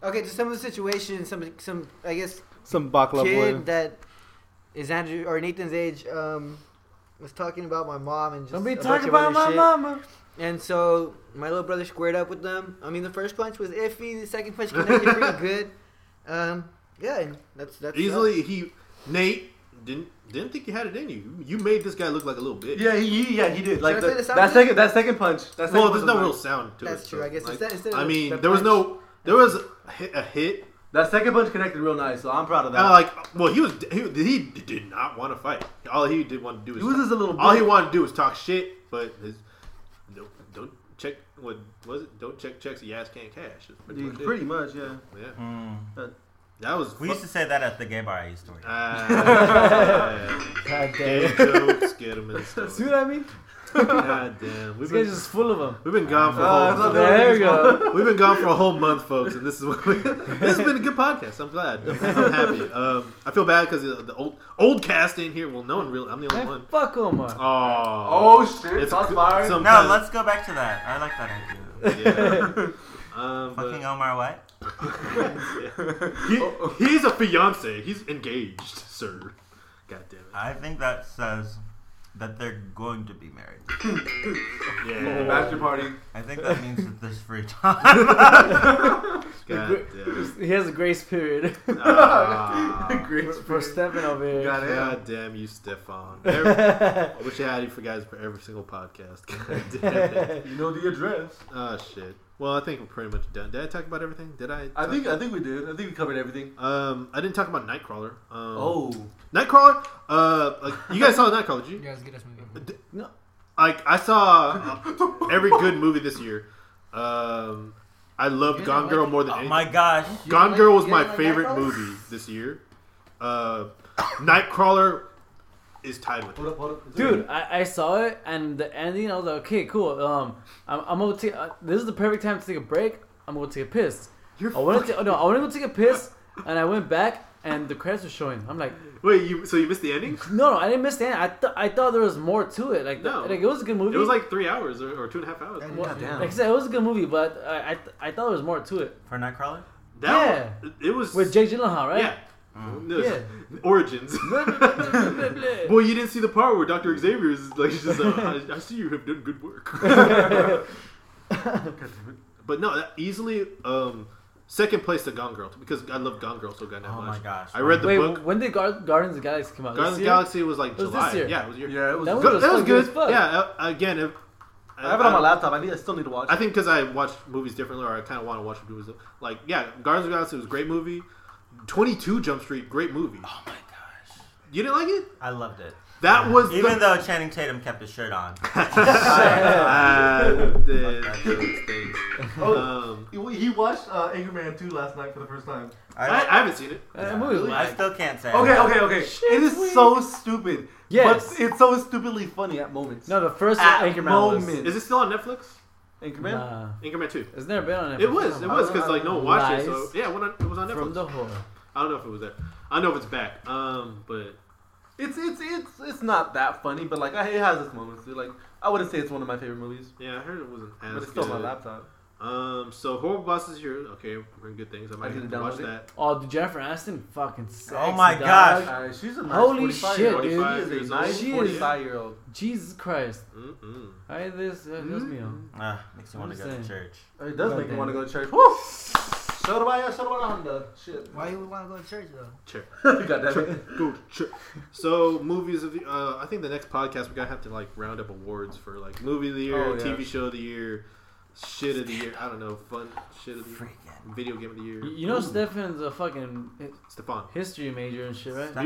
[SPEAKER 6] Okay, just some of the situation, some some I guess
[SPEAKER 5] Some baklava.
[SPEAKER 6] kid that is Andrew or Nathan's age um, was talking about my mom and just
[SPEAKER 4] Don't be
[SPEAKER 6] a bunch
[SPEAKER 4] talking
[SPEAKER 6] of
[SPEAKER 4] about
[SPEAKER 6] other
[SPEAKER 4] my
[SPEAKER 6] shit.
[SPEAKER 4] mama.
[SPEAKER 6] And so my little brother squared up with them. I mean, the first punch was iffy. The second punch connected pretty good. Um, yeah, and that's that's
[SPEAKER 1] Easily, he Nate didn't didn't think you had it in you. You made this guy look like a little bitch.
[SPEAKER 5] Yeah, he, he- yeah, he did. Like
[SPEAKER 6] Should I
[SPEAKER 5] the,
[SPEAKER 6] say the sound
[SPEAKER 5] that
[SPEAKER 6] clip?
[SPEAKER 5] second, that second punch. That second
[SPEAKER 1] Well,
[SPEAKER 5] punch
[SPEAKER 1] there's
[SPEAKER 5] was
[SPEAKER 1] no real
[SPEAKER 5] nice.
[SPEAKER 1] sound to it.
[SPEAKER 6] That's true,
[SPEAKER 1] so,
[SPEAKER 6] I guess.
[SPEAKER 1] like,
[SPEAKER 6] Instead- instead of
[SPEAKER 1] I
[SPEAKER 6] the-
[SPEAKER 1] mean,
[SPEAKER 6] the
[SPEAKER 1] there was
[SPEAKER 6] punch-
[SPEAKER 1] no, there was a hit, a hit
[SPEAKER 5] That second punch connected real nice, so I'm proud of that.
[SPEAKER 1] and I like, well, he was he, he did not want to fight. All he did want to do
[SPEAKER 5] he was
[SPEAKER 1] is
[SPEAKER 5] just a little.
[SPEAKER 1] all he
[SPEAKER 5] bit-
[SPEAKER 1] wanted to do was talk shit. But his don't, don't check what was it? Don't check checks. The ass can't cash. That's pretty
[SPEAKER 5] Yeah,
[SPEAKER 1] much it.
[SPEAKER 5] pretty much, yeah.
[SPEAKER 1] Yeah,
[SPEAKER 3] Hmm.
[SPEAKER 1] that was.
[SPEAKER 3] We used to say that at the gay bar I used to work. at.
[SPEAKER 1] Ah,
[SPEAKER 4] God
[SPEAKER 1] Gay
[SPEAKER 4] damn.
[SPEAKER 1] jokes get him in the
[SPEAKER 4] See
[SPEAKER 1] stomach.
[SPEAKER 4] what I mean?
[SPEAKER 1] God damn, we've
[SPEAKER 4] This
[SPEAKER 1] been
[SPEAKER 4] guy's just full of them.
[SPEAKER 1] we've been gone for
[SPEAKER 5] Uh,
[SPEAKER 1] a
[SPEAKER 5] it's
[SPEAKER 1] whole
[SPEAKER 5] not
[SPEAKER 4] There you go.
[SPEAKER 1] We've been gone for a whole month, folks, and this is what we, this has been a good podcast. I'm glad. I'm, I'm happy. Um, I feel bad because the, the old old cast in here. Well, no one really. I'm the only
[SPEAKER 4] Man,
[SPEAKER 1] one.
[SPEAKER 4] fuck Omar.
[SPEAKER 1] Oh,
[SPEAKER 5] Oh shit! It's on fire.
[SPEAKER 1] Some
[SPEAKER 3] No, let's go back to that. I like that idea.
[SPEAKER 1] Yeah. Um,
[SPEAKER 3] Fucking
[SPEAKER 1] but,
[SPEAKER 3] Omar White.
[SPEAKER 1] he, he's a fiance. He's engaged, sir. God damn it.
[SPEAKER 3] I think that says that they're going to be married.
[SPEAKER 1] Yeah. Oh.
[SPEAKER 5] Bachelor party.
[SPEAKER 3] I think that means that there's free time.
[SPEAKER 1] God damn.
[SPEAKER 4] He has a grace period
[SPEAKER 1] it. Ah.
[SPEAKER 5] Great.
[SPEAKER 4] for stepping over here.
[SPEAKER 5] Got it.
[SPEAKER 1] God damn you, Stefan. Every- I wish I had you for guys for every single podcast. God damn it.
[SPEAKER 5] You know the address.
[SPEAKER 1] Oh shit. Well, I think we're pretty much done. Did I talk about everything? Did I?
[SPEAKER 5] I
[SPEAKER 1] talk-
[SPEAKER 5] think I think we did. I think we covered everything.
[SPEAKER 1] Um, I didn't talk about Nightcrawler. Um,
[SPEAKER 5] Oh,
[SPEAKER 1] Nightcrawler. Uh, like, you guys saw Nightcrawler, did you?
[SPEAKER 2] guys get us moving.
[SPEAKER 1] Like I saw uh, every good movie this year. Um, I loved
[SPEAKER 6] You
[SPEAKER 1] Gone
[SPEAKER 6] didn't
[SPEAKER 1] Girl
[SPEAKER 6] like-
[SPEAKER 1] more than
[SPEAKER 3] oh
[SPEAKER 1] anything.
[SPEAKER 3] my gosh.
[SPEAKER 6] You
[SPEAKER 1] Gone
[SPEAKER 6] didn't
[SPEAKER 1] Girl
[SPEAKER 6] like-
[SPEAKER 1] was
[SPEAKER 6] you
[SPEAKER 1] my
[SPEAKER 6] didn't like
[SPEAKER 1] favorite
[SPEAKER 6] Nightcrawler?
[SPEAKER 1] movie this year. Uh, Nightcrawler is tied with. it.
[SPEAKER 5] hold up, hold up, It's
[SPEAKER 4] Dude, I, I saw it and the ending. I was like, okay, cool. Um, I'm, I'm gonna take. Uh, this is the perfect time to take a break. I'm gonna take a piss.
[SPEAKER 1] You're
[SPEAKER 4] I went to, no, I went to go take a piss, and I went back, and the credits were showing. I'm like,
[SPEAKER 1] Wait, you so you missed the ending?
[SPEAKER 4] no, no, I didn't miss the end. I, th- I thought there was more to it. Like, the-
[SPEAKER 1] No.
[SPEAKER 4] like it was a good movie.
[SPEAKER 1] It was like three hours or, or two and a half hours.
[SPEAKER 6] And-
[SPEAKER 4] Well,
[SPEAKER 5] Goddamn.
[SPEAKER 4] like I said, it was a good movie, but I I, th- I thought there was more to it.
[SPEAKER 3] For Nightcrawler?
[SPEAKER 1] That one- it was
[SPEAKER 4] With Jake Gyllenhaal, right?
[SPEAKER 1] Yeah.
[SPEAKER 6] Mm.
[SPEAKER 1] No, it's-
[SPEAKER 4] Yeah.
[SPEAKER 1] Origins.
[SPEAKER 4] Yeah.
[SPEAKER 1] Well, you didn't see the part where Doctor Xavier is like, she's just, uh, I, I see you have done good work. but no, that easily um, second place to Gone Girl because I love Gone Girl so goddamn
[SPEAKER 3] Oh
[SPEAKER 1] much.
[SPEAKER 3] my gosh.
[SPEAKER 1] I read the
[SPEAKER 4] Wait,
[SPEAKER 1] book.
[SPEAKER 4] when did Gar- Guardians of the Galaxy come out?
[SPEAKER 1] Guardians of the
[SPEAKER 4] This year?
[SPEAKER 1] Galaxy was like
[SPEAKER 4] was this
[SPEAKER 1] July.
[SPEAKER 4] year.
[SPEAKER 1] Yeah, it was your.
[SPEAKER 5] Oh, Yeah, it was.
[SPEAKER 4] That
[SPEAKER 5] good.
[SPEAKER 4] one
[SPEAKER 1] Good.
[SPEAKER 4] was
[SPEAKER 1] That was
[SPEAKER 4] so good
[SPEAKER 1] good.
[SPEAKER 4] as fuck.
[SPEAKER 1] Yeah. uh, again, if,
[SPEAKER 5] I have it on my laptop. I need. I still need to watch.
[SPEAKER 1] I think because I watch movies differently, or I kind of want to watch movies. di- Like, yeah, Guardians of the Galaxy was a great movie. Twenty Two Jump Street, great movie.
[SPEAKER 3] Oh my gosh.
[SPEAKER 1] You didn't like it?
[SPEAKER 3] I loved it.
[SPEAKER 1] That was the-
[SPEAKER 3] Even though Channing Tatum kept his shirt on.
[SPEAKER 1] Ah, the-
[SPEAKER 3] Fuck that
[SPEAKER 1] those things.
[SPEAKER 5] Oh,
[SPEAKER 1] Um,
[SPEAKER 5] he he watched uh, Anchorman 2 last night for the first time.
[SPEAKER 1] I,
[SPEAKER 3] I,
[SPEAKER 1] I haven't seen it.
[SPEAKER 4] That movie was
[SPEAKER 3] I
[SPEAKER 4] whack.
[SPEAKER 3] still can't say.
[SPEAKER 5] Okay, okay, okay. it is so stupid.
[SPEAKER 4] Yes.
[SPEAKER 5] But it's so stupidly funny at moments.
[SPEAKER 4] No, the first
[SPEAKER 5] At
[SPEAKER 4] Anchorman
[SPEAKER 5] moment.
[SPEAKER 1] Is it still on Netflix?
[SPEAKER 4] was.
[SPEAKER 5] Anchorman?
[SPEAKER 4] Nah.
[SPEAKER 1] Anchorman Two.
[SPEAKER 4] It's never been on Netflix.
[SPEAKER 1] It was. It was because like no one watched it. So
[SPEAKER 4] Lies.
[SPEAKER 1] yeah, it went on- it was on
[SPEAKER 4] From
[SPEAKER 1] Netflix.
[SPEAKER 4] the horror.
[SPEAKER 1] I don't know if it was there. I don't know if it's back. Um, but
[SPEAKER 5] It's it's it's it's not that funny, but like I, it has its moments. Dude. Like I wouldn't say it's one of my favorite movies,
[SPEAKER 1] yeah, I heard it wasn't as
[SPEAKER 5] but it's still on
[SPEAKER 1] good.
[SPEAKER 5] my laptop.
[SPEAKER 1] Um, so horrible bosses here. Okay, bring good things. I might
[SPEAKER 5] I
[SPEAKER 1] have
[SPEAKER 5] did it
[SPEAKER 1] to watch
[SPEAKER 5] download it.
[SPEAKER 1] that.
[SPEAKER 4] Oh, the Jennifer Aniston, fucking sexy.
[SPEAKER 3] Oh my
[SPEAKER 4] dog.
[SPEAKER 3] gosh.
[SPEAKER 5] Uh, she's a nice
[SPEAKER 4] Holy
[SPEAKER 5] 45
[SPEAKER 4] shit,
[SPEAKER 5] year
[SPEAKER 4] dude.
[SPEAKER 5] old. She is a nice
[SPEAKER 4] She is-
[SPEAKER 5] 45 year old.
[SPEAKER 4] Jesus Christ!
[SPEAKER 1] Mm-mm.
[SPEAKER 4] I this uh, mm
[SPEAKER 1] Mm-hmm.
[SPEAKER 4] me up.
[SPEAKER 3] Ah, makes me want to go
[SPEAKER 4] Understand.
[SPEAKER 3] to church.
[SPEAKER 5] It does
[SPEAKER 4] Right
[SPEAKER 5] make me
[SPEAKER 4] there.
[SPEAKER 5] want to go to church. Woo! So do I, so do I, Honda. Shit.
[SPEAKER 6] Why you would want to go to church though?
[SPEAKER 1] Sure.
[SPEAKER 5] God damn it.
[SPEAKER 1] Go sure. So movies of the. Uh, I think the next podcast we're gonna have to like round up awards for like movie of the year,
[SPEAKER 5] Oh, yeah.
[SPEAKER 1] TV show of the year, shit of the year. I don't know, fun shit of the year,
[SPEAKER 3] Freaking.
[SPEAKER 1] video game of the year.
[SPEAKER 4] You you know Stefan's a fucking hi-
[SPEAKER 1] Stefan,
[SPEAKER 4] history major and shit, right?
[SPEAKER 1] Stefan.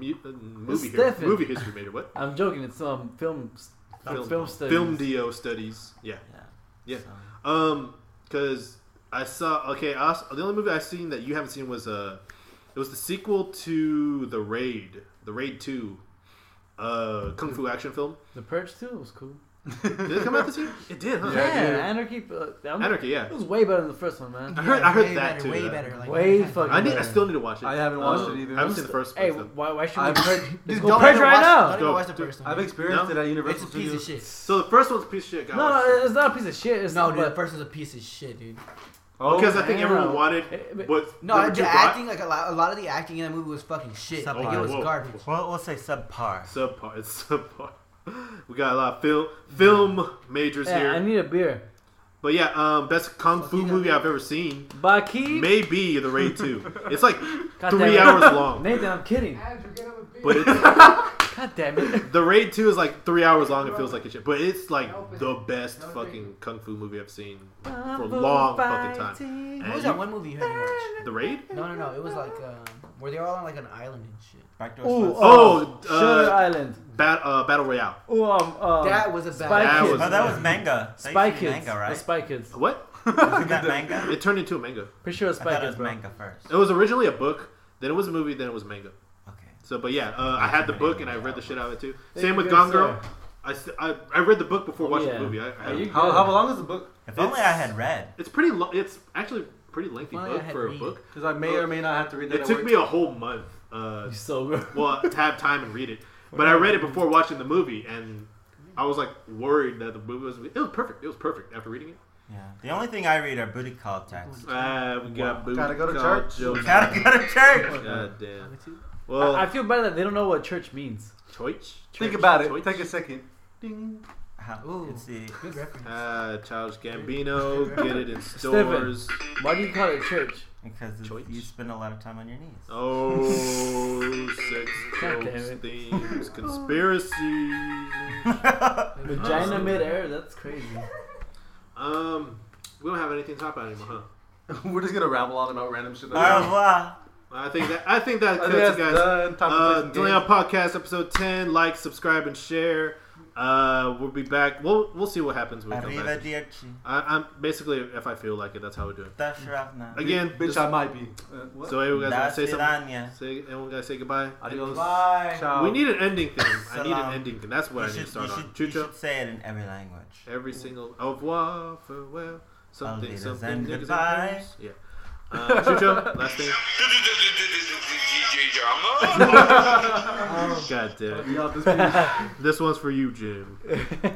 [SPEAKER 1] Use- mu-
[SPEAKER 3] Stefan.
[SPEAKER 1] uh, movie here,
[SPEAKER 4] Stefan.
[SPEAKER 1] movie history major. What?
[SPEAKER 4] I'm joking. It's um film s-
[SPEAKER 1] Film-
[SPEAKER 4] film, studies.
[SPEAKER 1] Film do studies. Yeah.
[SPEAKER 3] Yeah.
[SPEAKER 1] Yeah.
[SPEAKER 3] So,
[SPEAKER 1] Um, because I saw okay, I also, the only movie I've seen that you haven't seen was uh, it was the sequel to The Raid, The Raid Two, uh, kung fu action film.
[SPEAKER 4] The Purge too was cool.
[SPEAKER 1] Did it come out this year? It did, huh?
[SPEAKER 4] Yeah,
[SPEAKER 5] dude.
[SPEAKER 4] Anarchy. Uh, that one-
[SPEAKER 1] Anarchy, yeah.
[SPEAKER 4] It was way better than the first one, man.
[SPEAKER 1] I heard- I heard that
[SPEAKER 6] way better,
[SPEAKER 1] too,
[SPEAKER 6] Way
[SPEAKER 1] though.
[SPEAKER 6] better. Like,
[SPEAKER 4] Way
[SPEAKER 6] every time.
[SPEAKER 4] fucking-
[SPEAKER 1] I need, I still need to watch it.
[SPEAKER 5] I haven't watched
[SPEAKER 1] Um,
[SPEAKER 5] it either.
[SPEAKER 1] I haven't seen the first
[SPEAKER 4] Hey,
[SPEAKER 1] one. so-
[SPEAKER 4] why, why should we
[SPEAKER 5] I've-
[SPEAKER 4] purge?
[SPEAKER 6] Dude,
[SPEAKER 4] Just
[SPEAKER 6] don't
[SPEAKER 4] go purge
[SPEAKER 6] even
[SPEAKER 4] right
[SPEAKER 6] watch-
[SPEAKER 4] now.
[SPEAKER 6] Don't even
[SPEAKER 1] Go.
[SPEAKER 6] watch the first one.
[SPEAKER 5] I've experienced
[SPEAKER 1] No?
[SPEAKER 5] it at Universal
[SPEAKER 6] It's a piece
[SPEAKER 5] Studios.
[SPEAKER 6] of shit.
[SPEAKER 1] So the first one's a piece of shit.
[SPEAKER 4] No,
[SPEAKER 1] Guys.
[SPEAKER 4] no, it's not a piece of shit. It's
[SPEAKER 6] No,
[SPEAKER 4] not,
[SPEAKER 6] dude, the
[SPEAKER 4] but-
[SPEAKER 6] first one's a piece of shit, dude.
[SPEAKER 5] Oh,
[SPEAKER 1] because I think
[SPEAKER 4] damn.
[SPEAKER 1] everyone wanted
[SPEAKER 4] It- it-
[SPEAKER 1] what
[SPEAKER 6] No,
[SPEAKER 1] number
[SPEAKER 6] the
[SPEAKER 1] two got.
[SPEAKER 6] acting, like a lot, a lot of the acting in that movie was fucking shit.
[SPEAKER 3] Subpar.
[SPEAKER 6] Like, it was
[SPEAKER 1] Whoa.
[SPEAKER 6] garbage.
[SPEAKER 3] Well, we'll say subpar.
[SPEAKER 1] subpar. It's subpar. We got a lot of film film majors
[SPEAKER 4] yeah,
[SPEAKER 1] here,
[SPEAKER 4] eh, I need a beer.
[SPEAKER 1] but yeah, um, best kung
[SPEAKER 6] Fuck
[SPEAKER 1] fu
[SPEAKER 6] you,
[SPEAKER 1] movie
[SPEAKER 6] Nathan.
[SPEAKER 1] I've ever seen,
[SPEAKER 4] Baki.
[SPEAKER 1] maybe The Raid Two. It's like
[SPEAKER 4] God damn
[SPEAKER 1] three
[SPEAKER 4] it.
[SPEAKER 1] hours long,
[SPEAKER 4] Nathan, I'm kidding.
[SPEAKER 1] but it's
[SPEAKER 4] God damn it.
[SPEAKER 1] The Raid 2 is like three hours long. It feels like it should, but it's like the best fucking kung fu movie I've seen for a long fucking time.
[SPEAKER 6] What
[SPEAKER 1] And
[SPEAKER 6] was that
[SPEAKER 1] you-
[SPEAKER 6] one movie you had to watch?
[SPEAKER 1] The Raid?
[SPEAKER 6] No, no, no. It was like, um, where they were all on like an island and shit.
[SPEAKER 3] Back to us.
[SPEAKER 4] Ooh,
[SPEAKER 3] oh,
[SPEAKER 4] oh,
[SPEAKER 1] Oh,
[SPEAKER 4] Shutter
[SPEAKER 1] uh,
[SPEAKER 4] Island.
[SPEAKER 1] Bat, uh, Battle Royale.
[SPEAKER 4] Ooh, um, um,
[SPEAKER 6] that was a bad.
[SPEAKER 4] Spy
[SPEAKER 1] That
[SPEAKER 4] Kids.
[SPEAKER 1] was-
[SPEAKER 3] that was manga. That
[SPEAKER 4] Spy
[SPEAKER 3] used to be
[SPEAKER 4] Kids.
[SPEAKER 3] Manga,
[SPEAKER 4] The
[SPEAKER 3] right?
[SPEAKER 4] Spy Kids.
[SPEAKER 1] What?
[SPEAKER 3] Wasn't that manga?
[SPEAKER 1] It turned into a manga.
[SPEAKER 4] Pretty sure it
[SPEAKER 3] I
[SPEAKER 4] was Spy
[SPEAKER 3] thought it was
[SPEAKER 4] Kids, bro.
[SPEAKER 3] manga first.
[SPEAKER 1] It was originally a book, then it was a movie, then it was manga.
[SPEAKER 3] Okay.
[SPEAKER 1] So, but yeah, uh, I had the book and I read the shit out of it too.
[SPEAKER 4] Thank
[SPEAKER 1] Same
[SPEAKER 4] you,
[SPEAKER 1] with
[SPEAKER 4] good
[SPEAKER 1] Gone
[SPEAKER 4] sir.
[SPEAKER 1] Girl. I, s- I, I read the book before
[SPEAKER 4] Oh,
[SPEAKER 1] watching
[SPEAKER 4] yeah.
[SPEAKER 1] the movie. I, I,
[SPEAKER 4] Are you
[SPEAKER 5] How,
[SPEAKER 4] good?
[SPEAKER 5] how long is the book?
[SPEAKER 3] If only I had read.
[SPEAKER 1] it's pretty. Lo- it's actually a pretty lengthy
[SPEAKER 6] If only I
[SPEAKER 1] book
[SPEAKER 6] had
[SPEAKER 1] for a
[SPEAKER 6] read.
[SPEAKER 1] book.
[SPEAKER 5] Because I may or may not have to read that.
[SPEAKER 1] It
[SPEAKER 5] at
[SPEAKER 1] took
[SPEAKER 5] work.
[SPEAKER 1] me a whole month. Uh,
[SPEAKER 4] You're so good.
[SPEAKER 1] well, to have time and read it. But I read it before watching the movie, and I was like worried that the movie was. It was perfect. It was perfect after reading it.
[SPEAKER 3] Yeah. The only thing I read are booty call texts.
[SPEAKER 1] Uh, we got boob
[SPEAKER 5] Gotta go to
[SPEAKER 1] call
[SPEAKER 5] church.
[SPEAKER 1] jokes.
[SPEAKER 3] Gotta go to church.
[SPEAKER 1] God damn. Well,
[SPEAKER 4] I, I feel bad that they don't know what church means.
[SPEAKER 1] choich.
[SPEAKER 5] Think
[SPEAKER 1] Church?
[SPEAKER 5] about it.
[SPEAKER 1] Choich?
[SPEAKER 5] Take a second. Ding.
[SPEAKER 3] How-
[SPEAKER 6] Ooh.
[SPEAKER 3] It's the
[SPEAKER 6] Good reference.
[SPEAKER 1] Uh, Childish Gambino, get it in stores.
[SPEAKER 4] Why do you call it church?
[SPEAKER 3] because it's-
[SPEAKER 1] Choice.
[SPEAKER 3] you spend a lot of time on your knees.
[SPEAKER 1] Oh, sex
[SPEAKER 4] God damn
[SPEAKER 1] jokes,
[SPEAKER 4] it.
[SPEAKER 1] themes, conspiracies.
[SPEAKER 4] Vagina midair? That's crazy.
[SPEAKER 1] Um, we don't have anything to talk about anymore, huh?
[SPEAKER 5] We're just gonna ramble on about random shit.
[SPEAKER 3] Au revoir.
[SPEAKER 1] I think that I think that
[SPEAKER 5] I
[SPEAKER 1] cuts
[SPEAKER 5] think
[SPEAKER 1] it,
[SPEAKER 5] that's
[SPEAKER 1] guys.
[SPEAKER 5] done. Time to play
[SPEAKER 1] Uh,
[SPEAKER 5] some
[SPEAKER 1] Delay
[SPEAKER 5] games.
[SPEAKER 1] on podcast episode ten. Like, subscribe, and share. Uh, we'll be back. We'll we'll see what happens when we come back.
[SPEAKER 3] Arrivederci.
[SPEAKER 1] I, I'm basically if I feel like it, that's how we do it.
[SPEAKER 3] That's Ravna.
[SPEAKER 1] Again,
[SPEAKER 5] bitch,
[SPEAKER 1] just-
[SPEAKER 5] I might be. Uh, what?
[SPEAKER 1] so everyone guys
[SPEAKER 3] That's
[SPEAKER 1] want to say something.
[SPEAKER 3] Irania.
[SPEAKER 1] Say anyone guys say goodbye.
[SPEAKER 5] Adios.
[SPEAKER 3] Bye.
[SPEAKER 5] Ciao.
[SPEAKER 1] we need an ending thing. I need an
[SPEAKER 3] Salam.
[SPEAKER 1] ending thing. That's what I
[SPEAKER 3] You
[SPEAKER 1] need to
[SPEAKER 3] should,
[SPEAKER 1] start
[SPEAKER 3] you,
[SPEAKER 1] on.
[SPEAKER 3] should, you
[SPEAKER 1] Chucho,
[SPEAKER 3] should say it in every language.
[SPEAKER 1] every single au revoir, farewell, something,
[SPEAKER 3] Alvidas
[SPEAKER 1] something,
[SPEAKER 3] and
[SPEAKER 1] niggas and
[SPEAKER 3] goodbye.
[SPEAKER 1] pimps. Yeah. Uh, Chucho, last thing.
[SPEAKER 7] DJ Drama.
[SPEAKER 1] God damn.
[SPEAKER 5] Yeah, this
[SPEAKER 1] This one's for you, Jim.